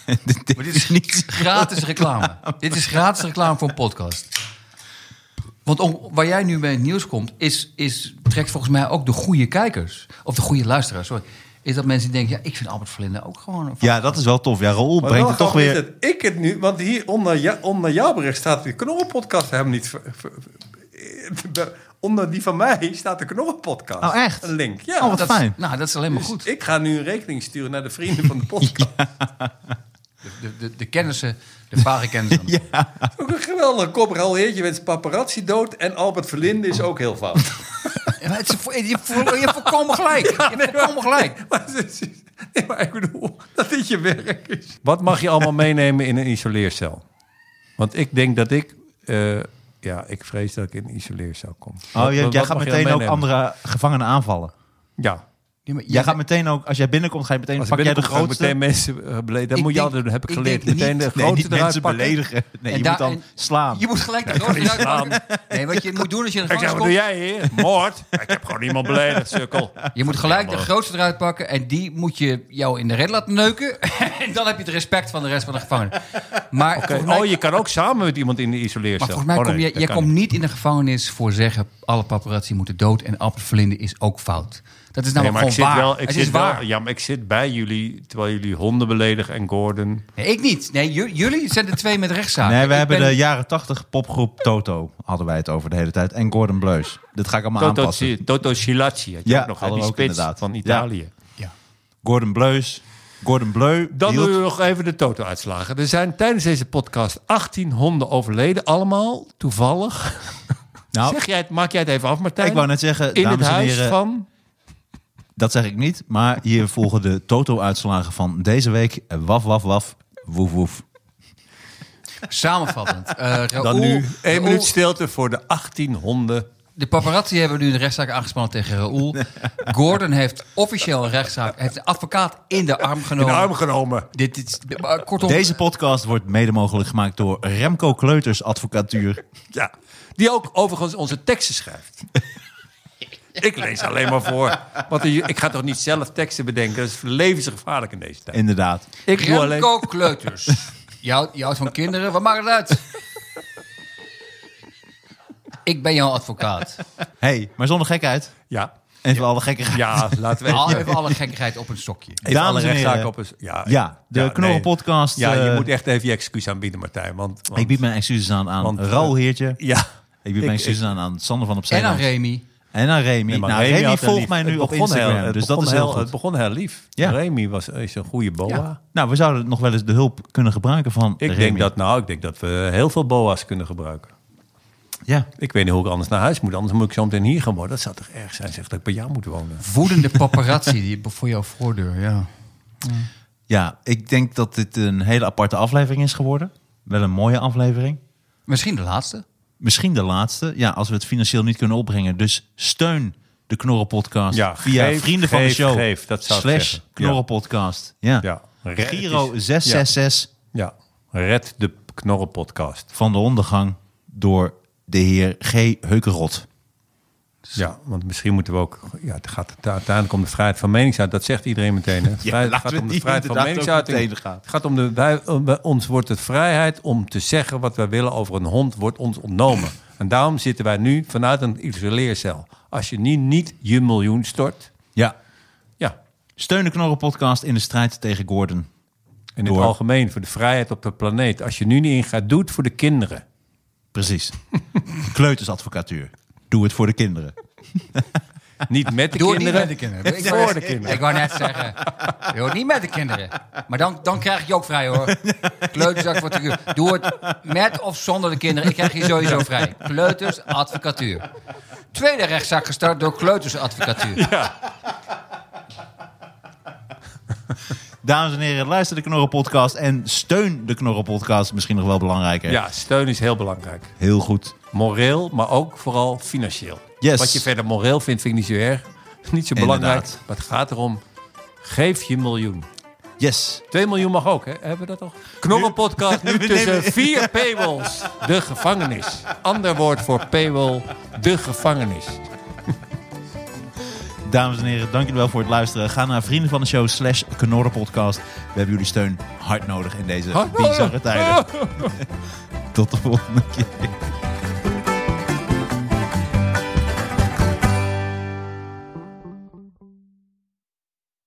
[SPEAKER 2] Ja.
[SPEAKER 7] Dit is niet...
[SPEAKER 2] Gratis reclame. Dit is gratis reclame voor een podcast. Want om- waar jij nu mee in het nieuws komt, is, is, trekt volgens mij ook de goede kijkers. Of de goede luisteraars, sorry. Is dat mensen die denken, ja, ik vind Albert Verlinde ook gewoon... een-
[SPEAKER 7] Ja, dat is wel tof. Ja, Raoul
[SPEAKER 4] Maar
[SPEAKER 7] brengt
[SPEAKER 4] wel
[SPEAKER 7] het toch
[SPEAKER 4] grappig
[SPEAKER 7] weer...
[SPEAKER 4] is dat ik het nu, want hier onder, ja, onder jouw bericht staat de Knorrenpodcast hem niet. ver- ver- ver- onder die van mij staat de Knorrenpodcast.
[SPEAKER 7] Oh, echt?
[SPEAKER 4] Een link. Ja.
[SPEAKER 7] Oh, wat
[SPEAKER 2] dat,
[SPEAKER 7] fijn.
[SPEAKER 2] Nou, dat is alleen maar goed.
[SPEAKER 4] Dus ik ga nu een rekening sturen naar de vrienden van de podcast.
[SPEAKER 2] De, de, de kennissen, de vage kennissen. ja.
[SPEAKER 4] Ook een geweldige kop. Raoul Heertje werd paparazzi dood en Albert Verlinde is ook heel fout.
[SPEAKER 2] maar het is, vo- je, vo- je hebt volkomen gelijk. Je hebt volkomen gelijk.
[SPEAKER 4] maar, nee, maar ik bedoel, dat dit je werk is. Wat mag je allemaal meenemen in een isoleercel? Want ik denk dat ik... eh, ja, ik vrees dat ik in een isoleercel kom.
[SPEAKER 7] Oh,
[SPEAKER 4] Wat-
[SPEAKER 7] jij,
[SPEAKER 4] wat
[SPEAKER 7] jij
[SPEAKER 4] mag
[SPEAKER 7] gaat
[SPEAKER 4] je dan
[SPEAKER 7] meteen ook
[SPEAKER 4] meenemen?
[SPEAKER 7] andere gevangenen aanvallen.
[SPEAKER 4] Ja.
[SPEAKER 2] Ja, maar
[SPEAKER 7] Jij gaat meteen ook... Als jij binnenkomt, ga je meteen...
[SPEAKER 4] Als
[SPEAKER 7] pak
[SPEAKER 4] ik
[SPEAKER 7] jij de
[SPEAKER 4] binnenkom, ga ik
[SPEAKER 7] grootste...
[SPEAKER 4] meteen mensen eh, beledigen. Dat
[SPEAKER 2] Ik
[SPEAKER 4] moet je
[SPEAKER 2] denk-
[SPEAKER 4] altijd doen, heb ik
[SPEAKER 2] ik
[SPEAKER 4] geleerd.
[SPEAKER 2] denk
[SPEAKER 4] meteen de
[SPEAKER 2] niet-
[SPEAKER 4] grote
[SPEAKER 7] Nee, niet
[SPEAKER 4] eruit
[SPEAKER 7] mensen
[SPEAKER 4] pakken.
[SPEAKER 7] beledigen. Nee,
[SPEAKER 2] En
[SPEAKER 7] je
[SPEAKER 2] daar-
[SPEAKER 7] moet dan
[SPEAKER 2] en-
[SPEAKER 7] slaan.
[SPEAKER 2] Je moet gelijk de grote eruit pakken. Nee, wat je moet doen als je een
[SPEAKER 4] Ik zeg,
[SPEAKER 2] gevangenis
[SPEAKER 4] wat
[SPEAKER 2] komt-
[SPEAKER 4] doe jij hier? Moord? Ik heb gewoon iemand beledigd, sukkel.
[SPEAKER 2] Je moet gelijk de grootste eruit pakken en die moet je jou in de red laten neuken. en dan heb je het respect van de rest van de gevangenen. Maar volgens mij,
[SPEAKER 4] Oh, je kan ook samen met iemand in de
[SPEAKER 2] maar
[SPEAKER 4] isoleercel.
[SPEAKER 2] volgens mij
[SPEAKER 4] Oh, nee,
[SPEAKER 2] kom je,
[SPEAKER 4] dat
[SPEAKER 2] jij
[SPEAKER 4] kan
[SPEAKER 2] komt
[SPEAKER 4] niet.
[SPEAKER 2] niet in de gevangenis voor zeggen... alle paparazzi moeten dood en Albert Verlinde is ook fout. Dat is
[SPEAKER 4] Nee, maar
[SPEAKER 2] namelijk
[SPEAKER 4] ik
[SPEAKER 2] gewoon
[SPEAKER 4] zit
[SPEAKER 2] waar.
[SPEAKER 4] wel... Ik
[SPEAKER 2] het
[SPEAKER 4] zit
[SPEAKER 2] is
[SPEAKER 4] wel
[SPEAKER 2] waar.
[SPEAKER 4] ja, maar ik zit bij jullie, terwijl jullie honden beledigen en Gordon.
[SPEAKER 2] Nee, ik niet. Nee, ju- jullie zijn de twee met rechtszaken.
[SPEAKER 7] Nee, we
[SPEAKER 2] Ik
[SPEAKER 7] hebben
[SPEAKER 2] ben-
[SPEAKER 7] de jaren 80 popgroep Toto, hadden wij het over de hele tijd. En Gordon Bleus. Dit ga ik allemaal
[SPEAKER 4] Toto,
[SPEAKER 7] aanpassen.
[SPEAKER 4] Toto Scilacci had je
[SPEAKER 7] Ja,
[SPEAKER 4] ook nog, hè,
[SPEAKER 7] hadden
[SPEAKER 4] die
[SPEAKER 7] we ook
[SPEAKER 4] spits
[SPEAKER 7] inderdaad.
[SPEAKER 4] van
[SPEAKER 7] Ja.
[SPEAKER 4] Italië.
[SPEAKER 7] Gordon Bleus. Gordon Bleu.
[SPEAKER 4] Dan
[SPEAKER 7] hield-
[SPEAKER 4] doen we nog even de Toto-uitslagen. Er zijn tijdens deze podcast 18 honden overleden. Allemaal toevallig.
[SPEAKER 7] nou,
[SPEAKER 4] Zeg jij het, maak jij het even af, Martijn.
[SPEAKER 7] ik wou net zeggen,
[SPEAKER 4] in het
[SPEAKER 7] dames en
[SPEAKER 4] huis
[SPEAKER 7] heren,
[SPEAKER 4] van...
[SPEAKER 7] dat zeg ik niet. Maar hier volgen de Toto-uitslagen van deze week. Waf, waf, waf. Woef, woef.
[SPEAKER 2] Samenvattend. Eh,
[SPEAKER 4] Dan
[SPEAKER 2] Raoul-
[SPEAKER 4] nu één
[SPEAKER 2] Raoul-
[SPEAKER 4] minuut stilte voor de 18 honden.
[SPEAKER 2] De paparazzi hebben nu een rechtszaak aangespannen tegen Raoul. Gordon heeft officieel een rechtszaak. Heeft een advocaat in de arm
[SPEAKER 4] In de
[SPEAKER 7] Oh.
[SPEAKER 2] genomen.
[SPEAKER 4] arm genomen.
[SPEAKER 2] Dit, dit, is- maar kortom,
[SPEAKER 7] Deze podcast wordt mede mogelijk gemaakt door Remco Kleuters Advocatuur.
[SPEAKER 4] Ja. Die ook overigens onze teksten schrijft. Ik lees alleen maar voor. Want ik ga toch niet zelf teksten bedenken? Dat is levensgevaarlijk in deze tijd.
[SPEAKER 7] Inderdaad.
[SPEAKER 4] Ik doe alleen...
[SPEAKER 2] Remco Kleuters. Je houdt, je houdt van kinderen, wat maakt het uit? Ik ben jouw advocaat.
[SPEAKER 7] hey, maar zonder gekheid.
[SPEAKER 4] Ja,
[SPEAKER 7] Even alle gekkigheid.
[SPEAKER 4] ja laten we
[SPEAKER 2] Haal even alle gekkigheid op een sokje.
[SPEAKER 4] Even alle
[SPEAKER 7] Dames en
[SPEAKER 4] rechtszaken
[SPEAKER 7] heren.
[SPEAKER 4] op eens- Ja,
[SPEAKER 7] Ja, de Knorrenpodcast,
[SPEAKER 4] Ja, je
[SPEAKER 7] eh,
[SPEAKER 4] moet echt even je excuus aanbieden, Martijn. Want, want-
[SPEAKER 7] Ik bied mijn excuses aan aan
[SPEAKER 4] Want, eh,
[SPEAKER 7] Raoul Heertje.
[SPEAKER 4] Ja.
[SPEAKER 7] ik bied
[SPEAKER 4] ik-
[SPEAKER 7] mijn excuses aan aan Sander van op
[SPEAKER 2] En aan
[SPEAKER 7] Zeeland.
[SPEAKER 2] Remy.
[SPEAKER 7] En aan Remy.
[SPEAKER 4] Nee, maar
[SPEAKER 7] nou, Remy,
[SPEAKER 4] had een
[SPEAKER 7] volgt
[SPEAKER 4] lief-
[SPEAKER 7] mij nu
[SPEAKER 4] het
[SPEAKER 7] op
[SPEAKER 4] begon heel-
[SPEAKER 7] Instagram.
[SPEAKER 4] het
[SPEAKER 7] dus dat
[SPEAKER 4] begon
[SPEAKER 7] is heel goed.
[SPEAKER 4] Het begon heel lief.
[SPEAKER 7] Ja.
[SPEAKER 4] Remy was, is een goede boa.
[SPEAKER 7] Nou, we zouden nog wel eens de hulp kunnen gebruiken van
[SPEAKER 4] Ik,
[SPEAKER 7] Remy.
[SPEAKER 4] denk dat, nou, ik denk dat we heel veel boa's kunnen gebruiken.
[SPEAKER 7] Ja.
[SPEAKER 4] Ik weet niet hoe ik anders naar huis moet. Anders moet ik zo meteen hier gaan worden. Dat zou toch erg zijn, zeg, dat ik bij jou moet wonen.
[SPEAKER 2] Woedende paparazzi die voor jouw voordeur, ja.
[SPEAKER 7] ja, ik denk dat dit een hele aparte aflevering is geworden. Wel een mooie aflevering.
[SPEAKER 2] Misschien de laatste.
[SPEAKER 7] Misschien de laatste. Ja, als we het financieel niet kunnen opbrengen. Dus steun de Knorrenpodcast
[SPEAKER 4] Ja,
[SPEAKER 7] via
[SPEAKER 4] geef,
[SPEAKER 7] Vrienden van
[SPEAKER 4] geef,
[SPEAKER 7] de Show.
[SPEAKER 4] geef. Dat zou ik
[SPEAKER 7] slash
[SPEAKER 4] zeggen. Ja.
[SPEAKER 7] Knorrenpodcast. Ja.
[SPEAKER 4] Ja. Re-
[SPEAKER 7] Giro
[SPEAKER 4] het is-
[SPEAKER 7] 666
[SPEAKER 4] Ja, red de knorrenpodcast.
[SPEAKER 7] van de ondergang door de heer G. Heukerot. Dus-
[SPEAKER 4] Ja, want misschien moeten we ook... Ja, het gaat het- uiteindelijk om de vrijheid van meningsuiting. Dat zegt iedereen meteen. Hè? Vrijheid- het
[SPEAKER 7] laten we
[SPEAKER 4] gaat om de
[SPEAKER 7] die
[SPEAKER 4] vrijheid van
[SPEAKER 7] inderdaad ook
[SPEAKER 4] meningsuiting.
[SPEAKER 7] meteen gaan.
[SPEAKER 4] Het gaat om de... Wij, om- bij ons wordt het vrijheid om te zeggen wat wij willen over een hond, wordt ons ontnomen. En daarom zitten wij nu vanuit een isoleercel. Als je nu niet je miljoen stort...
[SPEAKER 7] Ja.
[SPEAKER 4] Ja,
[SPEAKER 7] Steun de Knorrenpodcast in de strijd tegen Gordon.
[SPEAKER 4] in
[SPEAKER 7] Door.
[SPEAKER 4] het algemeen voor de vrijheid op de planeet. Als je nu niet ingaat, doe het voor de kinderen.
[SPEAKER 7] Precies. Kleutersadvocatuur. Doe het voor de kinderen.
[SPEAKER 4] Niet met de
[SPEAKER 2] Doe het niet
[SPEAKER 4] kinderen.
[SPEAKER 2] met de kinderen. Ik
[SPEAKER 4] Voor
[SPEAKER 2] wou,
[SPEAKER 4] de kinderen.
[SPEAKER 2] ik wou net zeggen, doe het niet met de kinderen. Maar dan, dan krijg ik je ook vrij hoor. Kleutersadvocatuur. Doe het met of zonder de kinderen. Ik krijg je sowieso vrij. Kleutersadvocatuur. Tweede rechtszaak gestart door kleutersadvocatuur.
[SPEAKER 7] Dames en heren, luister de Knorrenpodcast en steun de Knorrenpodcast. Misschien nog wel belangrijker.
[SPEAKER 4] Ja, steun is heel belangrijk.
[SPEAKER 7] Heel goed.
[SPEAKER 4] Moreel, maar ook vooral financieel.
[SPEAKER 7] Yes.
[SPEAKER 4] Wat je verder moreel vindt, vind ik niet zo erg. Niet zo
[SPEAKER 7] Inderdaad.
[SPEAKER 4] belangrijk. Maar het gaat erom, geef je miljoen.
[SPEAKER 7] Yes.
[SPEAKER 4] 2 miljoen mag ook, hè? Hebben we dat toch? Knorrenpodcast nu tussen vier paywalls. De gevangenis. Ander woord voor paywall, de gevangenis.
[SPEAKER 7] Dames en heren, dank jullie wel voor het luisteren. Ga naar vrienden van de show slash Knorrenpodcast. We hebben jullie steun hard nodig Ah. in deze
[SPEAKER 4] Hard nodig.
[SPEAKER 7] bizarre tijden. Tot de volgende keer.